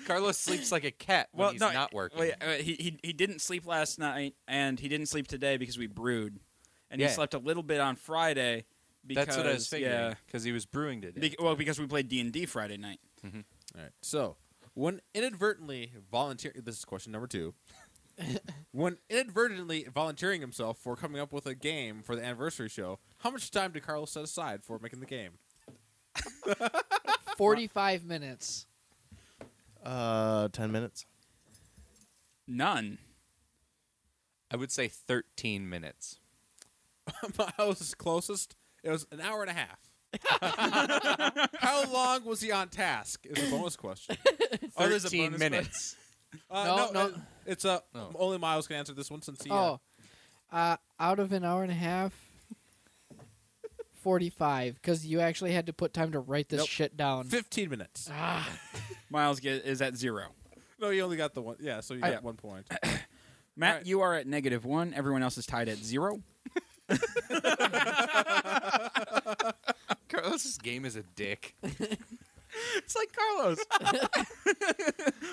Speaker 4: Carlos sleeps like a cat when he's not working.
Speaker 1: Wait, uh, he, he he didn't sleep last night, and he didn't sleep today because we brewed, and he
Speaker 4: Yeah.
Speaker 1: slept a little bit on Friday. Because,
Speaker 4: That's what I was
Speaker 1: Yeah,
Speaker 4: figuring because he was brewing today.
Speaker 1: Be- well, because we played D and D Friday night.
Speaker 8: All right. So, when inadvertently volunteering, this is question number two. when inadvertently volunteering himself for coming up with a game for the anniversary show, how much time did Carlos set aside for making the game?
Speaker 3: Forty-five minutes.
Speaker 5: Uh, ten minutes.
Speaker 1: None.
Speaker 4: I would say 13 minutes.
Speaker 8: I was closest. It was an hour and a half. how long was he on task? Is a bonus question.
Speaker 4: 13
Speaker 1: Oh, there's a bonus
Speaker 4: minutes.
Speaker 8: Uh,
Speaker 3: No, no.
Speaker 8: uh, It's a
Speaker 4: No.
Speaker 8: only Miles can answer this one since he. uh,
Speaker 3: Oh, uh, out of an hour and a half, forty-five. Because you actually had to put time to write this
Speaker 8: Nope.
Speaker 3: shit down.
Speaker 8: Fifteen minutes.
Speaker 3: Ah,
Speaker 1: Miles get, is at zero.
Speaker 8: No, you only got the one. Yeah, so you
Speaker 1: I-
Speaker 8: got one point.
Speaker 1: Matt,
Speaker 8: All right.
Speaker 1: you are at negative one. Everyone else is tied at zero.
Speaker 4: Carlos's game is a dick.
Speaker 1: It's like Carlos,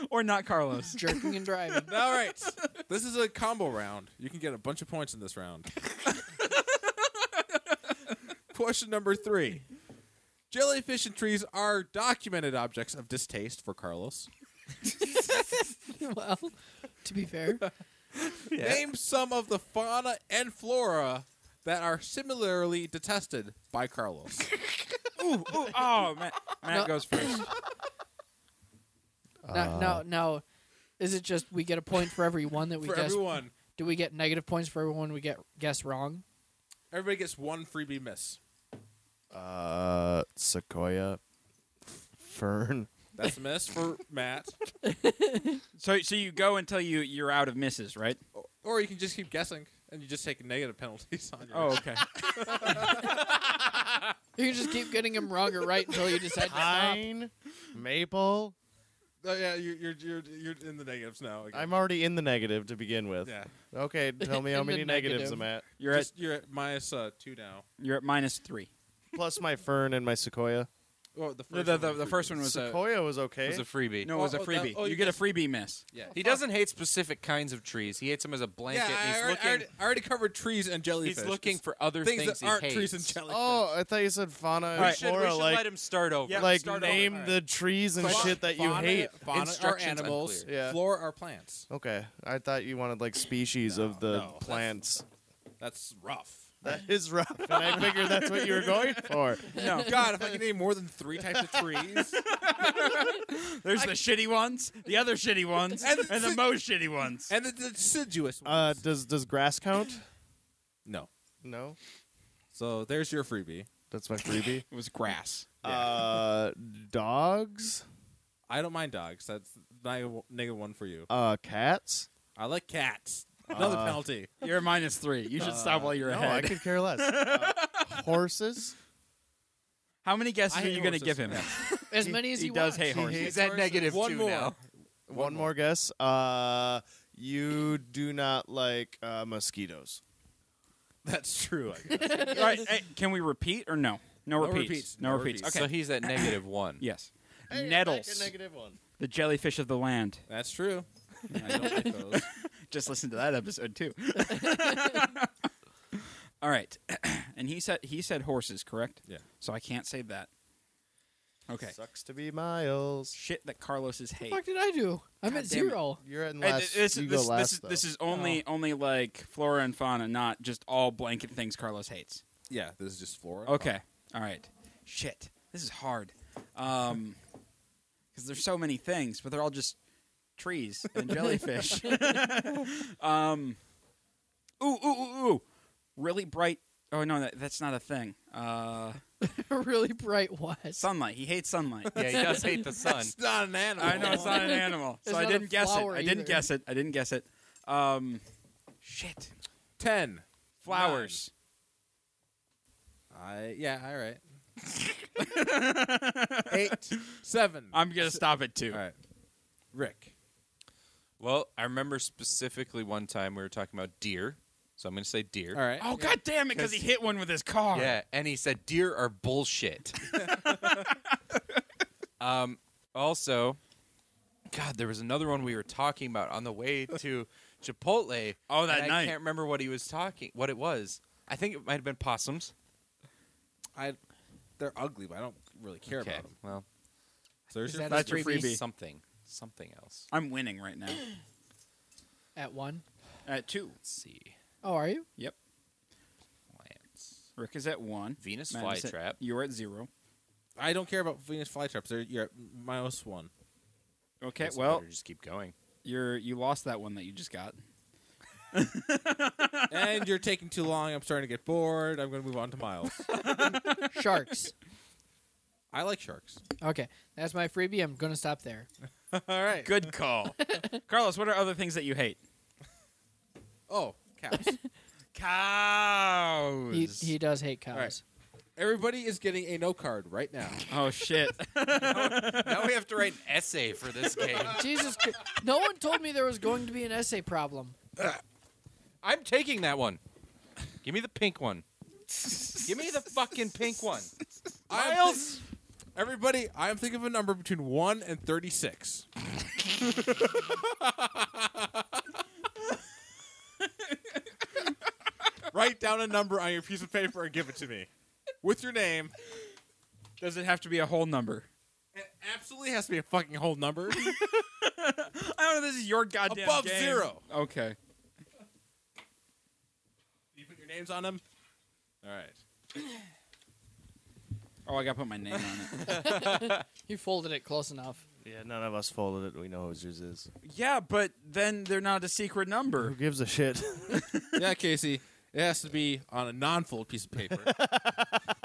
Speaker 1: or not Carlos.
Speaker 3: jerking and driving.
Speaker 8: All right, this is a combo round. You can get a bunch of points in this round. Question number three: Jellyfish and trees are documented objects of distaste for Carlos.
Speaker 3: well, to be fair,
Speaker 8: Name some of the fauna and flora that are similarly detested by Carlos.
Speaker 1: Ooh, ooh, oh, Matt, Matt
Speaker 3: No.
Speaker 1: goes first.
Speaker 3: now, now, now, is it just we get a point for every one that we
Speaker 8: for
Speaker 3: guess?
Speaker 8: everyone,
Speaker 3: Do we get negative points for everyone we get guess wrong?
Speaker 8: Everybody gets one freebie miss.
Speaker 5: Uh, sequoia, fern.
Speaker 8: That's a miss for Matt.
Speaker 1: so so you go until you you're out of misses, right?
Speaker 8: Or you can just keep guessing and you just take negative penalties on your
Speaker 1: Oh, okay.
Speaker 3: You can just keep getting them wrong or right until you decide to stop.
Speaker 5: Pine, maple.
Speaker 8: Oh, yeah, you're, you're you're you're in the negatives now. Again.
Speaker 5: I'm already in the negative to begin with.
Speaker 8: Yeah.
Speaker 5: Okay, tell me how
Speaker 3: In the
Speaker 5: many negatives
Speaker 3: negative.
Speaker 5: I'm at.
Speaker 1: You're
Speaker 8: just, you're at minus uh, two now.
Speaker 1: You're at minus three.
Speaker 5: Plus my fern and my sequoia.
Speaker 8: Well, the first
Speaker 1: No, the,
Speaker 8: one
Speaker 1: the,
Speaker 8: was
Speaker 1: the
Speaker 8: freebie.
Speaker 1: first one was a
Speaker 5: Sequoia was okay.
Speaker 4: It's a freebie.
Speaker 1: no, it was a
Speaker 8: Oh, oh, that-
Speaker 1: freebie.
Speaker 8: oh,
Speaker 1: you
Speaker 8: you
Speaker 1: get a
Speaker 8: guess-
Speaker 1: freebie miss.
Speaker 8: Yeah.
Speaker 4: He doesn't hate specific kinds of trees. He hates them as a blanket.
Speaker 8: Yeah,
Speaker 4: and
Speaker 8: I
Speaker 4: he's
Speaker 8: already, I
Speaker 4: looking.
Speaker 8: already, I already covered trees and jellyfish.
Speaker 4: he's looking
Speaker 8: It's
Speaker 4: for other
Speaker 8: things,
Speaker 4: things,
Speaker 8: that aren't
Speaker 4: he hates.
Speaker 8: trees and jellyfish.
Speaker 5: oh, I thought you said fauna and
Speaker 4: we should, we
Speaker 5: flora.
Speaker 4: should
Speaker 5: like,
Speaker 4: let him start over.
Speaker 1: Yeah.
Speaker 5: like
Speaker 1: start over.
Speaker 5: name
Speaker 1: All right.
Speaker 5: the trees and
Speaker 8: Fauna-
Speaker 5: shit that you
Speaker 8: fauna-
Speaker 5: hate.
Speaker 8: Fauna are
Speaker 4: Instructions
Speaker 8: animals.
Speaker 4: unclear.
Speaker 5: Yeah.
Speaker 8: Flora are plants.
Speaker 5: Okay, I thought you wanted like species of the
Speaker 8: no, that's-
Speaker 5: plants.
Speaker 8: That's rough.
Speaker 5: That is rough, and I figured that's what you were going for.
Speaker 1: No,
Speaker 8: God, if I can name more than three types of trees,
Speaker 1: there's the shitty ones, the other shitty ones, and,
Speaker 8: And the-
Speaker 1: the most shitty ones.
Speaker 8: and the deciduous ones.
Speaker 5: Uh, does does grass count?
Speaker 8: no.
Speaker 5: No,
Speaker 8: So there's your freebie.
Speaker 5: that's my freebie.
Speaker 1: it was grass.
Speaker 5: Uh, dogs.
Speaker 8: I don't mind dogs. That's neg- negative one for you.
Speaker 5: Uh, cats.
Speaker 8: I like cats. Another penalty.
Speaker 1: You're at minus three. You should stop while you're
Speaker 5: Uh, No, I
Speaker 1: ahead.
Speaker 5: could care less. Uh, horses.
Speaker 1: How many guesses
Speaker 8: I
Speaker 1: are
Speaker 8: hate
Speaker 1: you going to
Speaker 8: horses.
Speaker 1: give him?
Speaker 3: As many as
Speaker 1: he
Speaker 3: you
Speaker 1: does
Speaker 3: want.
Speaker 1: hate horses.
Speaker 4: He's at negative
Speaker 8: One
Speaker 4: two
Speaker 8: more.
Speaker 4: now.
Speaker 5: One, more, guess. Uh, you do not like uh, mosquitoes.
Speaker 8: That's true. I guess.
Speaker 1: All right, hey, can we repeat or no? No,
Speaker 8: No
Speaker 1: repeats.
Speaker 8: repeats.
Speaker 1: No,
Speaker 8: No
Speaker 1: repeats.
Speaker 8: repeats.
Speaker 1: Okay.
Speaker 4: So he's at negative one.
Speaker 1: yes. Nettles,
Speaker 5: one.
Speaker 1: the jellyfish of the land.
Speaker 8: That's true. I don't like those.
Speaker 1: Just listen to that episode too. All right, and he said he said horses, correct?
Speaker 8: Yeah.
Speaker 1: So I can't say that. Okay.
Speaker 5: Sucks to be Miles.
Speaker 1: Shit that Carlos is hate.
Speaker 3: What the fuck did I do? I'm
Speaker 1: God damn
Speaker 3: at
Speaker 1: it.
Speaker 3: zero.
Speaker 5: You're in
Speaker 1: Hey,
Speaker 5: last.
Speaker 1: this,
Speaker 5: you
Speaker 1: this,
Speaker 5: go last.
Speaker 1: this, is- this is only only like flora and fauna, not just all blanket things Carlos hates.
Speaker 8: Yeah, this is just flora.
Speaker 1: Okay. All right. Shit. This is hard. Um, because there's so many things, but they're all just trees and jellyfish. um, ooh, ooh, ooh, ooh. Really bright. Oh no, that, that's not a thing. Uh,
Speaker 3: really bright what?
Speaker 1: sunlight. He hates sunlight.
Speaker 4: Yeah, he does hate the sun.
Speaker 8: It's not an animal.
Speaker 1: I know it's not an animal, so
Speaker 3: It's
Speaker 1: I
Speaker 3: not a
Speaker 1: didn't guess it.
Speaker 3: flower
Speaker 1: I didn't
Speaker 3: either.
Speaker 1: guess it. I didn't guess it. Um, shit.
Speaker 8: Ten.
Speaker 1: Flowers.
Speaker 8: I yeah. All right. Eight. Seven.
Speaker 1: I'm gonna stop at two.
Speaker 8: all right. Rick.
Speaker 4: Well, I remember specifically one time we were talking about deer, so I'm going to say deer.
Speaker 8: All right.
Speaker 1: Oh god damn it! Because he hit one with his car.
Speaker 4: Yeah, and he said deer are bullshit. um, also, God, there was another one we were talking about on the way to Chipotle.
Speaker 1: Oh, that
Speaker 4: and I
Speaker 1: night.
Speaker 4: can't remember what he was talking. What it was. I think it might have been possums.
Speaker 8: I. They're ugly, but I don't really care about them.
Speaker 4: Well,
Speaker 8: So there's
Speaker 3: Is
Speaker 8: your
Speaker 3: that
Speaker 1: That's your freebie.
Speaker 4: Something. Something else.
Speaker 1: I'm winning right now.
Speaker 3: At one.
Speaker 1: At two.
Speaker 4: Let's see.
Speaker 3: Oh, are you?
Speaker 1: Yep.
Speaker 4: Plants.
Speaker 1: Rick is at one.
Speaker 4: Venus
Speaker 1: Matt is at-
Speaker 4: flytrap.
Speaker 1: You're at zero.
Speaker 8: I don't care about Venus flytraps. They're, you're at minus one.
Speaker 1: Okay.
Speaker 4: Guess I
Speaker 1: Well,
Speaker 4: better just keep going.
Speaker 1: you're you lost that one that you just got.
Speaker 8: and you're taking too long. I'm starting to get bored. I'm going to move on to Miles.
Speaker 3: Sharks.
Speaker 8: I like sharks.
Speaker 3: Okay, that's my freebie. I'm gonna stop there.
Speaker 8: All right.
Speaker 1: Good call, Carlos. What are other things that you hate?
Speaker 8: Oh, cows.
Speaker 1: Cows.
Speaker 3: He, he does hate cows.
Speaker 8: right. Everybody is getting a no card right now.
Speaker 1: Oh shit.
Speaker 4: now we have to write an essay for this game.
Speaker 3: Jesus, Christ. no one told me there was going to be an essay problem.
Speaker 4: I'm taking that one. Give me the pink one. Give me the fucking pink one.
Speaker 8: Miles. Everybody, I'm thinking of a number between one and thirty-six. Write down a number on your piece of paper and give it to me with your name.
Speaker 1: Does it have to be a whole number?
Speaker 8: It absolutely has to be a fucking whole number.
Speaker 1: I don't know. This is your goddamn
Speaker 8: Above
Speaker 1: game.
Speaker 8: zero.
Speaker 1: Okay.
Speaker 8: you put your names on them. All right.
Speaker 1: Oh, I got to put my name on it.
Speaker 3: You folded it close enough.
Speaker 5: Yeah, none of us folded it. We know whose yours is.
Speaker 1: Yeah, but then they're not a secret number.
Speaker 5: Who gives a shit?
Speaker 8: yeah, Casey. It has to be on a non-fold piece of paper.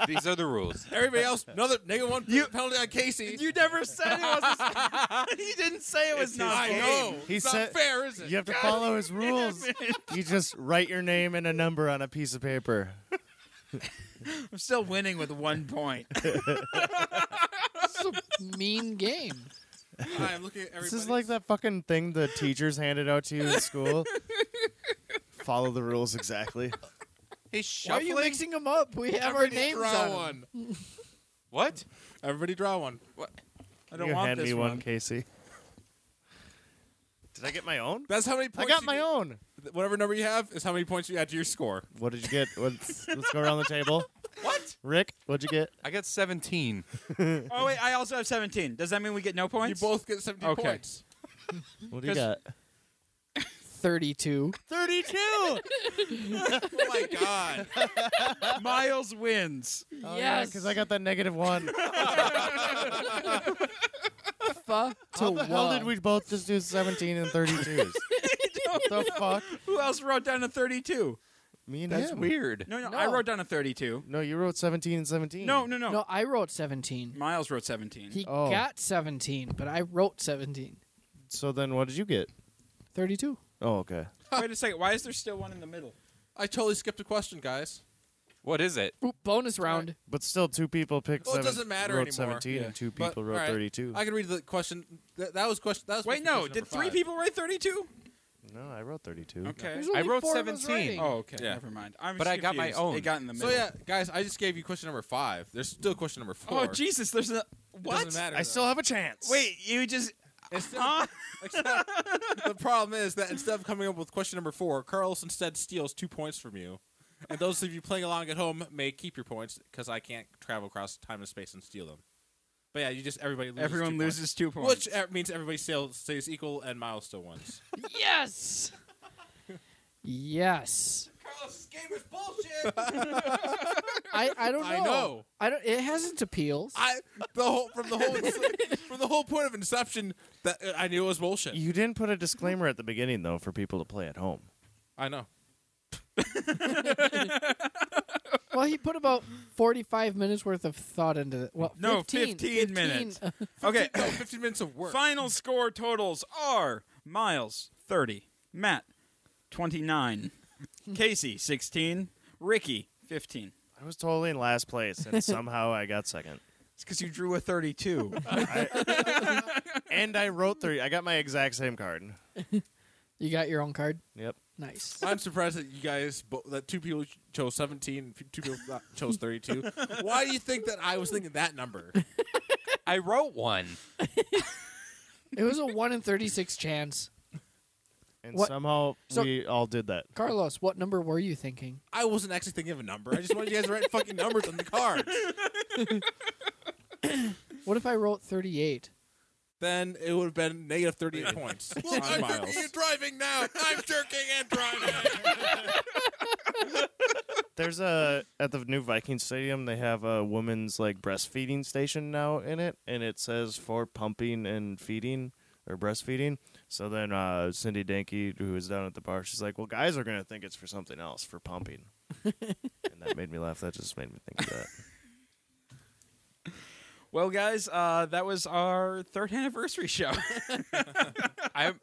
Speaker 4: These are the rules.
Speaker 8: Everybody else, another negative one you, penalty on Casey.
Speaker 1: You never said it was. you didn't say it was not.
Speaker 8: I know.
Speaker 5: He
Speaker 8: it's
Speaker 5: said-
Speaker 8: not fair, is it?
Speaker 5: You have to
Speaker 8: God.
Speaker 5: follow his rules. You just write your name and a number on a piece of paper.
Speaker 1: I'm still winning with one point.
Speaker 3: This is a mean game.
Speaker 8: I'm looking at everybody.
Speaker 5: This is like that fucking thing the teachers handed out to you in school. follow the rules exactly.
Speaker 4: He's
Speaker 3: Why are
Speaker 4: shuffling.
Speaker 3: you mixing them up? We have
Speaker 8: everybody
Speaker 3: our names
Speaker 8: draw
Speaker 3: on 'em.
Speaker 8: one.
Speaker 4: what?
Speaker 8: Everybody draw one.
Speaker 1: I don't
Speaker 5: you
Speaker 1: want
Speaker 5: hand
Speaker 1: this
Speaker 5: me one,
Speaker 1: one.
Speaker 5: Casey. Did I get my own?
Speaker 8: That's how many
Speaker 5: I
Speaker 8: points.
Speaker 5: got
Speaker 8: you
Speaker 5: my
Speaker 8: need.
Speaker 5: own.
Speaker 8: Whatever number you have is how many points you add to your score.
Speaker 5: What did you get? Let's, let's go around the table.
Speaker 4: What?
Speaker 5: Rick, what'd you get?
Speaker 4: I got 17.
Speaker 1: Oh wait, I also have 17. Does that mean we get no points?
Speaker 8: You both get 17
Speaker 1: Okay.
Speaker 8: points.
Speaker 5: What do you got?
Speaker 3: 32.
Speaker 5: 32!
Speaker 8: Oh my god.
Speaker 1: Miles wins.
Speaker 3: yes.
Speaker 5: Because I got that negative one.
Speaker 3: Fuck to
Speaker 5: How the hell
Speaker 3: one.
Speaker 5: did we both just do 17 and 32s? what the fuck?
Speaker 1: Who else wrote down a 32?
Speaker 5: Me and
Speaker 4: That's
Speaker 5: him.
Speaker 4: weird.
Speaker 1: No, no, I
Speaker 3: No.
Speaker 1: wrote down a 32.
Speaker 5: No, you wrote 17 and 17.
Speaker 1: No, no, no.
Speaker 3: No, I wrote 17.
Speaker 1: Miles wrote 17.
Speaker 3: He
Speaker 5: Oh.
Speaker 3: got 17, but I wrote 17.
Speaker 5: So then what did you get?
Speaker 3: 32.
Speaker 5: Oh, okay.
Speaker 1: Wait a second. Why is there still one in the middle?
Speaker 8: I totally skipped a question, guys.
Speaker 4: What is it?
Speaker 3: Oop, bonus round.
Speaker 5: But still, two people picked
Speaker 8: Well, it
Speaker 5: seven,
Speaker 8: doesn't matter
Speaker 5: wrote
Speaker 8: anymore.
Speaker 5: 17 and two
Speaker 8: But,
Speaker 5: people wrote
Speaker 8: all right,
Speaker 5: 32.
Speaker 8: I can read the question. Th- that was question. That was
Speaker 1: Wait,
Speaker 8: supposed to be
Speaker 1: no.
Speaker 8: question
Speaker 1: Did
Speaker 8: number
Speaker 1: three
Speaker 8: five.
Speaker 1: people write 32?
Speaker 5: No, I wrote 32.
Speaker 1: Okay.
Speaker 3: There's only
Speaker 4: wrote
Speaker 3: four of us
Speaker 4: 17.
Speaker 3: writing.
Speaker 1: Oh, okay.
Speaker 8: Yeah.
Speaker 1: Never mind. I'm
Speaker 4: But
Speaker 1: just
Speaker 4: I got my
Speaker 1: confused.
Speaker 4: own.
Speaker 1: It got in the
Speaker 8: So
Speaker 1: middle.
Speaker 8: yeah, guys, I just gave you question number five. There's still question number four.
Speaker 1: Oh Jesus! There's a what?
Speaker 8: Doesn't matter.
Speaker 5: I still have a chance.
Speaker 1: Wait, you just
Speaker 8: Instead of-
Speaker 1: huh?
Speaker 8: Except- the problem is that instead of coming up with question number four, Carlos instead steals two points from you. And those of you playing along at home may keep your points because I can't travel across time and space and steal them. But yeah, you just everybody loses
Speaker 1: Everyone
Speaker 8: two
Speaker 1: loses two
Speaker 8: points.
Speaker 1: points.
Speaker 8: which uh, means everybody still stays equal and Miles still wins.
Speaker 3: Yes. yes.
Speaker 8: Carlos' game is bullshit.
Speaker 3: I, I don't know.
Speaker 8: I know.
Speaker 3: I don't. It has its appeals.
Speaker 8: I the whole from the whole from the whole point of Inception that uh, I knew it was bullshit.
Speaker 5: You didn't put a disclaimer at the beginning, though, for people to play at home.
Speaker 8: I know.
Speaker 3: well, he put about forty-five minutes worth of thought into it. Well,
Speaker 1: No,
Speaker 3: 15,
Speaker 1: 15 minutes. okay.
Speaker 8: No, 15 Oh, minutes of work.
Speaker 1: Final score totals are Miles 30, Matt 29, Casey 16, Ricky 15.
Speaker 5: I was totally in last place, and somehow I got second.
Speaker 1: It's because you drew a 32.
Speaker 5: And I wrote 30. I got my exact same card.
Speaker 3: You got your own card.
Speaker 5: Yep.
Speaker 3: Nice.
Speaker 8: I'm surprised that you guys, bo- that two people chose 17, and two people th- chose 32. Why do you think that I was thinking that number?
Speaker 4: I wrote one.
Speaker 3: it was a one in thirty-six chance.
Speaker 5: And
Speaker 3: What-
Speaker 5: somehow
Speaker 3: So-
Speaker 5: we all did that.
Speaker 3: Carlos, what number were you thinking?
Speaker 8: I wasn't actually thinking of a number. I just wanted you guys to write fucking numbers on the cards.
Speaker 3: What if I wrote thirty-eight?
Speaker 8: Then it would have been negative 38 points. Look,
Speaker 1: I'm
Speaker 8: you driving now. I'm jerking and driving.
Speaker 5: There's a at the new Viking Stadium. They have a woman's like breastfeeding station now in it, and it says for pumping and feeding or breastfeeding. So then uh, Cindy Danke, who was down at the bar, she's like, "Well, guys are gonna think it's for something else for pumping," and that made me laugh. That just made me think of that.
Speaker 1: well, guys, uh, that was our third anniversary show.
Speaker 4: I, I'm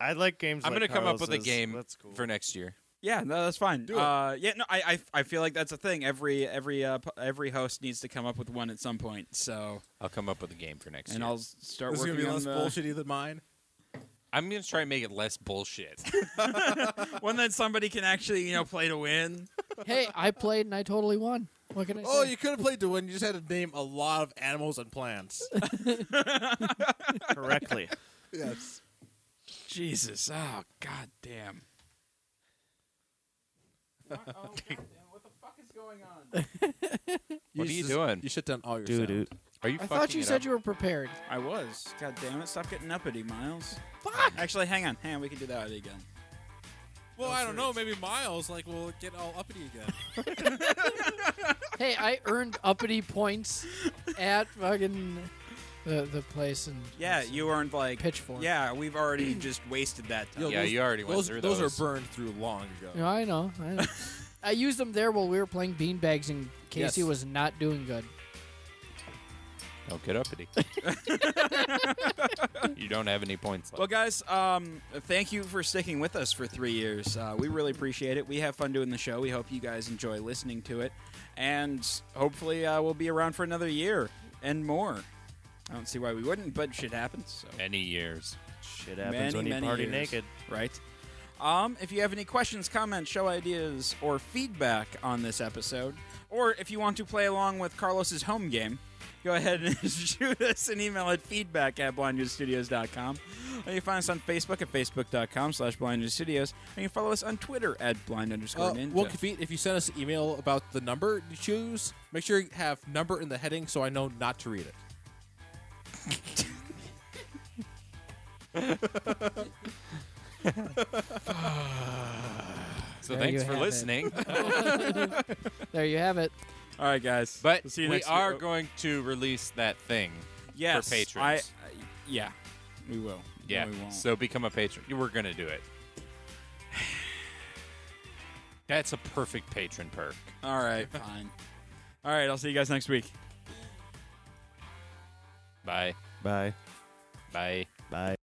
Speaker 5: I like games.
Speaker 4: going
Speaker 5: like
Speaker 4: to come up with a
Speaker 5: Carlos's.
Speaker 4: game
Speaker 5: That's cool.
Speaker 4: for next year.
Speaker 1: yeah, no, that's fine.
Speaker 8: Do it.
Speaker 1: Uh, yeah, no, I, I, I feel like that's a thing. Every every uh, p- every host needs to come up with one at some point. So,
Speaker 4: I'll come up with a game for next
Speaker 1: and
Speaker 4: year.
Speaker 1: I'll s- start
Speaker 8: This is going to
Speaker 1: working
Speaker 8: be
Speaker 1: on
Speaker 8: less
Speaker 1: the-
Speaker 8: bullshitty than mine.
Speaker 4: I'm going to try and make it less bullshit.
Speaker 1: one that somebody can actually you know play to win.
Speaker 3: hey, I played and I totally won. What can I
Speaker 8: Oh,
Speaker 3: say?
Speaker 8: you could have played the win. You just had to name a lot of animals and plants.
Speaker 5: correctly.
Speaker 8: yes.
Speaker 1: Jesus, oh god damn. What the fuck is going on?
Speaker 4: What are you doing?
Speaker 8: You shut down all your
Speaker 5: Dude,
Speaker 8: sound.
Speaker 5: dude.
Speaker 4: Are you
Speaker 3: I
Speaker 4: fucking
Speaker 3: thought you
Speaker 4: it
Speaker 3: said
Speaker 4: up?
Speaker 3: you were prepared.
Speaker 1: I was. God damn it! Stop getting uppity, Miles. Fuck. Actually, hang on, hang on. We can do that again.
Speaker 8: Well, I don't know. Maybe Miles like will get all uppity again.
Speaker 3: Hey, I earned uppity points at fucking the the place and
Speaker 1: Yeah, you earned like
Speaker 3: Pitchfork.
Speaker 1: Yeah, we've already just wasted that time.
Speaker 3: Yo, Yeah, those- you already went
Speaker 8: those,
Speaker 3: through
Speaker 8: Those
Speaker 3: those.
Speaker 8: are burned through long ago.
Speaker 3: No, I know. I, know. I used them there while we were playing beanbags, and Casey
Speaker 4: Yes.
Speaker 3: was not doing good.
Speaker 4: Oh, get uppity. you don't have any points left.
Speaker 1: Well, guys, um, thank you for sticking with us for three years. Uh, we really appreciate it. We have fun doing the show. We hope you guys enjoy listening to it, and hopefully, uh, we'll be around for another year and more. I don't see why we wouldn't, but shit happens. So.
Speaker 4: Many years.
Speaker 5: Shit
Speaker 1: many, many years, right? Um, if you have any questions, comments, show ideas, or feedback on this episode, or if you want to play along with Carlos's home game, go ahead and shoot us an email at feedback at blindnewsstudios.com. Or you can find us on Facebook at facebook.com slash blindnewsstudios, and you can follow us on Twitter at blind underscore
Speaker 8: Uh,
Speaker 1: ninja.
Speaker 8: well, Kavit, if you send us an email about the number you choose, make sure you have number in the heading so I know not to read it.
Speaker 4: So
Speaker 3: There
Speaker 4: thanks
Speaker 3: you
Speaker 4: for
Speaker 3: have it.
Speaker 4: listening.
Speaker 3: there you have it.
Speaker 1: All right, guys.
Speaker 4: But
Speaker 1: We'll see you
Speaker 4: we
Speaker 1: next
Speaker 4: are
Speaker 1: week.
Speaker 4: going to release that thing
Speaker 1: Yes,
Speaker 4: for patrons.
Speaker 1: I- I- yeah, we will.
Speaker 4: Yeah.
Speaker 1: we won't.
Speaker 4: So become a patron. You- We're gonna do it. That's a perfect patron perk.
Speaker 1: All right, fine. All right, I'll see you guys next week.
Speaker 4: Bye.
Speaker 5: Bye.
Speaker 4: Bye.
Speaker 5: Bye.